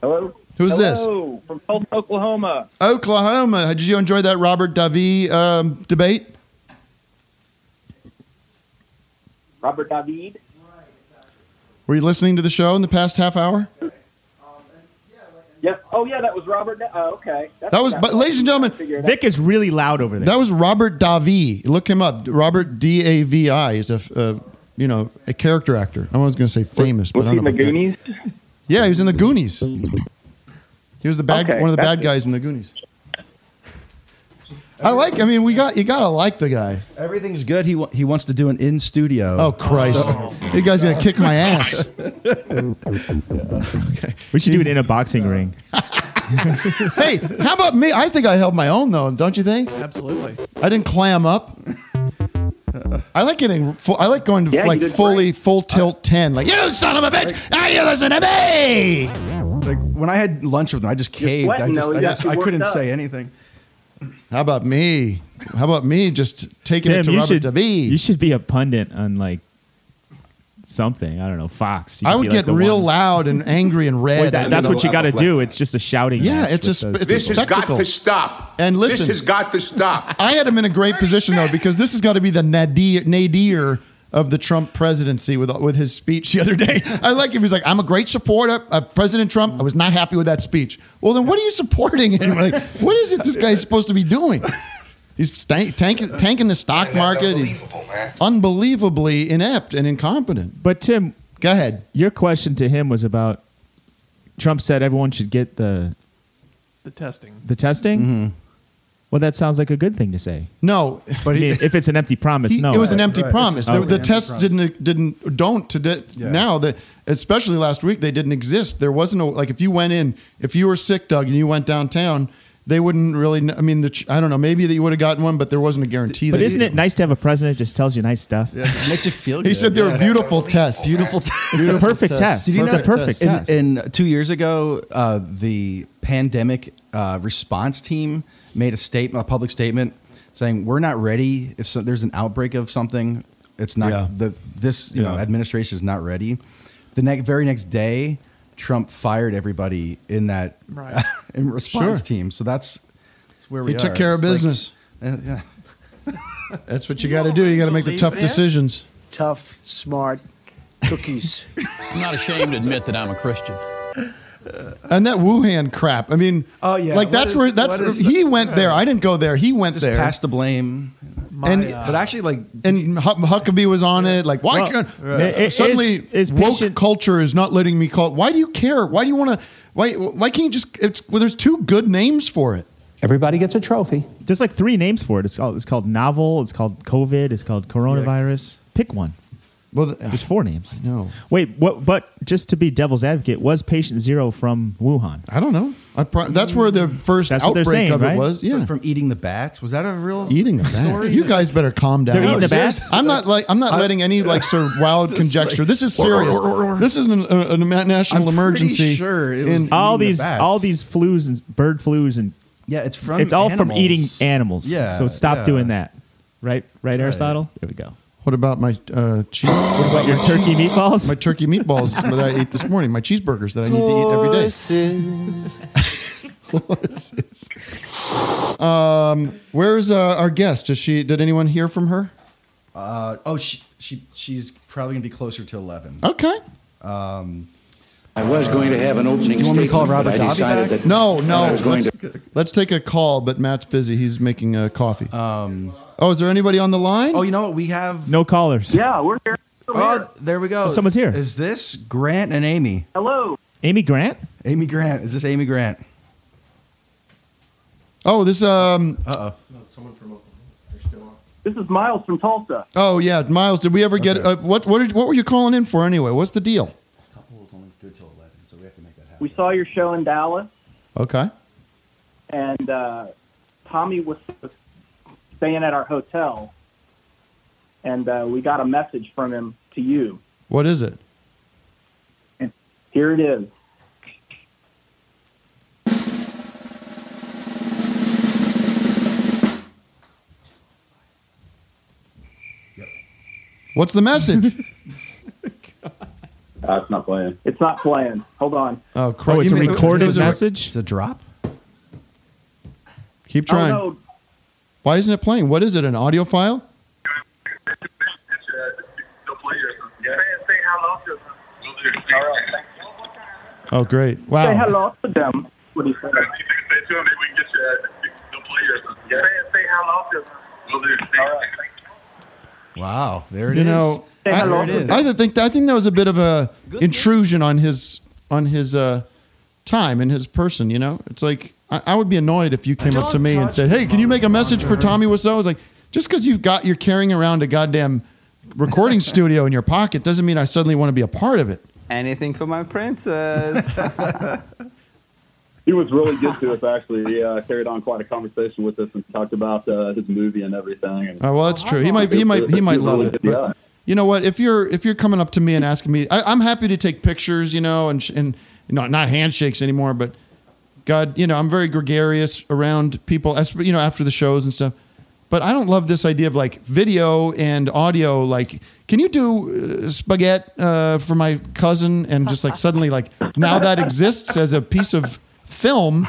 S11: Hello.
S2: Who's this?
S11: Hello, from Tulsa, Oklahoma.
S2: Oklahoma. Did you enjoy that Robert Davi um, debate?
S11: Robert David.
S2: Were you listening to the show in the past half hour?
S11: Yes. Oh, yeah, that was Robert. Da- oh, okay. That's
S2: That was,
S11: what
S2: but ladies and gentlemen,
S11: figured
S3: Vic is really loud over there.
S2: That was Robert Davi. Look him up. Robert D A V I is a, f- a, you know a character actor. I was going to say famous, but
S11: was
S2: I
S11: he
S2: don't
S11: in
S2: know.
S11: the
S2: about that.
S11: Goonies?
S2: Yeah, he was in the Goonies. He was the bad
S11: Okay,
S2: one of the
S11: that's
S2: bad guys in the Goonies. I like. I mean, we got you. Gotta like the guy.
S8: Everything's good. He wa- he wants to do an in studio.
S2: Oh Christ! You guys gonna kick my ass.
S3: We should do it in a
S2: Uh,
S3: boxing ring.
S2: hey, how about me? I think I held my own though, don't you think?
S4: Absolutely.
S2: I didn't clam up. I like getting. Full, I like going to
S11: Yeah, you
S2: like
S11: did
S2: fully full tilt ten. Like you son of a bitch! Now you listen to me.
S8: Like when I had lunch with him, I just caved. I
S11: sweating,
S8: just,
S11: though.
S8: I,
S11: You
S8: just-
S11: got
S8: I
S11: too
S8: couldn't
S11: worked
S8: say
S11: up.
S8: anything.
S2: How about me? How about me just taking it to
S3: you should,
S2: Robert Davi?
S3: you should be a pundit on like something. I don't know, Fox. You
S2: I
S3: could
S2: would
S3: be, like,
S2: get
S3: the
S2: real
S3: one-
S2: loud and angry and red.
S3: Well, that- that's what you got to do. It's just a shouting.
S2: Yeah,
S3: match
S2: it's
S3: with those
S2: a sp- it's a
S3: people.
S2: This has got spectacle. to
S20: stop.
S2: And listen,
S20: This has got to stop.
S2: I had him in a great position though because this has got to be the nadir, nadir of the Trump presidency with with his speech the other day. I like him. He was like, "I'm a great supporter of President Trump." I was not happy with that speech. Well, then what are you supporting? And we're like, what is it this guy's supposed to be doing? He's stank, tanking, tanking the stock market. He's unbelievably inept and incompetent.
S3: But Tim,
S2: go ahead.
S3: Your question to him was about Trump said everyone should get the
S4: The testing.
S3: the testing. Well, that sounds like a good thing to say.
S2: Mm-hmm. No,
S3: but if it's an empty promise,
S2: He-
S3: no,
S2: it was an empty promise. The,
S3: Okay.
S2: the tests didn't didn't don't to di- now that especially last week they didn't exist. There wasn't a, like if you went in if you were sick, Doug, and you went downtown, they wouldn't really. kn- I mean, the, ch- I don't know. Maybe that you would have gotten one, but there wasn't a guarantee.
S3: But
S2: that
S3: isn't it nice to have a president that just tells you nice stuff?
S8: It makes you feel
S2: He said they were beautiful tests.
S8: Beautiful test.
S3: It's the perfect test.
S8: Did you
S3: It's
S8: know
S3: the perfect
S8: in-
S3: test.
S8: In, two years ago, uh, the pandemic uh, response team made a statement, a public statement, saying we're not ready. If so, there's an outbreak of something, it's not
S2: Yeah.
S8: the this you know
S2: Yeah.
S8: administration is not ready. The next very next day, Trump fired everybody in that
S4: Right.
S8: in response
S2: Sure.
S8: team. So that's that's where we
S2: He
S8: are.
S2: took care of
S8: It's like-
S2: business.
S8: Uh, yeah.
S2: That's what you got to do. You got to make the
S14: believe
S2: tough
S14: that?
S2: decisions.
S14: Tough, smart cookies.
S20: I'm not ashamed to admit that I'm a Christian.
S2: And that Wuhan crap. I mean,
S20: Oh, yeah.
S2: like
S20: What
S2: that's
S20: is-
S2: where that's
S20: what is-
S2: he went there. I didn't go there. He went there.
S8: Pass the blame. uh,
S2: and
S8: but actually, like
S2: and Huck- Huckabee was on it. Like, why
S8: Well,
S2: can't
S8: right.
S2: uh,
S8: It- it-
S2: suddenly
S8: is- is
S2: woke
S8: patient-
S2: culture is not letting me call? Why do you care? Why do you want to? Why why can't you just? It's well, there's two good names for it.
S3: Everybody gets a trophy. There's like three names for it. It's called, it's called novel. It's called COVID. It's called coronavirus. Pick one.
S2: Well,
S3: there's four names.
S2: No.
S3: Wait, what? But just to be devil's advocate, was patient zero from Wuhan?
S2: I don't know. I pro- that's where the first
S3: That's what they're
S2: outbreak
S3: saying,
S2: of
S3: right?
S2: it was. Yeah,
S8: from, from eating the bats was that a real
S2: eating the bats.
S8: story?
S2: You guys better calm down.
S8: They're eating the bats?
S2: Seriously? I'm not like I'm not
S8: I-
S2: letting any like sort of wild conjecture. This is serious. This is an, a, a national emergency. in-
S3: all these all these flus and bird flus and
S8: Yeah, it's from
S3: it's all from
S8: animals.
S3: eating animals.
S8: Yeah,
S3: so stop
S8: yeah.
S3: doing that. Right, right, Aristotle. There we go.
S2: What about my uh, cheese? What about
S3: Your
S2: my
S3: turkey
S2: cheese-
S3: meatballs?
S2: My turkey meatballs that I ate this morning. My cheeseburgers that I need to eat every day. um, where's uh, our guest? Does she? Did anyone hear from her?
S8: Uh, oh, she, she she's probably gonna be closer to eleven.
S2: Okay.
S8: Um,
S23: I was going to have an opening
S8: Do you want me to call
S23: statement,
S8: Robert
S23: but I
S8: Dobby
S23: decided
S8: back?
S23: that
S2: No, no.
S23: I was going
S2: let's,
S23: to.
S2: let's take a call, but Matt's busy. He's making uh, coffee.
S8: Um,
S2: oh, is there anybody on the line? Oh,
S8: you know what? We have
S3: No callers.
S8: Yeah, we're here. Oh, there we go.
S3: Oh, someone's here.
S8: Is this Grant and Amy?
S11: Hello.
S3: Amy Grant.
S8: Amy Grant. Is this Amy Grant?
S2: Oh, this. Um.
S8: Uh
S11: No, someone from Oklahoma. This is Miles from Tulsa.
S2: Oh yeah, Miles. Did we ever get uh, what? What? Did, what were you calling in for anyway? What's the deal?
S11: We saw your show in Dallas,
S2: Okay.
S11: and uh, Tommy was staying at our hotel, and uh, we got a message from him to you.
S2: What is it?
S11: Here it is.
S2: What's the message? Oh,
S11: Uh, it's not playing. It's not playing. Hold on.
S2: Oh, crap. You mean- it was a-
S8: It's a drop.
S2: Keep trying.
S11: Oh, no.
S2: Why isn't it playing? What is it? An audio file? Oh, great! Wow.
S11: Say hello to them. What do you say?
S2: uh,
S8: Wow, there it is.
S2: you know,
S8: There
S2: I,
S8: it is.
S2: I think I think that was a bit of a intrusion on his on his uh, time and his person. You know, it's like I, I would be annoyed if you came up to me and said, "Hey, can you make a message for Tommy Wiseau?" It's like just because you've got you're carrying around a goddamn recording studio in your pocket doesn't mean I suddenly want to be a part of it.
S21: Anything for my princess.
S22: He was really good to us, actually. He uh, carried on quite a conversation with us and talked about uh, his movie and everything. And
S2: Oh, well, that's true. He might he might he might love it. But you know what? If you're if you're coming up to me and asking me, I, I'm happy to take pictures. You know, and sh- and not not handshakes anymore, but God, you know, I'm very gregarious around people. as- You know, after the shows and stuff. But I don't love this idea of like video and audio. Like, can you do uh, spaghetti uh, for my cousin? And just like suddenly, like now that exists as a piece of film,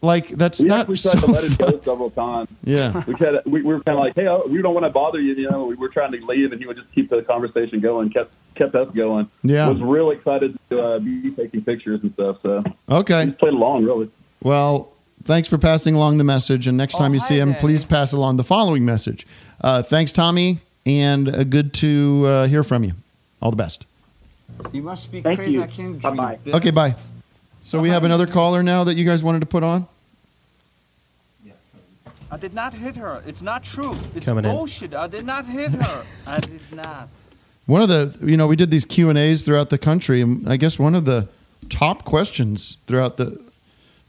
S2: like that's
S22: we
S2: not
S22: actually
S2: so.
S22: tried to let it go several times.
S2: Yeah.
S22: we tried. To, we, we were kind of like, hey, we don't want to bother you. You know, we were trying to leave, and he would just keep the conversation going, kept kept us going.
S2: Yeah.
S22: was real excited to uh, be taking pictures and stuff. So
S2: Okay.
S22: played along, really.
S2: Well, thanks for passing along the message. And next time you see him, please pass along the following message. Uh, thanks, Tommy, and uh, good to uh, hear from you. All the best.
S25: You must be
S11: Thank
S25: crazy.
S11: you.
S25: I can't
S11: Bye
S25: dream
S11: bye.
S25: this.
S2: Okay, bye. So we have another caller now that you guys wanted to put on.
S25: I did not hit her. It's not true. It's
S2: Coming in.
S25: bullshit. I did not hit her. I did not.
S2: One of the, you know, we did these Q and A's throughout the country, and I guess one of the top questions throughout the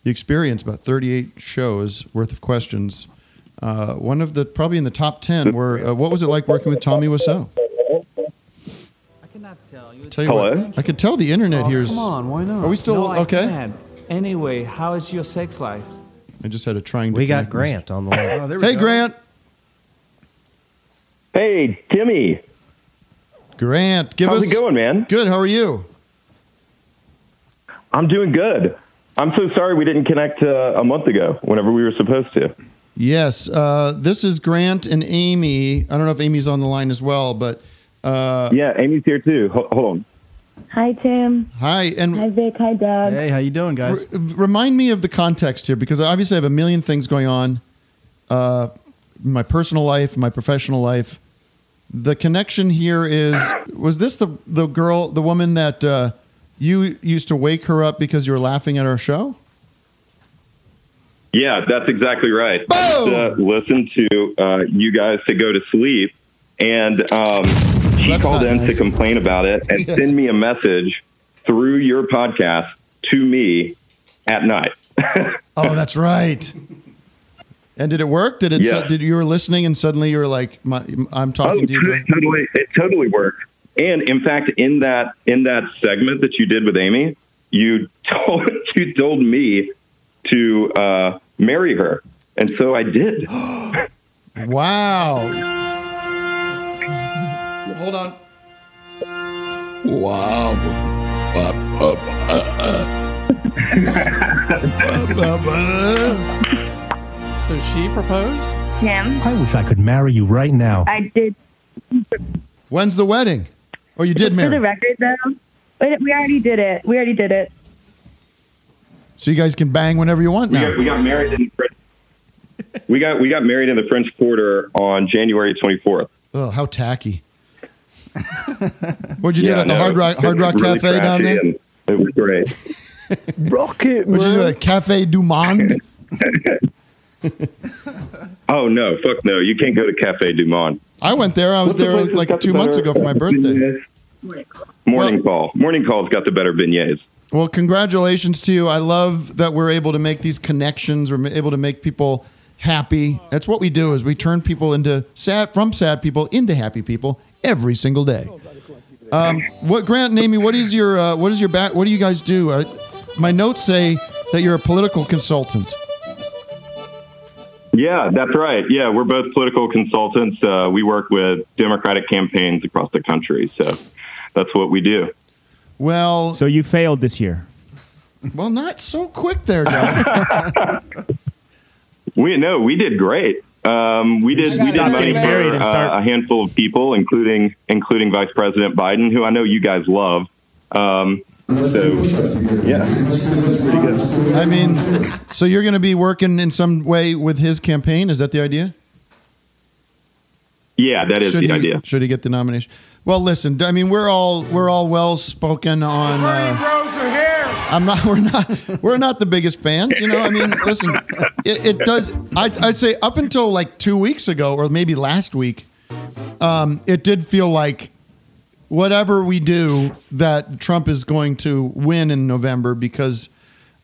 S2: the experience, about thirty-eight shows worth of questions. Uh, one of the probably in the top ten were, uh, what was it like working with Tommy Wiseau? Tell you
S25: Hello?
S2: what, I could tell the internet
S25: Oh,
S2: here is.
S25: Come on, why not?
S2: Are we still
S25: No, I
S2: okay?
S25: can. Anyway, how is your sex life?
S2: I just had a trying. To
S10: We got
S2: connect me.
S10: Grant on the line.
S25: Oh, there we
S2: hey,
S25: go.
S2: Grant.
S12: Hey, Timmy.
S2: Grant, give
S12: How's
S2: us.
S12: it going, man?
S2: Good. How are you?
S12: I'm doing good. I'm so sorry we didn't connect uh, a month ago whenever we were supposed to.
S2: Yes, uh, this is Grant and Amy. I don't know if Amy's on the line as well, but uh,
S12: yeah, Amy's here too. Hold, hold on.
S13: Hi, Tim.
S2: Hi, and
S13: hi, Vic. Hi, Doug.
S2: how you doing, guys? remind me of the context here, because obviously I have a million things going on, uh, in my personal life, my professional life. The connection here is: was this the the girl, the woman that uh, you used to wake her up because you were laughing at our show?
S12: Yeah, that's exactly right. I used to listen to uh, you guys to go to sleep, and um, she called in to complain about it and send me a message through your podcast to me at night.
S2: Oh, that's right. And did it work? Did it?
S12: Yeah.
S2: did you were listening and suddenly you were like, my, "I'm talking to you."
S12: Oh, it totally, it totally worked. And in fact, in that in that segment that you did with Amy, you told you told me to uh, marry her, and so I did.
S2: Wow. Hold on.
S15: Wow.
S4: So she proposed?
S13: Tim.
S27: I wish I could marry you right now.
S13: I did.
S2: When's the wedding? Or you did
S13: For the
S2: marry?
S13: record, though, we we already did it. We already did it.
S2: So you guys can bang whenever you want
S12: We
S2: now.
S12: got, we got married in the French, we got we got married in the French Quarter on January twenty fourth.
S2: Oh, how tacky. What'd you do
S12: Yeah,
S2: at the
S12: no,
S2: Hard Rock
S12: it's
S2: Hard Rock
S12: really
S2: Cafe down
S12: trashy
S2: there?
S12: and It was great.
S2: Rocket. What'd you do at Cafe du Monde?
S12: oh no, fuck no! You can't go to Cafe Du Monde.
S2: I went there. I was
S12: What's the
S2: there
S12: place that's
S2: like
S12: got the
S2: two months
S12: better-
S2: ago for my birthday.
S12: Morning call. Morning call's got the better beignets.
S2: Well, congratulations to you. I love that we're able to make these connections. We're able to make people happy. That's what we do is we turn people into sad from sad people into happy people every single day. Um, what Grant and Amy, what is your uh, what is your back? What do you guys do? Uh, my notes say that you're a political consultant.
S12: Yeah, that's right. Yeah, we're both political consultants. Uh, we work with Democratic campaigns across the country, so that's what we do.
S2: Well,
S3: so you failed this year.
S2: Well, not so quick there, Doug.
S12: We no, we did great. Um, we did. We did
S3: Stop
S12: money
S3: getting married
S12: for
S3: and
S12: uh,
S3: start-
S12: a handful of people, including including Vice President Biden, who I know you guys love. Um, so yeah, pretty good.
S2: I mean, so you're going to be working in some way with his campaign? Is that the idea?
S12: Yeah, that is
S2: should
S12: the
S2: he,
S12: idea.
S2: Should he get the nomination? Well, listen. I mean, we're all we're all well spoken on. Uh, I'm not. We're not. We're not the biggest fans. You know. I mean, listen. It, it does. I, I'd say up until like two weeks ago, or maybe last week, um, it did feel like whatever we do, that Trump is going to win in November because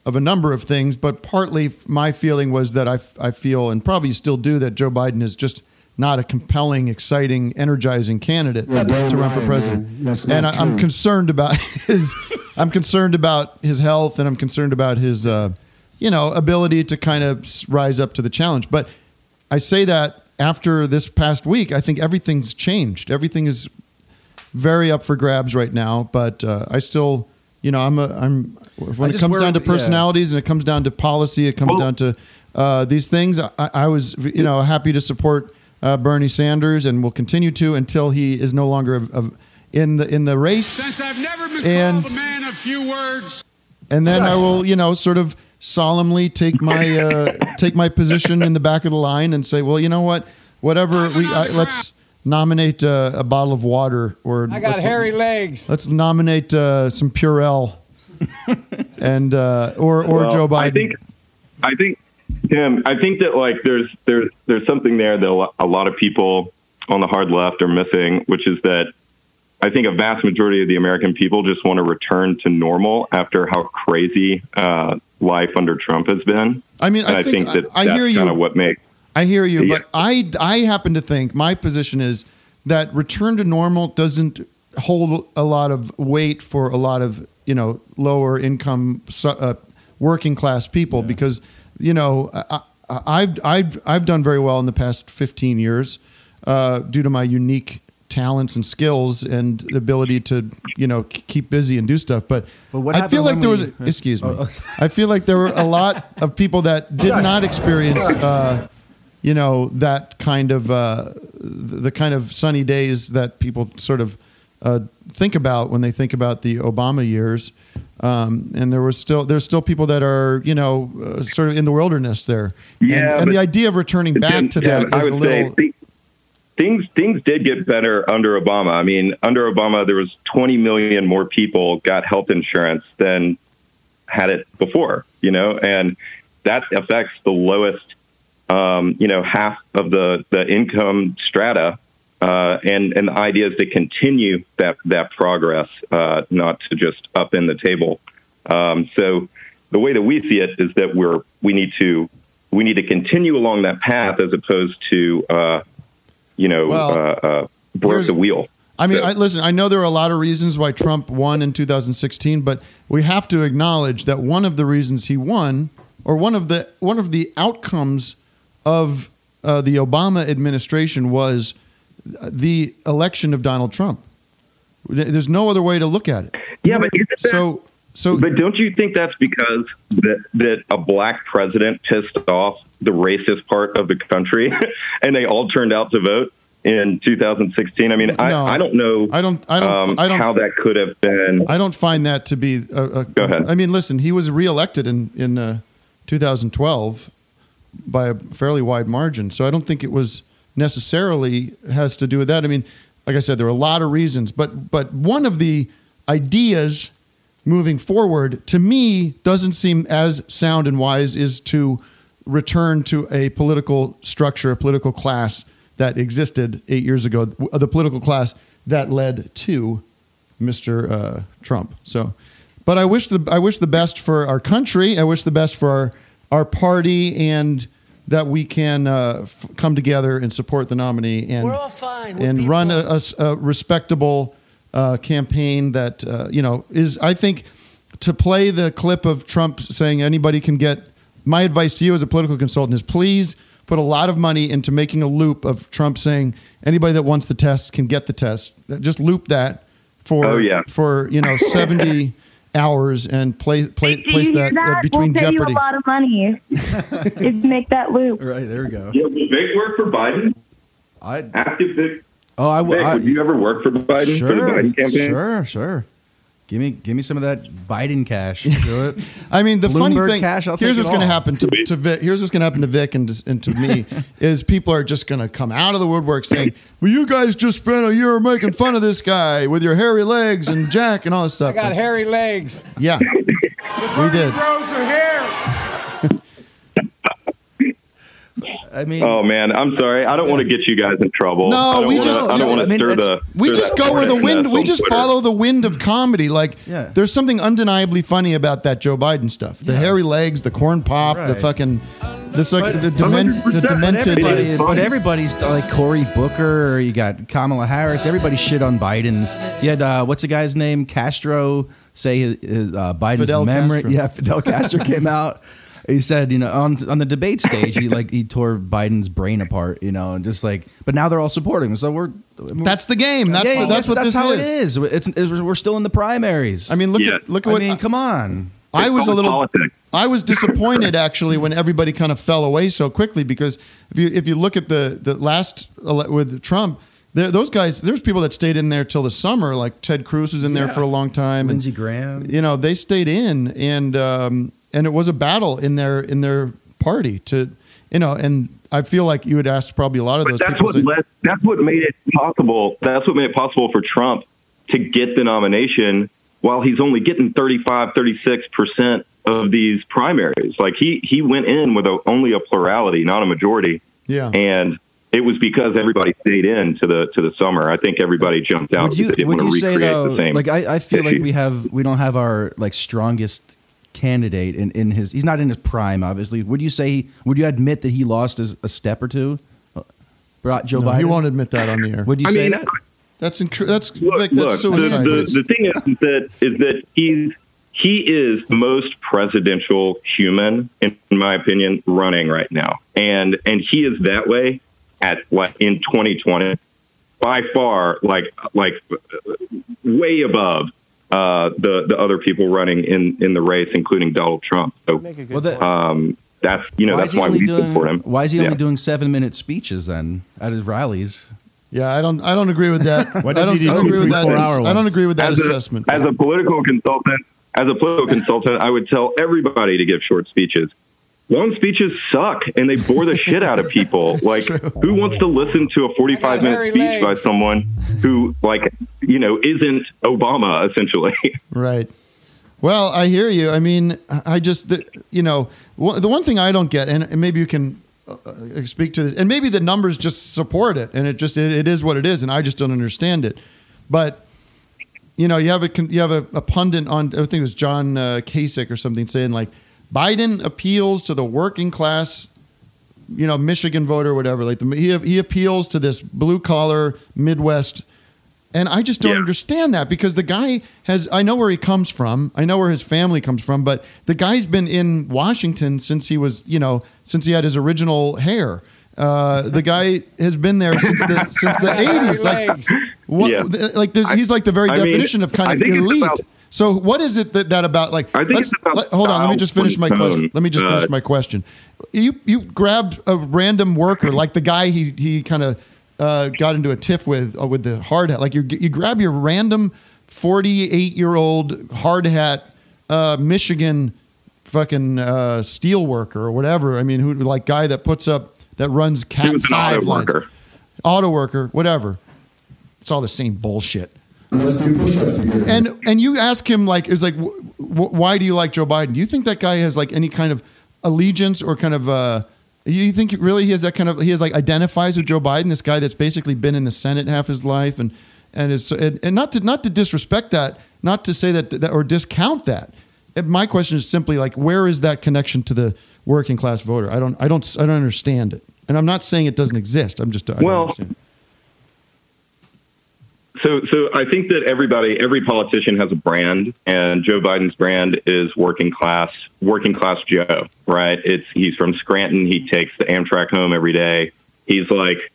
S2: of a number of things. But partly, f- my feeling was that I, f- I feel, and probably still do, that Joe Biden is just not a compelling, exciting, energizing candidate to run for
S27: lying,
S2: president.
S27: man. That's
S2: and
S27: not
S2: I, I'm
S27: true.
S2: concerned about his. I'm concerned about his health, and I'm concerned about his, uh, you know, ability to kind of s- rise up to the challenge. But I say that after this past week, I think everything's changed. Everything is very up for grabs right now, but uh, I still you know, I'm a, I'm
S8: I
S2: when it
S8: just
S2: comes
S8: worry-
S2: down to
S8: yeah.
S2: personalities and it comes down to policy, it comes down to uh, these things. I, I was you know happy to support uh, Bernie Sanders and will continue to until he is no longer of, of in the in the race.
S1: Since I've never been
S2: And-
S1: called a man of few words.
S2: and then I will, you know, sort of solemnly take my uh, take my position in the back of the line and say, well, you know what, whatever we I, let's nominate uh, a bottle of water or
S5: I got
S2: let's-
S5: hairy legs.
S2: Let's nominate uh, some Purell and uh, or or
S12: Well,
S2: Joe Biden.
S12: I think, I think, Tim, I think that like there's there's there's something there that a lo- a lot of people on the hard left are missing, which is that I think a vast majority of the American people just want to return to normal after how crazy uh, life under Trump has been.
S2: I mean, I
S12: And
S2: think-
S12: that
S2: I- I
S12: that's
S2: hear you.
S12: kind of what makes
S2: I hear you,
S12: Yeah.
S2: but I I happen to think my position is that return to normal doesn't hold a lot of weight for a lot of you know lower income su- uh, working class people because you know I, I, I've I've I've done very well in the past fifteen years uh, due to my unique talents and skills and the ability to you know k- keep busy and do stuff but
S8: But what
S2: I
S8: happened
S2: feel like
S8: when
S2: there
S8: we-
S2: was excuse me
S8: Oh, okay.
S2: I feel like there were a lot of people that did not experience, uh, you know, that kind of uh, the the kind of sunny days that people sort of uh, think about when they think about the Obama years. Um, and there were still there's still people that are you know uh, sort of in the wilderness there.
S12: Yeah,
S2: and, and
S12: but-
S2: the idea of returning back
S12: Jim,
S2: to
S12: Jim,
S2: that is a little.
S12: thi- things things did get better under Obama. I mean, under Obama, there was 20 million more people got health insurance than had it before. You know, and that affects the lowest, um, you know, half of the the income strata. Uh, and and the idea is to continue that that progress, uh, not to just up in the table. Um, so the way that we see it is that we're we need to we need to continue along that path as opposed to uh, you know
S2: Well,
S12: uh, uh, break the wheel.
S2: I mean, I, listen, I know there are a lot of reasons why Trump won in 2016, but we have to acknowledge that one of the reasons he won, or one of the one of the outcomes of uh, the Obama administration, was the election of Donald Trump. There's no other way to look at it.
S12: Yeah, but
S2: so so.
S12: But don't you think that's because that that a black president pissed off the racist part of the country, and they all turned out to vote in 2016? I mean,
S2: No.
S12: I, I don't know. um,
S2: I don't. I don't- I don't-
S12: how that could have been.
S2: I don't find that to be. A, a, Go ahead. I mean, listen, he was reelected in in uh, 2012 by a fairly wide margin, so I don't think it was necessarily has to do with that. I mean, like I said, there are a lot of reasons, but but one of the ideas moving forward to me doesn't seem as sound and wise is to return to a political structure, a political class that existed eight years ago, the political class that led to Mr. Uh, Trump. So, but I wish the I wish the best for our country. I wish the best for our our party and that we can uh, f- come together and support the nominee and
S14: We're all fine. We're
S2: and run a, a s- a respectable uh, campaign that uh, you know is I think to play the clip of Trump saying anybody can get my advice to you as a political consultant is please put a lot of money into making a loop of Trump saying anybody that wants the test can get the test just loop that for
S12: Oh, yeah.
S2: for you know 70 hours and play, play
S13: Do you
S2: place
S13: hear
S2: that, uh,
S13: that?
S2: between
S13: we'll pay
S2: jeopardy
S13: you a lot of money if you make that loop.
S8: Right there we go.
S12: Yeah, would Vic work for Biden?
S8: I
S12: active Vic.
S8: Oh, I
S12: Vic,
S8: I-
S12: would you ever work for Biden
S8: Sure,
S12: for the Biden campaign?
S8: sure, sure. Give me, give me some of that Biden cash. Do it.
S2: I mean, the
S8: Bloomberg
S2: funny thing.
S8: cash, I'll
S2: here's
S8: take it
S2: what's going to
S8: all.
S2: happen to, to Vic. Here's what's going to happen to Vic and to, and to me is people are just going to come out of the woodwork saying, "Well, you guys just spent a year making fun of this guy with your hairy legs and Jack and all this stuff."
S5: I got hairy legs.
S2: Yeah, we did.
S5: Grows her hair.
S8: I mean,
S12: oh man, I'm sorry. I don't want to get you guys in trouble.
S2: No,
S12: I don't
S2: we
S12: wanna,
S2: just-
S12: I don't want
S2: I
S12: to
S2: mean,
S12: stir
S2: it's-
S12: the.
S2: we
S12: stir
S2: just
S12: that
S2: go where the
S12: hornet's
S2: wind.
S12: nest
S2: We
S12: on
S2: just
S12: Twitter.
S2: follow the wind of comedy. Like
S8: Yeah.
S2: there's something undeniably funny about that Joe Biden stuff. The hairy legs, the corn pop, the
S8: Right.
S2: fucking, the, suck the, demen- the
S8: But
S2: demented.
S8: everybody, but everybody's like Cory Booker. You got Kamala Harris. Everybody shit on Biden. You had uh, what's the guy's name? Castro say his, his uh, Biden's
S2: Fidel
S8: memory.
S2: Castro.
S8: Yeah, Fidel Castro came out. he said, you know, on on the debate stage, he like he tore Biden's brain apart, you know, and just like, but now they're all supporting him. So we're
S2: That's the game. That's
S8: yeah, yeah,
S2: that's, what this
S8: how
S2: is.
S8: it is. It's, it's we're still in the primaries. I
S2: mean, look at look at what
S8: I mean, come on.
S2: I was a little. I was disappointed actually when everybody kind of fell away so quickly because if you if you look at the the last ele- with Trump, there, those guys, there's people that stayed in there till the summer. Like Ted Cruz was in there
S8: Yeah.
S2: for a long time.
S8: Lindsey
S2: and,
S8: Graham.
S2: You know, they stayed in, and um, and it was a battle in their in their party to, you know, and I feel like you would ask probably a lot of
S12: But
S2: those
S12: that's
S2: people.
S12: what led, that's what made it possible. That's what made it possible for Trump to get the nomination while he's only getting 35, 36 percent of these primaries. Like he he went in with a, only a plurality, not a majority,
S2: yeah.
S12: and it was because everybody stayed in to the to the summer. I think everybody jumped out.
S8: Would you
S12: because they didn't
S8: would
S12: want
S8: you
S12: to
S8: say
S12: recreate
S8: though?
S12: the same
S8: Like I, I feel like
S12: issue.
S8: we have we don't have our like strongest candidate in, in his he's not in his prime obviously would you say would you admit that he lost a, a step or two brought joe
S2: No,
S8: biden
S2: he won't admit that on the air.
S8: would you
S12: I
S8: say
S12: mean,
S8: that
S2: That's incre- that's
S12: Look,
S2: Vic, that's suicide.
S12: the, the, the thing is, is that is that he's he is the most presidential human in, in my opinion running right now, and and he is that way at like in 2020 by far like like way above uh, the the other people running in in the race, including Donald Trump. So um, that's you know
S8: why is
S12: that's
S8: he
S12: why
S8: only
S12: we
S8: doing
S12: support him.
S8: why is he only
S12: Yeah.
S8: doing seven minute speeches then at his rallies
S2: yeah, I don't I don't agree with that.
S8: Why
S2: I
S8: does
S2: don't,
S8: he do
S2: I don't
S8: two,
S2: agree with
S8: three,
S2: that.
S8: four-hour
S2: I don't agree with that
S12: as a-
S2: assessment.
S12: as a political consultant, as a political consultant, I would tell everybody to give short speeches. Long speeches suck, and they bore the shit out of people. like, who wants to listen to a forty-five minute
S5: hairy
S12: speech
S5: legs.
S12: by someone who, like, you know, isn't Obama essentially?
S2: Right. Well, I hear you. I mean, I just, the, you know, one- the one thing I don't get, and and maybe you can uh, uh, speak to this, and maybe the numbers just support it, and it just, it, it is what it is, and I just don't understand it. But, you know, you have a, con- you have a, a pundit on, I think it was John uh, Kasich or something saying like, Biden appeals to the working class you know Michigan voter or whatever. Like the, he he appeals to this blue collar Midwest, and I just don't understand that because the guy has I know where he comes from, I know where his family comes from, but the guy's been in Washington since he was you know since he had his original hair. Uh, the guy has been there since the since the eighties. Like, what,
S12: Yeah.
S2: th- like there's, he's like the very
S12: I mean,
S2: definition of kind
S12: I
S2: of
S12: think it's
S2: elite.
S12: about-
S2: so what is it that, that about like
S12: I think
S2: let's-
S12: it's about
S2: let- hold on let me
S12: style
S2: just finish
S12: and
S2: my
S12: tone.
S2: question let me just finish
S12: Uh,
S2: my question you you grabbed a random worker like the guy he he kind of uh, got into a tiff with uh, with the hard hat like you you grab your random 48 year old hard hat uh, Michigan fucking uh, steel worker or whatever I mean who like guy that puts up that runs cat
S12: he was an
S2: five
S12: auto
S2: lines.
S12: worker.
S2: auto worker whatever it's all the same bullshit and and you ask him like it's like wh- wh- why do you like Joe Biden? Do you think that guy has like any kind of allegiance or kind of uh you think really he has that kind of he has like identifies with Joe Biden, this guy that's basically been in the Senate half his life and and is and, and not to not to disrespect that, not to say that, that or discount that. And my question is simply like where is that connection to the working class voter? I don't I don't s- I don't understand it. And I'm not saying it doesn't exist. I'm just I don't
S12: Well,
S2: understand.
S12: So, so I think that everybody, every politician has a brand, and Joe Biden's brand is working class, working class Joe, right? It's he's from Scranton. He takes the Amtrak home every day. He's like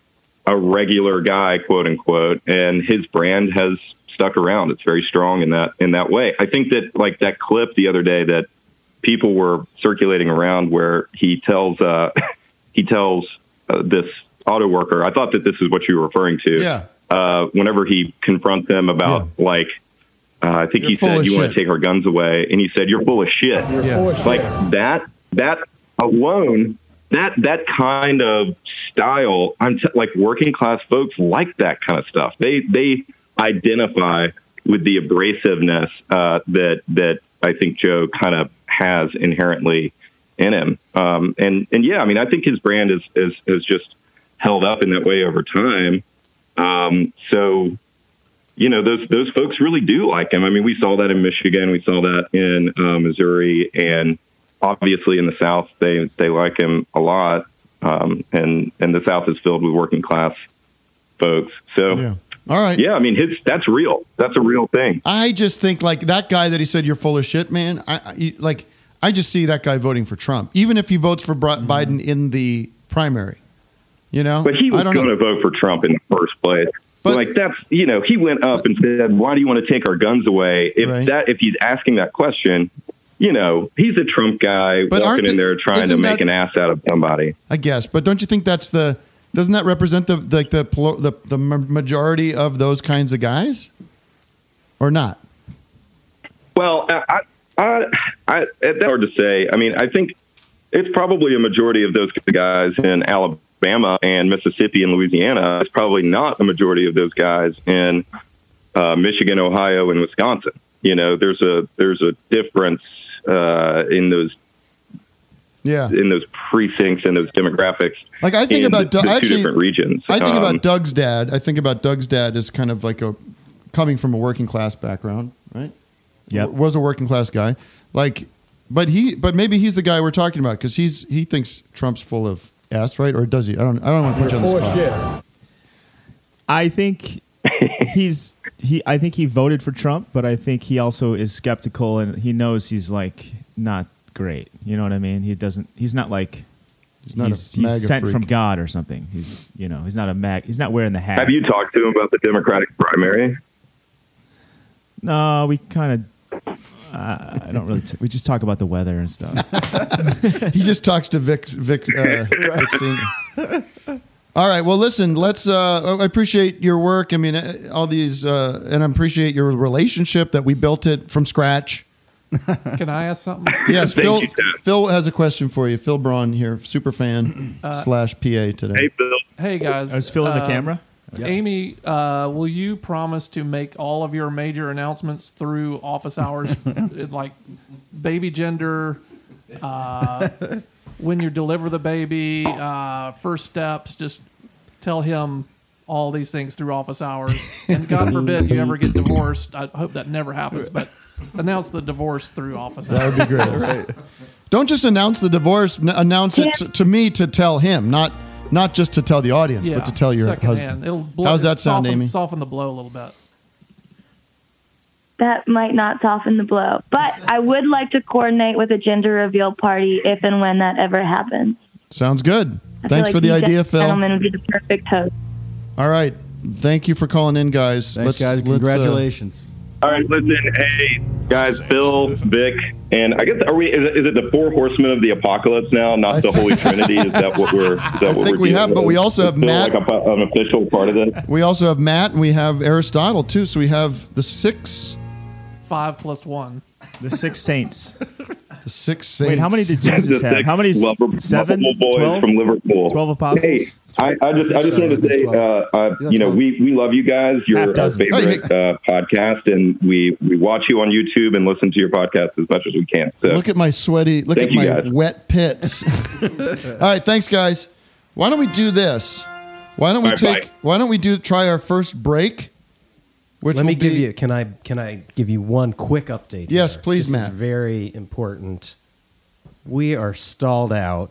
S12: a regular guy, quote unquote, and his brand has stuck around. It's very strong in that in that way. I think that like that clip the other day that people were circulating around where he tells uh, he tells uh, this auto worker. I thought that this is what you were referring to.
S2: Yeah.
S12: Uh, whenever he confronts them about like. Uh, I think
S2: You're
S12: he
S2: full
S12: said
S2: of
S12: you want
S2: shit.
S12: to take our guns away, and he said you're full of shit.
S2: You're Yeah. full of
S12: like that. That alone, that that kind of style. I'm t- like working class folks like that kind of stuff. They they identify with the abrasiveness uh, that that I think Joe kind of has inherently in him. Um, and and yeah, I mean, I think his brand is is, is just held up in that way over time. Um, so you know those those folks really do like him. I mean, we saw that in Michigan, we saw that in uh, Missouri, and obviously in the South, they they like him a lot. Um, and and the South is filled with working class folks. So yeah,
S2: all right,
S12: yeah. I mean, his that's real. That's a real thing.
S2: I just think like that guy that he said you're full of shit, man. I, I you- like I just see that guy voting for Trump, even if he votes for Bri- Biden in the primary. You know,
S12: Mm-hmm. But he
S2: I
S12: was
S2: don't
S12: going
S2: know.
S12: to vote for Trump in the first place. like that's you know he went up and said, "Why do you want to take our guns away?" If that if he's asking that question, you know he's a Trump guy
S2: But aren't
S12: walking in
S2: the-
S12: there trying to
S2: isn't
S12: make
S2: that-
S12: an ass out of somebody.
S2: I guess, but don't you think that's the doesn't that represent the like the plo- the the ma- majority of those kinds of guys, or not?
S12: Well, I, I, I, I, it's hard to say. I mean, I think it's probably a majority of those guys in Alabama and Mississippi and Louisiana. It's probably not a majority of those guys in uh, Michigan, Ohio, and Wisconsin. You know, there's a there's a difference uh, in those
S2: Yeah.
S12: in those precincts and those demographics.
S2: Like I think
S12: in
S2: about
S12: the,
S2: Doug,
S12: the two
S2: actually,
S12: different regions.
S2: I think
S12: Um,
S2: about Doug's dad. I think about Doug's dad as kind of like a coming from a working class background, right?
S3: Yep.
S2: W- was a working class guy. Like, but he, but maybe he's the guy we're talking about because he's he thinks Trump's full of ass, right? Or does he? I don't. I don't want to put you on the spot.
S3: I think he's he. I think he voted for Trump, but I think he also is skeptical, and he knows he's like not great. You know what I mean? He doesn't. He's not like he's
S2: not a
S3: He's,
S2: MAGA
S3: sent
S2: freak.
S3: from God or something. He's you know he's not a mag. He's not wearing the hat.
S12: Have you talked to him about the Democratic primary?
S3: No, we kind of. Uh, I don't really. T- we just talk about the weather and stuff.
S2: he just talks to Vic. Vic. Uh, Vic Senior. All right. Well, listen. Let's. Uh, I appreciate your work. I mean, uh, all these, uh, and I appreciate your relationship that we built it from scratch.
S4: Can I ask something?
S2: Yes, Phil. Phil has a question for you. Phil Braun here, super fan
S4: Uh,
S2: slash PA today.
S4: Hey guys.
S3: Is Phil in the
S4: Uh,
S3: camera?
S4: Amy, uh, will you promise to make all of your major announcements through office hours, It, like baby gender, uh, when you deliver the baby, uh, first steps? Just tell him all these things through office hours. And God forbid you ever get divorced. I hope that never happens, but announce the divorce through office
S2: That
S4: hours.
S2: would be great. Don't just announce the divorce. N- announce it to, to me to tell him, not not just to tell the audience,
S4: Yeah,
S2: but to tell your
S4: secondhand.
S2: husband.
S4: It'll blow,
S2: How's that sound,
S4: soften,
S2: Amy?
S4: Soften the blow a little bit.
S13: That might not soften the blow, but I would like to coordinate with a gender reveal party if and when that ever happens.
S2: Sounds good.
S13: I feel
S2: Thanks
S13: like
S2: for the
S13: you
S2: idea, Phil.
S13: Gentlemen would be the perfect host.
S2: All right. Thank you for calling in, guys.
S8: Thanks, guys.
S2: uh,
S8: Congratulations.
S12: All right, listen, hey guys, Phil, Vic, and I guess are we? Is it, is it the four horsemen of the apocalypse now? Not the Holy Trinity? Is that what we're? Is that what we're
S2: think we
S12: dealing
S2: have, but
S12: with?
S2: we also
S12: Is
S2: have
S12: Phil
S2: Matt-
S12: Like a, an official part of this.
S2: we also have Matt and we have Aristotle too. So we have the six,
S4: Five plus one.
S3: The six saints.
S2: the six saints.
S3: Wait, how many did Jesus
S12: Just
S3: have?
S12: like
S3: How many?
S12: Lover-
S3: Seven.
S12: lovable boys
S3: Twelve?
S12: from Liverpool.
S3: Twelve apostles.
S12: Hey, I, I just I just wanted to say, uh, uh, you know, we, we love you guys.
S3: Half
S12: You're our
S3: dozen.
S12: favorite
S2: Oh,
S12: uh, podcast, and we we watch you on YouTube and listen to your podcast as much as we can. So
S2: Look at my sweaty. Look
S12: Thank
S2: at
S12: you,
S2: my
S12: guys.
S2: wet pits. All right, thanks, guys. Why don't we do this? Why don't
S10: All
S2: we
S10: right,
S2: take?
S10: bye.
S2: Why don't we do try our first break? Which
S10: Let me
S2: will
S10: give
S2: be-
S10: you. Can I? Can I give you one quick update?
S2: Yes,
S10: here?
S2: please,
S10: This is
S2: Matt.
S10: very important. We are stalled out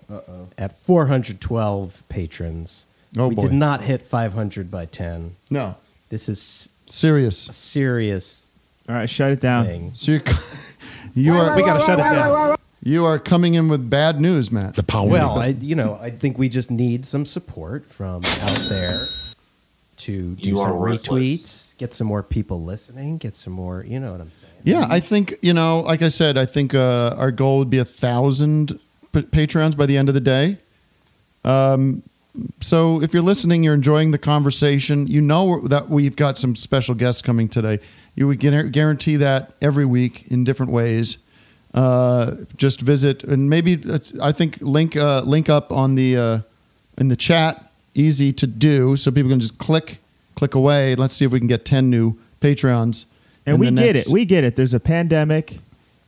S10: at 412 patrons.
S2: Oh,
S10: we
S2: boy.
S10: did not hit 500 by 10.
S2: No.
S10: This is
S2: serious.
S10: serious.
S3: All right, shut it down.
S2: So you're, you are.
S10: We gotta shut it down.
S2: You are coming in with bad news, Matt. The power.
S10: Well, I, you know, I think we just need some support from out there to do You some are retweets, get some more people listening, get some more. You know what I'm saying?
S2: Yeah, I think you know. Like I said, I think uh, our goal would be a thousand p- patrons by the end of the day. Um, so if you're listening, you're enjoying the conversation. You know that we've got some special guests coming today. You would guar- guarantee that every week in different ways. Uh, just visit and maybe uh, I think link uh, link up on the uh, in the chat. Easy to do, so people can just click click away. Let's see if we can get ten new patrons.
S3: And
S2: in
S3: we
S2: the
S3: get
S2: next-
S3: it. We get it. There's a pandemic.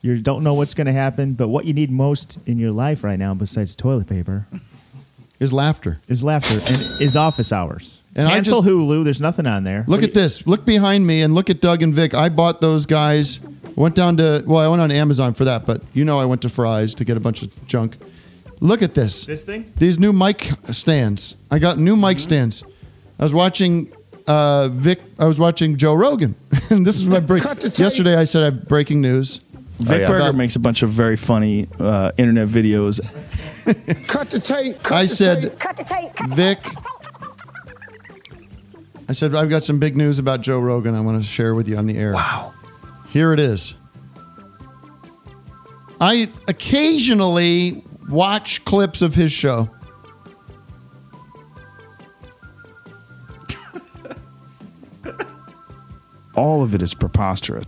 S3: You don't know what's going to happen. But what you need most in your life right now, besides toilet paper,
S2: is laughter.
S3: Is laughter and is office hours.
S2: And I
S3: Cancel
S2: just-
S3: Hulu. There's nothing on there.
S2: Look at this. Look behind me and look at Doug and Vic. I bought those guys. Went down to well, I went on Amazon for that, but you know I went to Fry's to get a bunch of junk. Look at this.
S3: This thing? Mm-hmm.
S2: These new mic stands. I got new mic stands. I was watching uh, Vic. I was watching Joe Rogan, and this is my break. Yesterday I said I have breaking news.
S3: Vic
S15: yeah.
S3: Berger
S15: That-
S3: makes a bunch of very funny uh, internet videos.
S14: Cut the tape.
S2: I said, Vic. I said, I've got some big news about Joe Rogan I want to share with you on the air. Wow. Here it is. I occasionally watch clips of his show.
S3: All of it is preposterous.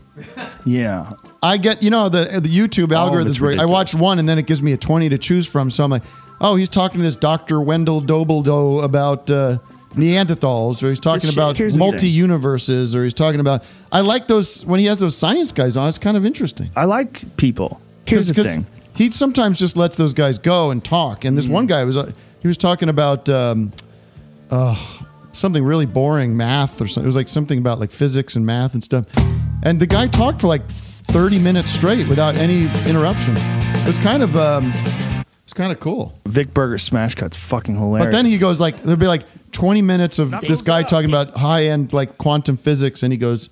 S3: Yeah.
S2: I get, you know, the the YouTube
S3: Oh,
S2: algorithms.
S3: it's
S2: where I watched one and then it gives me a 20 to choose from. So I'm like, oh, he's talking to this Dr. Wendell Dobledo about uh, Neanderthals, or he's talking
S15: Just sh-
S2: about
S15: here's the
S2: multi universes, or he's talking about. I like those, when he has those science guys on, it's kind of interesting.
S3: I like people. Here's the thing. Mm.
S2: He sometimes just lets those guys go and talk. And this one guy was, uh, he was talking about. Um, uh, something really boring math or something. It was like something about like physics and math and stuff. And the guy talked for like 30 minutes straight without any interruption. It was kind of um, it's kind of cool.
S3: Vic Berger smash cuts fucking hilarious.
S2: But then he goes like there'd be like 20 minutes of this guy talking about high end like quantum physics, and he goes,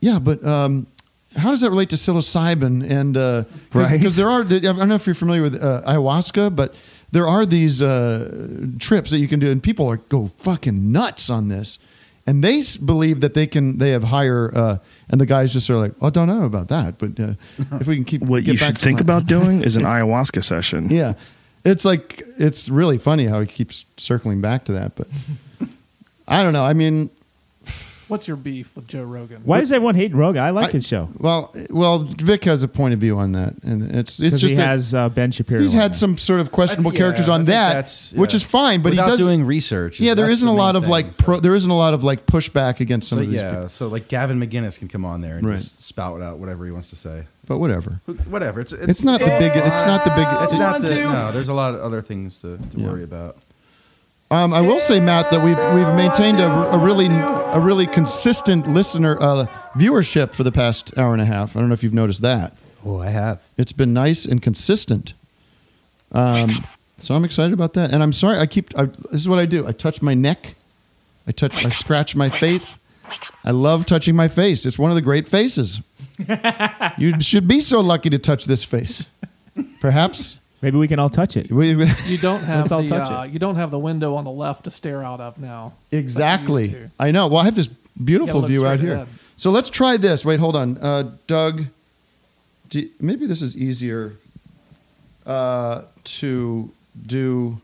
S2: "Yeah, but um, how does that relate to psilocybin?" And because
S15: Right.
S2: because there are, I don't know if you're familiar with uh, ayahuasca, but there are these uh, trips that you can do, and people are go fucking nuts on this. And they s- believe that they can, they have higher, uh, and the guys just are like, "I don't know about that, but uh, if we can keep
S3: what
S2: get
S3: you
S2: back
S3: should
S2: to
S3: think
S2: my-
S3: about doing is an ayahuasca session.
S2: yeah. It's like it's really funny how he keeps circling back to that, but I don't know. I mean,
S4: What's your beef with Joe Rogan?
S3: Why does everyone hate Rogan? I like
S2: I-
S3: his show.
S2: Well, well, Vic has a point of view on that, and it's it's
S3: 'Cause
S2: just
S3: he
S2: that
S3: has uh, Ben Shapiro.
S2: he's
S3: on
S2: had
S3: there.
S2: some sort of questionable
S3: yeah,
S2: characters
S3: I
S2: on
S3: think
S2: that,
S3: that's-
S2: which
S3: yeah.
S2: is fine, but
S3: Without
S2: he doesn't
S3: doing
S6: research.
S2: Yeah, there
S6: That's
S2: isn't
S6: the
S2: a lot
S6: main
S2: of
S6: thing,
S2: like pro, there isn't a lot of like pushback against some
S6: so
S2: of these.
S6: yeah,
S2: people.
S6: so like Gavin McGinnis can come on there and
S2: Right.
S6: just spout out whatever he wants to say.
S2: But whatever.
S6: Who- Whatever. It's it's,
S2: It's not the big- it's not the big-
S6: It's
S2: I
S6: not
S2: want
S6: the,
S2: to.
S6: no. There's a lot of other things to, to worry about.
S2: Um, I will say, Matt, that we've we've maintained a, a really a really consistent listener uh, viewership for the past hour and a half. I don't know if you've noticed that.
S10: Oh, I have.
S2: It's been nice and consistent. Um, so I'm excited about that, and I'm sorry I keep. I, this is what I do. I touch my neck. I touch. I scratch my face. I love touching my face. It's one of the great faces. you should be so lucky to touch this face. Perhaps.
S3: Maybe we can all touch it.
S4: You don't have
S3: Let's all
S4: the
S3: touch
S4: uh,
S3: it.
S4: you don't have the window on the left to stare out of now.
S2: Exactly. I know. Well, I have this beautiful
S4: Yeah, look
S2: view out
S4: straight
S2: here.
S4: ahead.
S2: So let's try this. Wait, hold on. Uh, Doug, do you- maybe this is easier uh, to do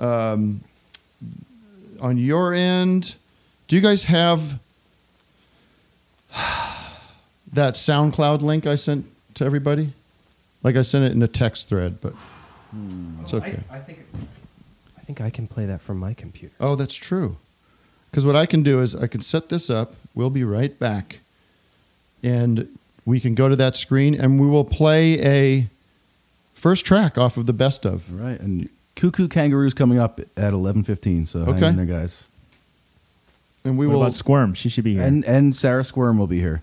S2: um, on your end. Do you guys have that SoundCloud link I sent to everybody? Like I sent it in a text thread, but
S8: Hmm.
S2: it's okay.
S10: I, think I think I can play that from my computer.
S2: Oh, that's true. Because what I can do is I can set this up. We'll be right back, and we can go to that screen and we will play a first track off of the best of.
S6: All right, and Cuckoo Kangaroo's coming up at 11:15. So hang
S2: Okay.
S6: in there, guys.
S2: And we
S3: What
S2: will
S3: about Squirm? She should be here.
S6: And and Sarah Squirm will be here.